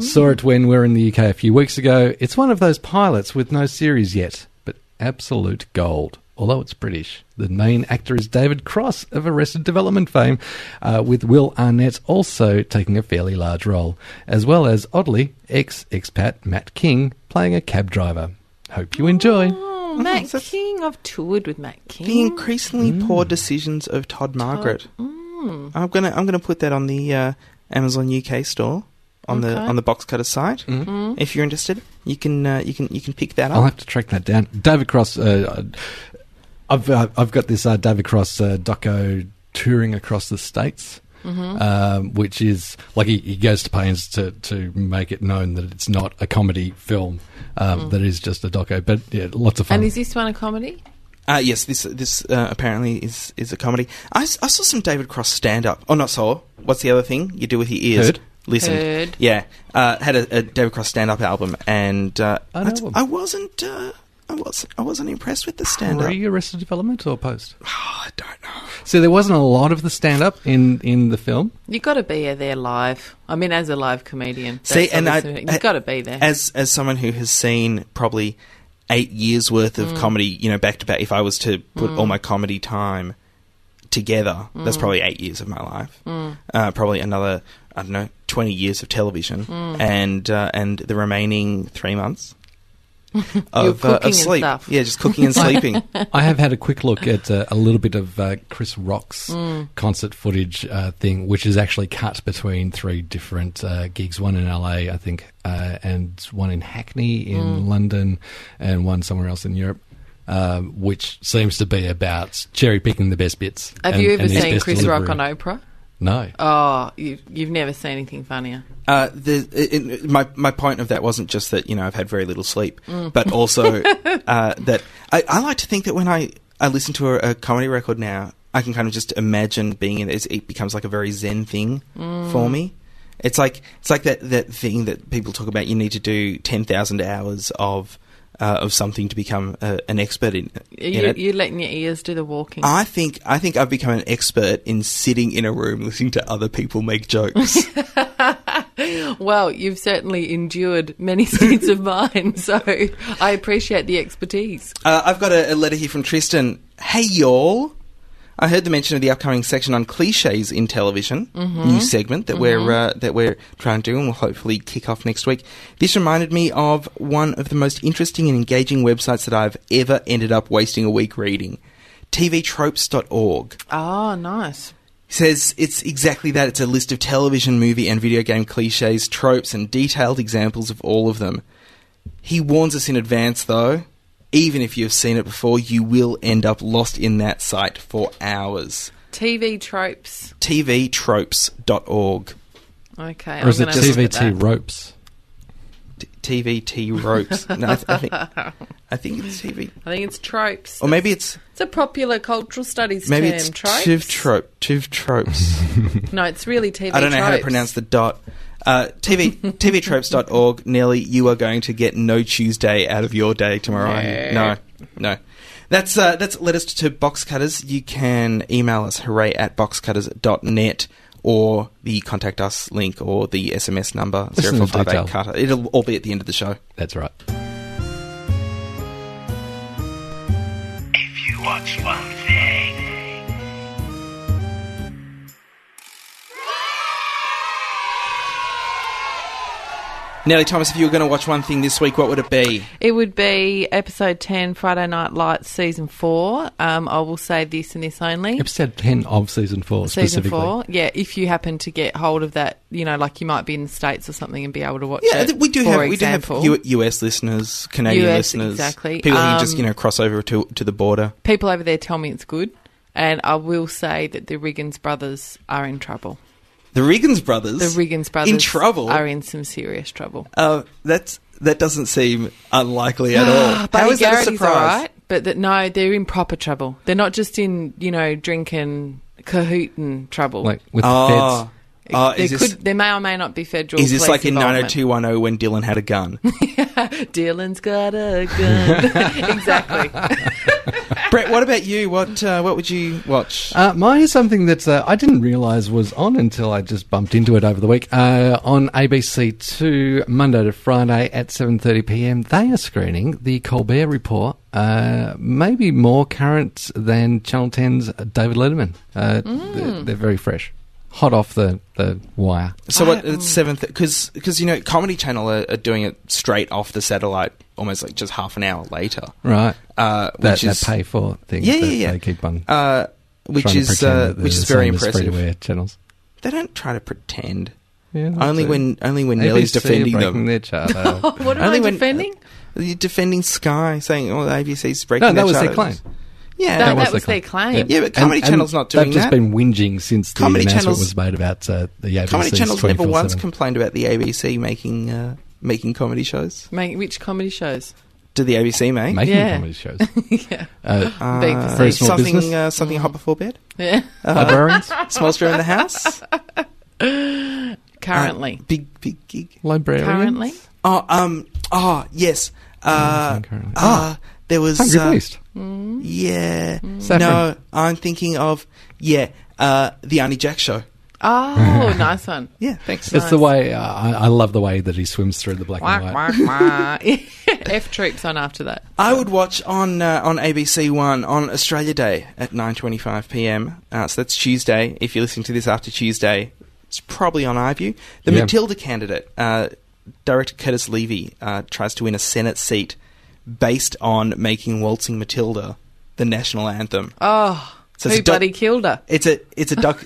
Speaker 3: Saw it when we were in the UK a few weeks ago. It's one of those pilots with no series yet, but absolute gold. Although it's British, the main actor is David Cross of Arrested Development fame, uh, with Will Arnett also taking a fairly large role, as well as, oddly, ex expat Matt King playing a cab driver. Hope you enjoy.
Speaker 2: Oh, Matt King. I've toured with Matt King.
Speaker 1: The increasingly
Speaker 2: Mm.
Speaker 1: poor decisions of Todd Margaret. I'm gonna I'm gonna put that on the uh, Amazon UK store on the
Speaker 2: Okay.
Speaker 1: on the box cutter site. If you're interested, you can uh, you can you can pick that
Speaker 3: Mm-hmm. I'll
Speaker 1: up.
Speaker 3: have to track that down. David Cross. Uh, I've uh, I've got this uh, David Cross uh, doco touring across the states, um, which is like he, he goes to pains to to make it known that it's not a comedy film, um, that it is just a doco. But yeah, lots of fun.
Speaker 2: And is this one a comedy?
Speaker 1: Uh, yes, this this uh, apparently is is a comedy. I, s- I saw some David Cross stand up. Oh, not saw. What's the other thing you do with your ears?
Speaker 3: Heard.
Speaker 1: Listen.
Speaker 2: Heard.
Speaker 1: Yeah, uh, had a, a David Cross stand up album, and uh,
Speaker 3: An
Speaker 1: I,
Speaker 3: album.
Speaker 1: I wasn't. Uh, I was I wasn't impressed with the stand up.
Speaker 3: Pre Arrested Development or post?
Speaker 1: I don't know.
Speaker 3: So there wasn't a lot of the stand up in in the film.
Speaker 2: You got to be there live. I mean, as a live comedian. that's
Speaker 1: See, and I,
Speaker 2: obviously- you got to be there.
Speaker 1: As as someone who has seen probably eight years worth
Speaker 2: Mm.
Speaker 1: of comedy, you know, back to back. If I was to put all my comedy time together,
Speaker 2: Mm.
Speaker 1: that's probably eight years of my life. Uh, probably another I don't know twenty years of television,
Speaker 2: Mm.
Speaker 1: and uh, and the remaining three months. Of,
Speaker 2: cooking and
Speaker 1: sleep,
Speaker 2: stuff.
Speaker 1: yeah, just cooking and sleeping.
Speaker 3: I have had a quick look at uh, a little bit of uh, Chris Rock's
Speaker 2: Mm.
Speaker 3: concert footage uh, thing, which is actually cut between three different uh, gigs one in LA, I think, uh, and one in Hackney in
Speaker 2: Mm.
Speaker 3: London, and one somewhere else in Europe. Um, which seems to be about cherry picking the best bits.
Speaker 2: Have
Speaker 3: and-
Speaker 2: you ever
Speaker 3: and his
Speaker 2: seen
Speaker 3: best
Speaker 2: Chris Rock on
Speaker 3: delivery.
Speaker 2: Oprah?
Speaker 3: No.
Speaker 2: Oh, you, you've never seen anything funnier.
Speaker 1: Uh, the it, it, my my point of that wasn't just that you know I've had very little sleep, but also uh, that I, I like to think that when I I listen to a, a comedy record now, I can kind of just imagine being in it. It becomes like a very zen thing for me. It's like it's like that that thing that people talk about. You need to do ten thousand hours of uh, of something to become a, an expert in. in
Speaker 2: You,
Speaker 1: it.
Speaker 2: you're letting your ears do the walking.
Speaker 1: I think I think I've become an expert in sitting in a room listening to other people make jokes.
Speaker 2: well, you've certainly endured many states of mind, so I appreciate the expertise.
Speaker 1: Uh, I've got a, a letter here from Tristan. Hey, y'all. I heard the mention of the upcoming section on cliches in television, new segment that we're uh, that we're trying to do and will hopefully kick off next week. This reminded me of one of the most interesting and engaging websites that I've ever ended up wasting a week reading, tvtropes.org
Speaker 2: Oh, nice.
Speaker 1: says it's exactly that. It's a list of television, movie, and video game cliches, tropes, and detailed examples of all of them. He warns us in advance, though. Even if you've seen it before, you will end up lost in that site for hours.
Speaker 2: TV tropes.
Speaker 1: TVtropes.org.
Speaker 2: Okay.
Speaker 3: Or is
Speaker 2: I'm
Speaker 3: it
Speaker 2: gonna look at
Speaker 3: TVT
Speaker 2: that.
Speaker 3: ropes?
Speaker 1: T- TVT ropes. no, I, th- I think I think it's TV,
Speaker 2: I think it's tropes.
Speaker 1: or maybe it's
Speaker 2: It's a popular cultural studies
Speaker 1: maybe
Speaker 2: term.
Speaker 1: it's
Speaker 2: tropes.
Speaker 1: tiv trope, tiv tropes.
Speaker 2: No, it's really TV.
Speaker 1: I don't know how to
Speaker 2: tropes.
Speaker 1: pronounce the dot. Uh, TV, TVtropes.org. Nelly, you are going to get no Tuesday out of your day tomorrow. No, no. That's uh, that's letters to Box Cutters. You can email us hooray at boxcutters.net or the contact us link or the SMS number
Speaker 3: Listen to the
Speaker 1: 0458
Speaker 3: detail.
Speaker 1: Carter. It'll all be at the end of the show.
Speaker 3: That's right.
Speaker 4: If you watch one thing,
Speaker 1: Nelly Thomas, if you were going to watch one thing this week, what would it be?
Speaker 2: It would be episode 10, Friday Night Lights, season four. Um, I will say this and this only.
Speaker 3: Episode 10 of season 4
Speaker 2: Season
Speaker 3: specifically.
Speaker 2: four, yeah. If you happen to get hold of that, you know, like you might be in the states or something and be able to watch
Speaker 1: Yeah,
Speaker 2: it.
Speaker 1: th- we do
Speaker 2: for
Speaker 1: have
Speaker 2: example.
Speaker 1: we do have U- US listeners, Canadian
Speaker 2: US,
Speaker 1: listeners,
Speaker 2: exactly.
Speaker 1: people who
Speaker 2: Um,
Speaker 1: just you know cross over to to the border.
Speaker 2: people over there tell me it's good, and I will say that the Riggins brothers are in trouble.
Speaker 1: The Riggins brothers.
Speaker 2: The Riggins brothers
Speaker 1: in trouble.
Speaker 2: are in some serious trouble.
Speaker 1: Uh, that's that doesn't seem unlikely at all.
Speaker 2: Ah, Buddy
Speaker 1: How is that a
Speaker 2: Garrity's
Speaker 1: surprise?
Speaker 2: all right, but that no, they're in proper trouble. They're not just in you know drinking cahootin trouble.
Speaker 3: Like with
Speaker 1: Oh, oh,
Speaker 2: there
Speaker 1: is this,
Speaker 2: could, there may or may not be federal.
Speaker 1: is this
Speaker 2: police
Speaker 1: like in
Speaker 2: involvement.
Speaker 1: 90210 when Dylan had a gun?
Speaker 2: Dylan's got a gun. exactly.
Speaker 1: Brett, what about you? What uh, what would you watch?
Speaker 3: the feds. Uh, mine is something that uh, I didn't realise was on until I just bumped into it over the week. Uh, on ABC2, Monday to Friday at 7.30pm, they are screening The Colbert Report, uh, maybe more current than Channel 10's David Letterman. Uh,
Speaker 1: Mm.
Speaker 3: they're, they're very fresh. Hot off the, the wire.
Speaker 1: So what? It's seventh because because you know Comedy Channel are, are doing it straight off the satellite, almost like just half an hour later.
Speaker 3: Right.
Speaker 1: Uh,
Speaker 3: that,
Speaker 1: which
Speaker 3: that
Speaker 1: is
Speaker 3: pay for things
Speaker 1: yeah
Speaker 3: that
Speaker 1: yeah yeah.
Speaker 3: they keep on
Speaker 1: uh, which
Speaker 3: trying to
Speaker 1: is
Speaker 3: pretend
Speaker 1: uh,
Speaker 3: that they're
Speaker 1: which is
Speaker 3: the
Speaker 1: very
Speaker 3: same as
Speaker 1: impressive.
Speaker 3: free-to-air channels.
Speaker 1: They don't try to pretend.
Speaker 3: Yeah, that's
Speaker 1: Only
Speaker 3: it.
Speaker 1: when only when
Speaker 3: ABC
Speaker 1: Nelly's
Speaker 3: are
Speaker 1: defending
Speaker 3: breaking
Speaker 1: them.
Speaker 3: Their charter.
Speaker 2: What am
Speaker 1: Only
Speaker 2: I
Speaker 1: when- uh,
Speaker 2: defending?
Speaker 1: You're defending Sky, saying, "Oh, the ABC's breaking."
Speaker 3: No, that was their
Speaker 1: charter."
Speaker 3: claim.
Speaker 1: Yeah,
Speaker 2: No, that was their claim.
Speaker 1: Yeah, but Comedy Channel's not doing
Speaker 3: They've just
Speaker 1: that.
Speaker 3: been whinging since the
Speaker 1: Comedy
Speaker 3: announcement
Speaker 1: Channel's-
Speaker 3: was made about uh, the ABC's
Speaker 1: Comedy Channel's never
Speaker 3: 24/7.
Speaker 1: once complained about the ABC making uh, making comedy shows.
Speaker 2: Mate, which comedy shows?
Speaker 1: Do the ABC make
Speaker 3: making
Speaker 2: Yeah.
Speaker 3: comedy shows.
Speaker 2: yeah.
Speaker 3: Uh,
Speaker 1: Uh,
Speaker 2: Big for
Speaker 3: Very small
Speaker 1: something
Speaker 3: business.
Speaker 1: Uh, something hot before bed? Uh,
Speaker 2: Yeah.
Speaker 1: Uh-huh.
Speaker 3: librarians,
Speaker 1: Small stir in the house.
Speaker 2: Currently.
Speaker 1: Uh, big big gig.
Speaker 3: librarians.
Speaker 2: Currently.
Speaker 1: Oh um oh yes. Uh,
Speaker 3: Mm, currently. Ah,
Speaker 1: uh, there was
Speaker 3: Hungry
Speaker 1: uh,
Speaker 3: Beast.
Speaker 1: yeah.
Speaker 3: Saffron.
Speaker 1: No, I'm thinking of yeah. Uh, the Arnie Jack show.
Speaker 2: Oh, nice one.
Speaker 1: Yeah, thanks.
Speaker 3: It's the way uh, I, I love the way that he swims through the black
Speaker 2: Wah,
Speaker 3: and white.
Speaker 2: wah, wah. F Troop's on after that.
Speaker 1: I would watch on uh, on ABC One on Australia Day at nine twenty five PM. Uh, so that's Tuesday. If you're listening to this after Tuesday, it's probably on iView. The
Speaker 3: Yeah.
Speaker 1: Matilda candidate, uh, director Curtis Levy, uh, tries to win a Senate seat based on making "Waltzing Matilda" the national anthem.
Speaker 2: Oh,
Speaker 1: So it's
Speaker 2: who
Speaker 1: a doc-
Speaker 2: bloody killed her?
Speaker 1: It's a it's a doc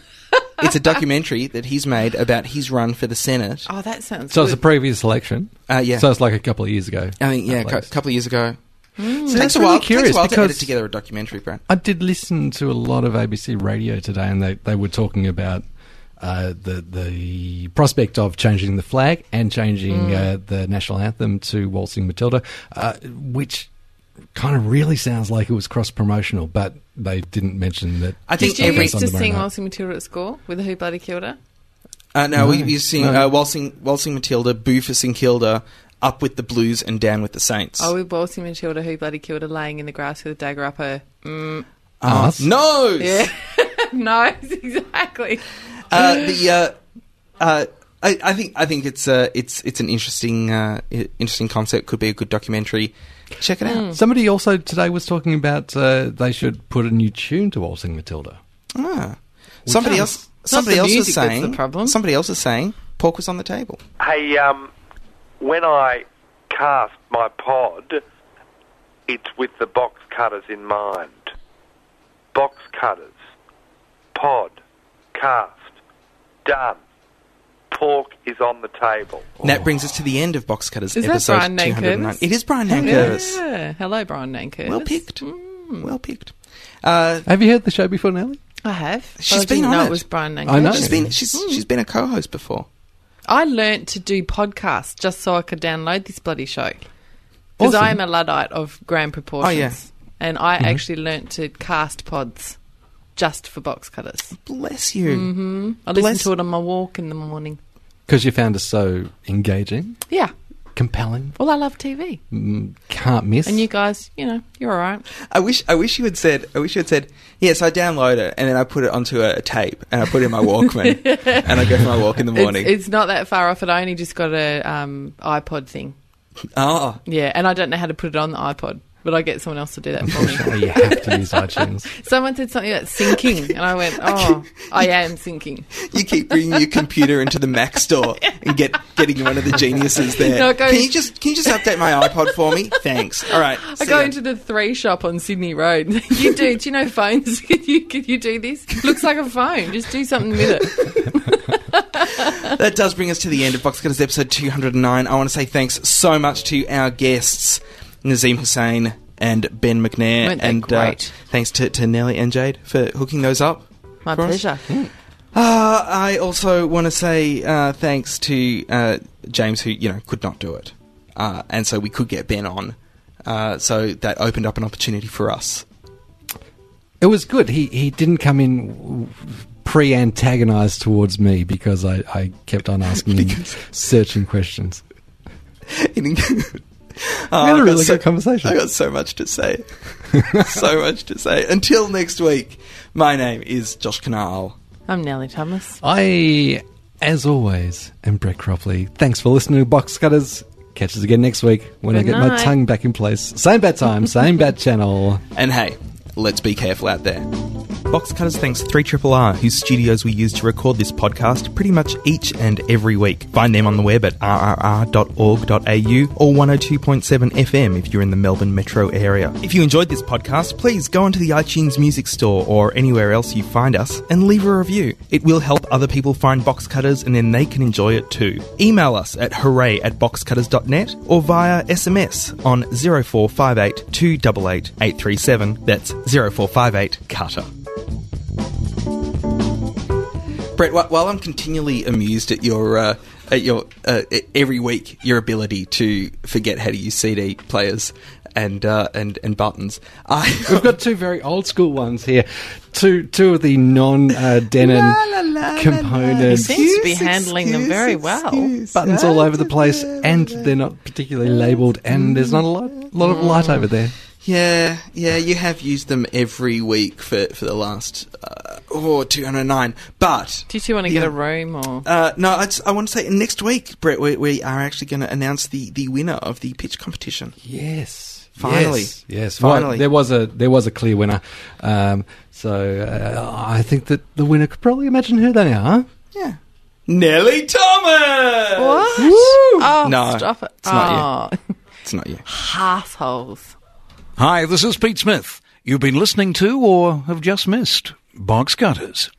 Speaker 1: it's a documentary that he's made about his run for the Senate.
Speaker 2: Oh, that sounds
Speaker 3: So
Speaker 2: good.
Speaker 3: it's a previous election.
Speaker 1: Uh, yeah,
Speaker 3: So it's like a couple of years ago.
Speaker 1: I think yeah, a
Speaker 3: at
Speaker 1: cou-
Speaker 3: least.
Speaker 1: couple of years ago.
Speaker 3: So
Speaker 1: takes
Speaker 3: that's
Speaker 1: a while.
Speaker 3: really curious
Speaker 1: takes a while to edit
Speaker 3: because
Speaker 1: together a documentary, Brad.
Speaker 3: I did listen to a lot of ABC radio today, and they, they were talking about uh, the the prospect of changing the flag and changing
Speaker 2: Mm.
Speaker 3: uh, the national anthem to "Waltzing Matilda," uh, which kind of really sounds like it was cross promotional, but they didn't mention that.
Speaker 1: I think
Speaker 2: Did you
Speaker 1: every-
Speaker 2: used to
Speaker 3: It's on the
Speaker 2: sing
Speaker 3: burnout.
Speaker 2: Waltzing Matilda at school with Who Bloody Killed Her?
Speaker 1: Uh, no,
Speaker 3: No.
Speaker 1: we, we sing
Speaker 3: No.
Speaker 1: uh, waltzing, waltzing Matilda, Boo for St Kilda, Up with the Blues and Down with the Saints.
Speaker 2: Oh, with Waltzing Matilda, who bloody killed her laying in the grass with a dagger up her. Mm,
Speaker 1: Uh,
Speaker 3: Us?
Speaker 1: no!
Speaker 2: yeah. no, exactly.
Speaker 1: Uh, the uh, uh, I, I think I think it's uh, it's it's an interesting uh, i- interesting concept. Could be a good documentary. Check it out.
Speaker 3: Somebody also today was talking about uh, they should put a new tune to Waltzing Matilda.
Speaker 1: Ah. Somebody
Speaker 2: can't-
Speaker 1: else.
Speaker 2: Hmm. it's not
Speaker 1: Somebody
Speaker 2: the
Speaker 1: else was
Speaker 2: music that's
Speaker 1: saying.
Speaker 2: the problem.
Speaker 1: Somebody else was saying. Pork was on the table.
Speaker 9: Hey, um, when I cast my pod, it's with the box cutters in mind. Box cutters, pod, cast, done. Pork is on the table.
Speaker 1: And that brings us to the end of Box Cutters
Speaker 2: Is that
Speaker 1: episode
Speaker 2: Brian Nan
Speaker 1: 209.
Speaker 2: Curtis?
Speaker 1: It is Brian Nan Curtis.
Speaker 2: Yeah. Hello, Brian Nanker.
Speaker 1: Well picked.
Speaker 2: Hmm.
Speaker 1: Well picked. Uh,
Speaker 3: Have you heard the show before, Nelly?
Speaker 2: I have.
Speaker 1: She's
Speaker 2: But I
Speaker 1: been
Speaker 2: didn't
Speaker 1: on
Speaker 2: know
Speaker 1: it.
Speaker 2: it was Brian Nanker.
Speaker 3: I know.
Speaker 1: she's been she's
Speaker 2: Mm.
Speaker 1: she's been a co-host before.
Speaker 2: I learnt to do podcasts just so I could download this bloody show. Because I am a Luddite of grand proportions.
Speaker 1: Oh, yeah.
Speaker 2: And I
Speaker 3: Mm-hmm.
Speaker 2: actually learnt to cast pods just for box cutters.
Speaker 1: Bless you.
Speaker 2: I listen
Speaker 1: Bless-
Speaker 2: to it on my walk in the morning.
Speaker 3: Because you found us so engaging,
Speaker 2: Yeah.
Speaker 3: compelling,
Speaker 2: Well, I love TV.
Speaker 3: mm, can't miss.
Speaker 2: And you guys, you know, you're all right.
Speaker 1: I wish I wish you had said I wish you had said yes. I download it and then I put it onto a, a tape and I put it in my Walkman and I go for my walk in the morning.
Speaker 2: It's, it's not that far off. And I only just got a um, iPod thing.
Speaker 1: oh,
Speaker 2: Yeah. And I don't know how to put it on the iPod, but I get someone else to do that for me.
Speaker 3: Oh, you have to use iTunes.
Speaker 2: Someone said something about sinking, and I went, "Oh, I am sinking."
Speaker 1: you keep bringing your computer into the Mac store and get getting one of the geniuses there.
Speaker 2: No, it goes-
Speaker 1: can you just can you just update my iPod for me? Thanks. All right.
Speaker 2: I
Speaker 1: see
Speaker 2: go
Speaker 1: ya.
Speaker 2: into the three shop on Sydney Road. you do? Do you know phones? Can you can you do this? Looks like a phone. Just do something with it.
Speaker 1: that does bring us to the end of Box Cutters episode 209. I want to say thanks so much to our guests, Nazim Hussein and Ben McNair.
Speaker 2: Weren't they
Speaker 1: and
Speaker 2: great?
Speaker 1: Uh, thanks to, to Nellie and Jade for hooking those up.
Speaker 2: My
Speaker 1: for us.
Speaker 2: pleasure.
Speaker 1: Uh, I also want to say uh, thanks to uh, James, who you know could not do it, uh, and so we could get Ben on. Uh, so that opened up an opportunity for us.
Speaker 3: It was good. He he didn't come in pre-antagonized towards me because I, I kept on asking him searching questions.
Speaker 1: oh,
Speaker 3: We had
Speaker 1: Ah, I've
Speaker 3: a
Speaker 1: got
Speaker 3: really
Speaker 1: so-
Speaker 3: good conversation.
Speaker 1: I got so much to say, so much to say. Until next week, my name is Josh Canal.
Speaker 2: I'm Nellie Thomas.
Speaker 3: I, as always, am Brett Cropley. Thanks for listening to Box Cutters. Catch us again next week when I
Speaker 2: Good
Speaker 3: get my
Speaker 2: night.
Speaker 3: tongue back in place. Same bat time, same bat channel.
Speaker 1: And hey, let's be careful out there. Box Cutters thanks 3RRR, whose studios we use to record this podcast pretty much each and every week. Find them on the web at rrr.org.au or 102.7 FM if you're in the Melbourne metro area. If you enjoyed this podcast, please go onto the iTunes Music Store or anywhere else you find us and leave a review. It will help other people find Box Cutters and then they can enjoy it too. Email us at hooray at boxcutters.net or via SMS on 0458 288 837. That's 0458 Cutter. Brett, wh- while I'm continually amused at your uh, at your uh, e- every week your ability to forget how to use CD players and uh, and and buttons, I
Speaker 3: We've got two very old school ones here. Two two of the non uh, Denon
Speaker 2: He
Speaker 3: components.
Speaker 2: seems to be handling them very well.
Speaker 3: Buttons all over the place, and they're not particularly labelled, and there's not a lot, lot of light over there.
Speaker 1: yeah, yeah, you have used them every week for for the last uh, oh 209, but.
Speaker 2: Do you two want to get
Speaker 1: Yeah.
Speaker 2: a room or?
Speaker 1: Uh, no, I, just- I want to say next week, Brett, we, we are actually going to announce the, the winner of the pitch competition.
Speaker 3: Yes.
Speaker 1: Finally.
Speaker 3: Yes. yes.
Speaker 1: Finally.
Speaker 3: Well, there was a there was a clear winner. Um, so uh, I think that the winner could probably imagine who they are.
Speaker 1: Yeah. Nellie Thomas!
Speaker 2: What? Oh,
Speaker 1: No,
Speaker 2: stop it!
Speaker 1: it's not
Speaker 2: oh,
Speaker 1: It's not you.
Speaker 2: assholes.
Speaker 10: Hi, this is Pete Smith. You've been listening to or have just missed Box Cutters.